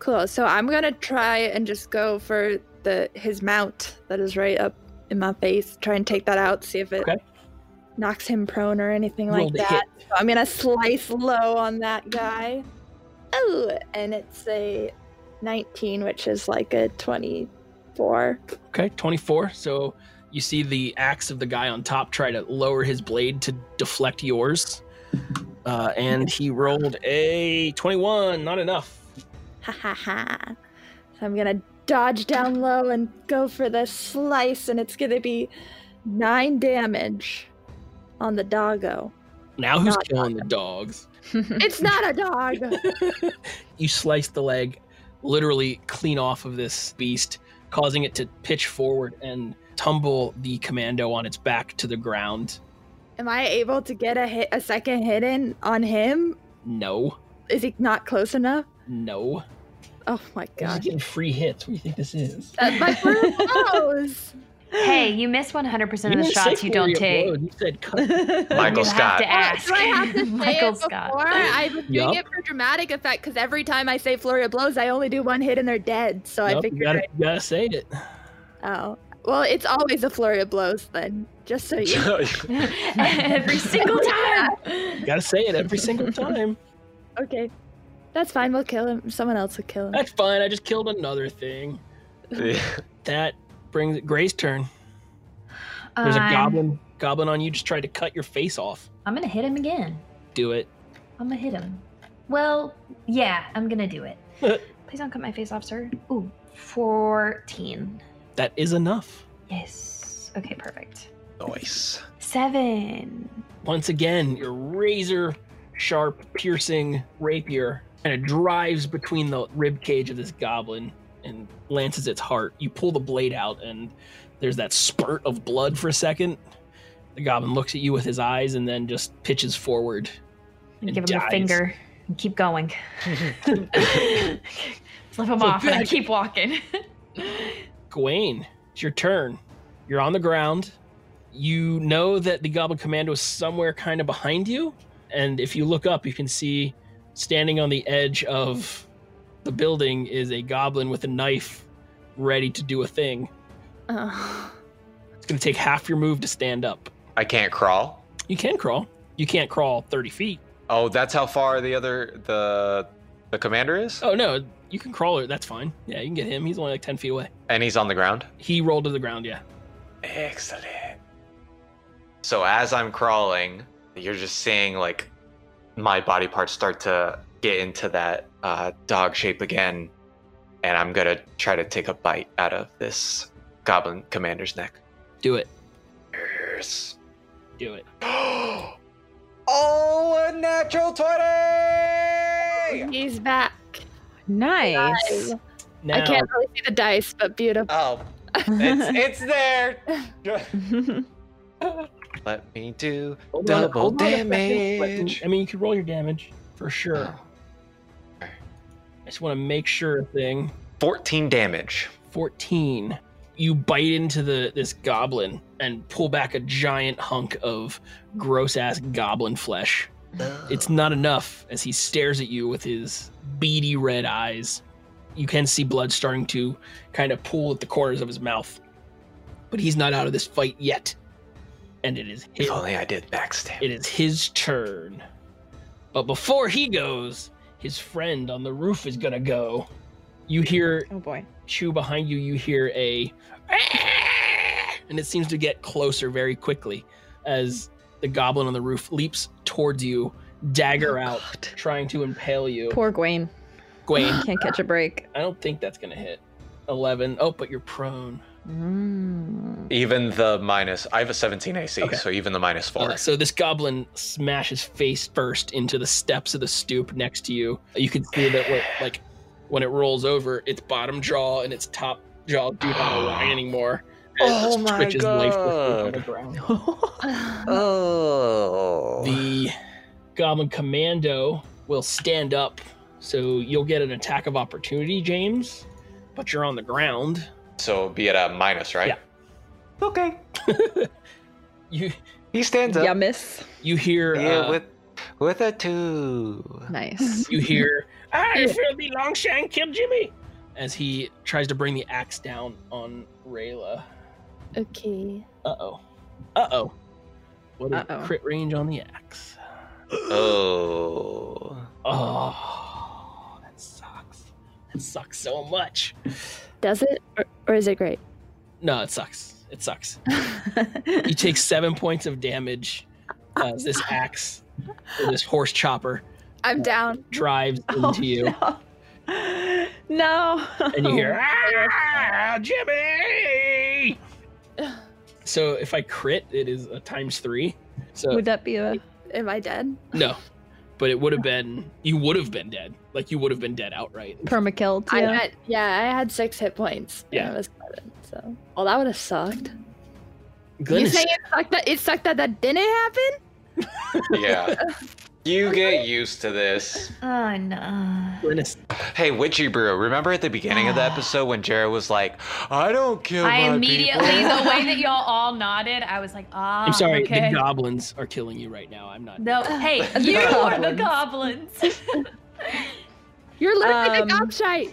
Speaker 6: Cool. So I'm gonna try and just go for the his mount that is right up in my face. Try and take that out. See if it
Speaker 1: Okay.
Speaker 6: knocks him prone or anything
Speaker 1: Roll
Speaker 6: like
Speaker 1: to
Speaker 6: that. So I'm gonna slice low on that guy. Oh, and it's a 19, which is like a 24.
Speaker 1: Okay, 24. So you see the axe of the guy on top try to lower his blade to deflect yours. Uh, and he rolled a 21, not enough.
Speaker 6: Ha ha ha. So I'm gonna dodge down low and go for the slice, and it's gonna be nine damage on the doggo.
Speaker 1: Now who's
Speaker 6: Not
Speaker 1: killing the dogs? <laughs>
Speaker 7: <laughs>
Speaker 6: It's not a dog!
Speaker 1: you slice the leg literally clean off of this beast, causing it to pitch forward and tumble the commando on its back to the ground.
Speaker 6: Am I able to get a hit, a second hit in on him?
Speaker 1: No,
Speaker 6: Is he not close enough?
Speaker 1: no.
Speaker 6: Oh my
Speaker 1: He's <laughs>
Speaker 6: god.
Speaker 1: getting free hits. What do you think this is?
Speaker 6: Uh, my brutal
Speaker 8: <laughs>
Speaker 6: blows!
Speaker 8: Hey, you miss 100% of the
Speaker 1: didn't say
Speaker 8: shots you don't
Speaker 1: flurry of
Speaker 8: take.
Speaker 1: blows, You said
Speaker 8: <laughs>
Speaker 1: cut.
Speaker 4: Michael
Speaker 8: you
Speaker 4: Scott.
Speaker 8: have
Speaker 3: Oh,
Speaker 8: to ask.
Speaker 6: Do I
Speaker 8: <laughs>
Speaker 6: have to say
Speaker 8: Michael
Speaker 6: it before?
Speaker 8: Scott.
Speaker 6: I've been doing
Speaker 1: Yup.
Speaker 6: it for dramatic effect because every time I say flurry of blows, I only do one hit and they're dead. So I
Speaker 1: Nope, you
Speaker 6: figured
Speaker 1: gotta, you gotta say it.
Speaker 6: Oh. Well, it's always a flurry of blows then, just
Speaker 1: <laughs>
Speaker 6: so you
Speaker 8: Every single <laughs> time.
Speaker 1: You gotta say it every single time.
Speaker 6: Okay. That's fine, we'll kill him. Someone else will kill him.
Speaker 1: That's fine. I just killed another thing. That brings it. Gray's turn. There's a
Speaker 8: Um,
Speaker 1: goblin. Goblin on you just tried to cut your face off.
Speaker 8: I'm going to hit him again.
Speaker 1: Do it.
Speaker 8: I'm going to hit him. Well, yeah, I'm going to do
Speaker 1: <laughs>
Speaker 8: it. Please don't cut my face off, sir. Ooh, 14.
Speaker 1: That is enough.
Speaker 8: Yes. Okay, perfect.
Speaker 4: Noise.
Speaker 8: Seven.
Speaker 1: Once again, your razor sharp, piercing rapier kind of drives between the rib cage of this goblin and lances its heart. You pull the blade out, and there's that spurt of blood for a second. The goblin looks at you with his eyes and then just pitches forward.
Speaker 8: And
Speaker 1: and
Speaker 8: give him
Speaker 1: dies.
Speaker 8: a finger and keep
Speaker 1: <laughs>
Speaker 8: going. Flip him off and I keep walking.
Speaker 1: Gawain, it's your turn. You're on the ground. You know that the Goblin Commando is somewhere kind of behind you. And if you look up, you can see standing on the edge of the building is a goblin with a knife ready to do a thing.
Speaker 6: Oh.
Speaker 1: It's going to take half your move to stand up.
Speaker 4: <laughs> I can't crawl.
Speaker 1: You can crawl. You can't crawl 30 feet.
Speaker 4: Oh, that's how far the other the the commander is,
Speaker 1: Oh, no. You can crawl. or- That's fine. Yeah, you can get him. He's only like 10 feet away.
Speaker 4: and he's on the ground.
Speaker 1: He rolled to the ground. Yeah.
Speaker 4: Excellent. So as I'm crawling, you're just seeing like my body parts start to get into that uh, dog shape again, and I'm gonna try to take a bite out of this goblin commander's neck.
Speaker 1: Do it.
Speaker 4: Yes. <gasps>
Speaker 1: Do it.
Speaker 4: oh, a natural twenty!
Speaker 6: He's back.
Speaker 7: Nice.
Speaker 1: Now,
Speaker 6: I can't really see the dice, but beautiful.
Speaker 4: Oh, it's it's there. Let me do
Speaker 1: Hold on-
Speaker 4: Double
Speaker 1: hold on a second.
Speaker 4: damage. Oh.
Speaker 1: I mean, you could roll your damage for sure. I just want to make sure a thing.
Speaker 4: 14 damage.
Speaker 1: 14. You bite into the this goblin and pull back a giant hunk of gross ass goblin flesh. It's not enough as he stares at you with his beady red eyes. You can see blood starting to kind of pool at the corners of his mouth. But he's not out of this fight yet. And it is his,
Speaker 4: If only I did backstab.
Speaker 1: it is his turn. But before he goes, his friend on the roof is gonna go. You hear
Speaker 7: <laughs> Oh boy.
Speaker 1: Chew behind you, you hear a and it seems to get closer very quickly as the goblin on the roof leaps towards you, dagger
Speaker 7: Oh,
Speaker 1: out,
Speaker 7: God.
Speaker 1: trying to impale you.
Speaker 7: Poor Gwen. <gasps>
Speaker 1: Gwaine,
Speaker 7: <laughs> Can't catch a break.
Speaker 1: I don't think that's gonna hit. Eleven. Oh, but you're prone.
Speaker 7: Mm.
Speaker 4: Even the minus, I have a 17 AC,
Speaker 1: Okay.
Speaker 4: so even the minus four.
Speaker 1: Uh, so this goblin smashes face first into the steps of the stoop next to you. You can see that what like when it rolls over, its bottom jaw and its top jaw do
Speaker 4: <sighs>
Speaker 1: not align anymore. and it
Speaker 4: Oh
Speaker 1: just
Speaker 4: my
Speaker 1: twitches lifelessly on the
Speaker 4: God.
Speaker 1: ground.
Speaker 4: Oh.
Speaker 1: The Goblin Commando will stand up, so you'll get an attack of opportunity, James, but you're on the ground.
Speaker 4: So be it a minus, right?
Speaker 1: Yeah.
Speaker 4: Okay.
Speaker 1: You
Speaker 4: He stands up.
Speaker 7: Yeah, miss.
Speaker 1: you hear
Speaker 4: Yeah,
Speaker 1: uh,
Speaker 4: with with a two.
Speaker 1: <laughs>
Speaker 7: Nice. <laughs>
Speaker 1: you hear I feel the Longshank killed Jimmy as he tries to bring the axe down on Rayla.
Speaker 6: Okay.
Speaker 1: Uh oh. Uh oh. What is
Speaker 7: Uh-oh.
Speaker 1: crit range on the axe?
Speaker 4: Oh.
Speaker 1: Oh, that sucks. That sucks so much.
Speaker 6: Does it or, or is it great?
Speaker 1: No, it sucks. It sucks. You take seven points of damage uh, as this axe, or this horse chopper,
Speaker 6: I'm down.
Speaker 1: drives into
Speaker 7: Oh,
Speaker 1: you,
Speaker 7: No. no. <laughs>
Speaker 1: and you hear "Ah, Jimmy." So if I crit, it is a times three. So
Speaker 7: Would that be a
Speaker 6: Am I dead?
Speaker 1: no, but it would have been you would have been dead. Like you would have been dead outright.
Speaker 7: permakill?
Speaker 6: I
Speaker 7: Yeah.
Speaker 6: had, yeah, I had six hit points. and
Speaker 1: Yeah.
Speaker 6: I was seven, so. Well, that would have sucked. You
Speaker 1: Goodness.
Speaker 6: saying it sucked that it sucked that that didn't happen?
Speaker 1: <laughs>
Speaker 4: Yeah. you get used to this.
Speaker 8: Oh no.
Speaker 1: Goodness.
Speaker 4: Hey, Witchy Brew, remember at the beginning
Speaker 1: <sighs>
Speaker 4: of the episode when Jared was like, I don't kill
Speaker 8: I
Speaker 4: my
Speaker 8: immediately,
Speaker 4: people."
Speaker 8: the way
Speaker 1: <laughs>
Speaker 8: that y'all all nodded, I was like, ah.
Speaker 3: Oh,
Speaker 1: I'm sorry.
Speaker 8: Okay.
Speaker 1: The goblins are killing you right now. I'm not.
Speaker 8: no, hey, you are Uh, the goblins. <laughs>
Speaker 6: You're literally
Speaker 7: Um,
Speaker 6: the gobshite.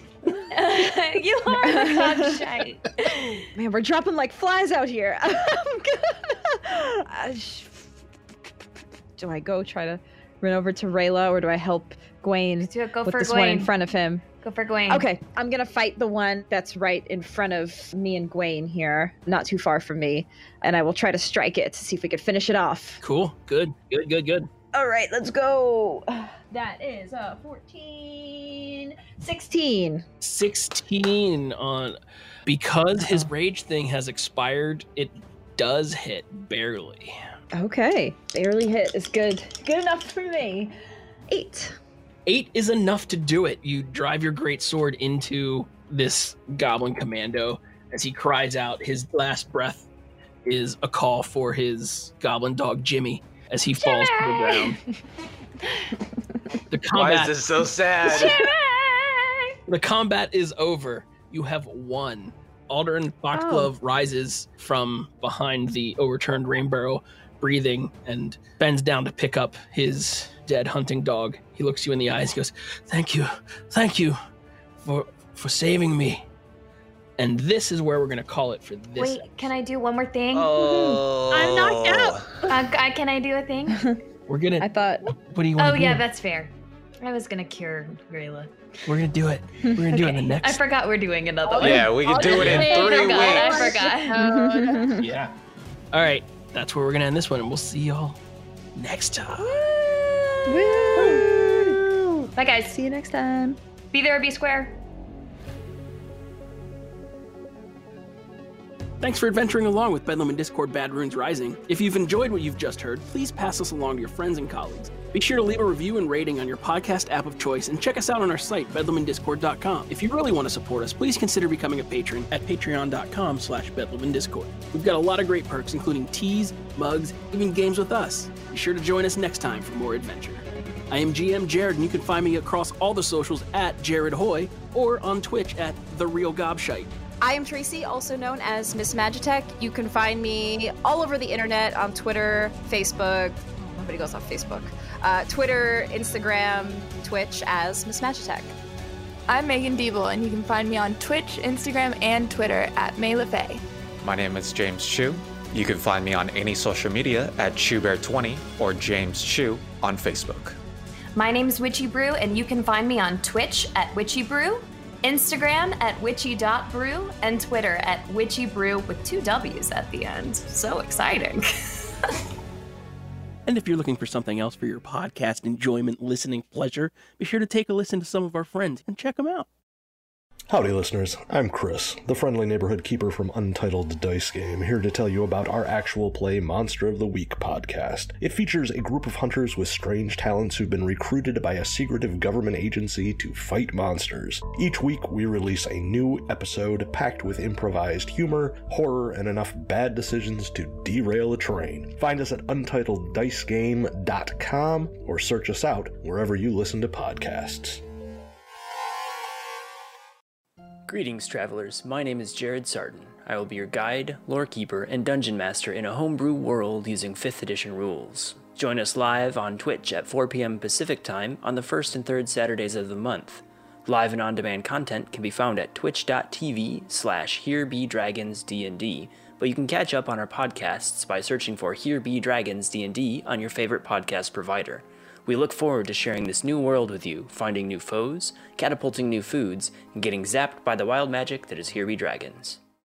Speaker 8: you are <laughs> the gobshite.
Speaker 7: Man, we're dropping like flies out here. <laughs> I'm gonna- I sh- do I go try to run over to Rayla or do I help Gwen
Speaker 8: Do it. Go
Speaker 7: with
Speaker 8: for
Speaker 7: this one in
Speaker 8: Gwen.
Speaker 7: front of him?
Speaker 8: Go for Gwen.
Speaker 7: Okay, I'm gonna fight the one that's right in front of me and Gwen here, not too far from me, and I will try to strike it to see if we can finish it off.
Speaker 1: Cool. Good. Good. Good. Good.
Speaker 7: All right, let's go. <sighs> That is uh, 14, 16.
Speaker 1: 16 on because his rage thing has expired it does hit barely
Speaker 7: Okay, barely hit is good. Good enough for me. Eight.
Speaker 1: eight is enough to do it you drive your great sword into this goblin commando as he cries out his last breath is a call for his goblin dog jimmy as he falls to the ground the
Speaker 4: Why
Speaker 1: combat
Speaker 4: is <laughs> this so sad?
Speaker 8: <laughs>
Speaker 1: The combat is over. You have won. Aldrin Foxglove
Speaker 8: Oh.
Speaker 1: rises from behind the overturned rain barrel, breathing, and bends down to pick up his dead hunting dog. He looks you in the eyes. He goes, "Thank you, thank you, for for saving me." And this is where we're gonna call it for this.
Speaker 8: Wait, can I do one more thing?
Speaker 4: Oh.
Speaker 6: I'm knocked out.
Speaker 8: Uh, I- can I do a
Speaker 1: <laughs>
Speaker 8: thing?
Speaker 1: We're gonna.
Speaker 7: I thought
Speaker 1: what do you want?
Speaker 8: oh yeah, that's fair. I was gonna cure Grayla.
Speaker 1: we're gonna
Speaker 8: <laughs>
Speaker 1: do it. We're gonna do it in the
Speaker 8: I
Speaker 1: next.
Speaker 8: forgot we're doing another one.
Speaker 4: Oh, Yeah, we can do it
Speaker 8: <laughs>
Speaker 4: in
Speaker 8: I
Speaker 4: three
Speaker 8: forgot. I
Speaker 4: weeks.
Speaker 1: <laughs>
Speaker 8: forgot. Uh,
Speaker 1: yeah. All right, that's where we're gonna end this one, and we'll see y'all next time.
Speaker 8: Bye guys.
Speaker 7: See you next time.
Speaker 8: Be there, or be square.
Speaker 1: Thanks for adventuring along with Bedlam and Discord Bad Runes Rising. If you've enjoyed what you've just heard, please pass us along to your friends and colleagues. Be sure to leave a review and rating on your podcast app of choice and check us out on our site, bedlamanddiscord.com. If you really want to support us, please consider becoming a patron at patreon.com slash bedlamanddiscord. We've got a lot of great perks, including teas, mugs, even games with us. Be sure to join us next time for more adventure. I am GM Jared, and you can find me across all the socials at Jared Hoy or on Twitch at The Real Gobshite.
Speaker 5: I am Tracy, also known as Miss Magitech. You can find me all over the internet on Twitter, Facebook. Nobody goes on Facebook. Uh, Twitter, Instagram, Twitch as Miss Magitech.
Speaker 2: I'm Megan Diebel, and you can find me on Twitch, Instagram, and Twitter at May LeFay.
Speaker 4: My name is James Chu. You can find me on any social media at ChuBear20 or James Chu on Facebook.
Speaker 3: My name's Witchy Brew, and you can find me on Twitch at Witchy Brew, Instagram at witchy.brew, and Twitter at Witchy Brew with two W's at the end. So exciting. <laughs>
Speaker 11: And if you're looking for something else for your podcast enjoyment, listening pleasure, be sure to take a listen to some of our friends and check them out.
Speaker 9: Howdy, listeners. I'm Chris, the friendly neighborhood keeper from Untitled Dice Game, here to tell you about our actual play Monster of the Week podcast. It features a group of hunters with strange talents who've been recruited by a secretive government agency to fight monsters. Each week, we release a new episode packed with improvised humor, horror, and enough bad decisions to derail a train. Find us at untitlededicegame.com or search us out wherever you listen to podcasts.
Speaker 1: Greetings, travelers. My name is Jared Sarton. I will be your guide, lore keeper, and dungeon master in a homebrew world using 5th edition rules. Join us live on Twitch at 4 p.m. Pacific Time on the first and third Saturdays of the month. Live and on-demand content can be found at twitch.tv E slash herebedragonsdnd, but you can catch up on our podcasts by searching for Here Be Dragons D&D on your favorite podcast provider. We look forward to sharing this new world with you, finding new foes, catapulting new foods, and getting zapped by the wild magic that is Here Be Dragons.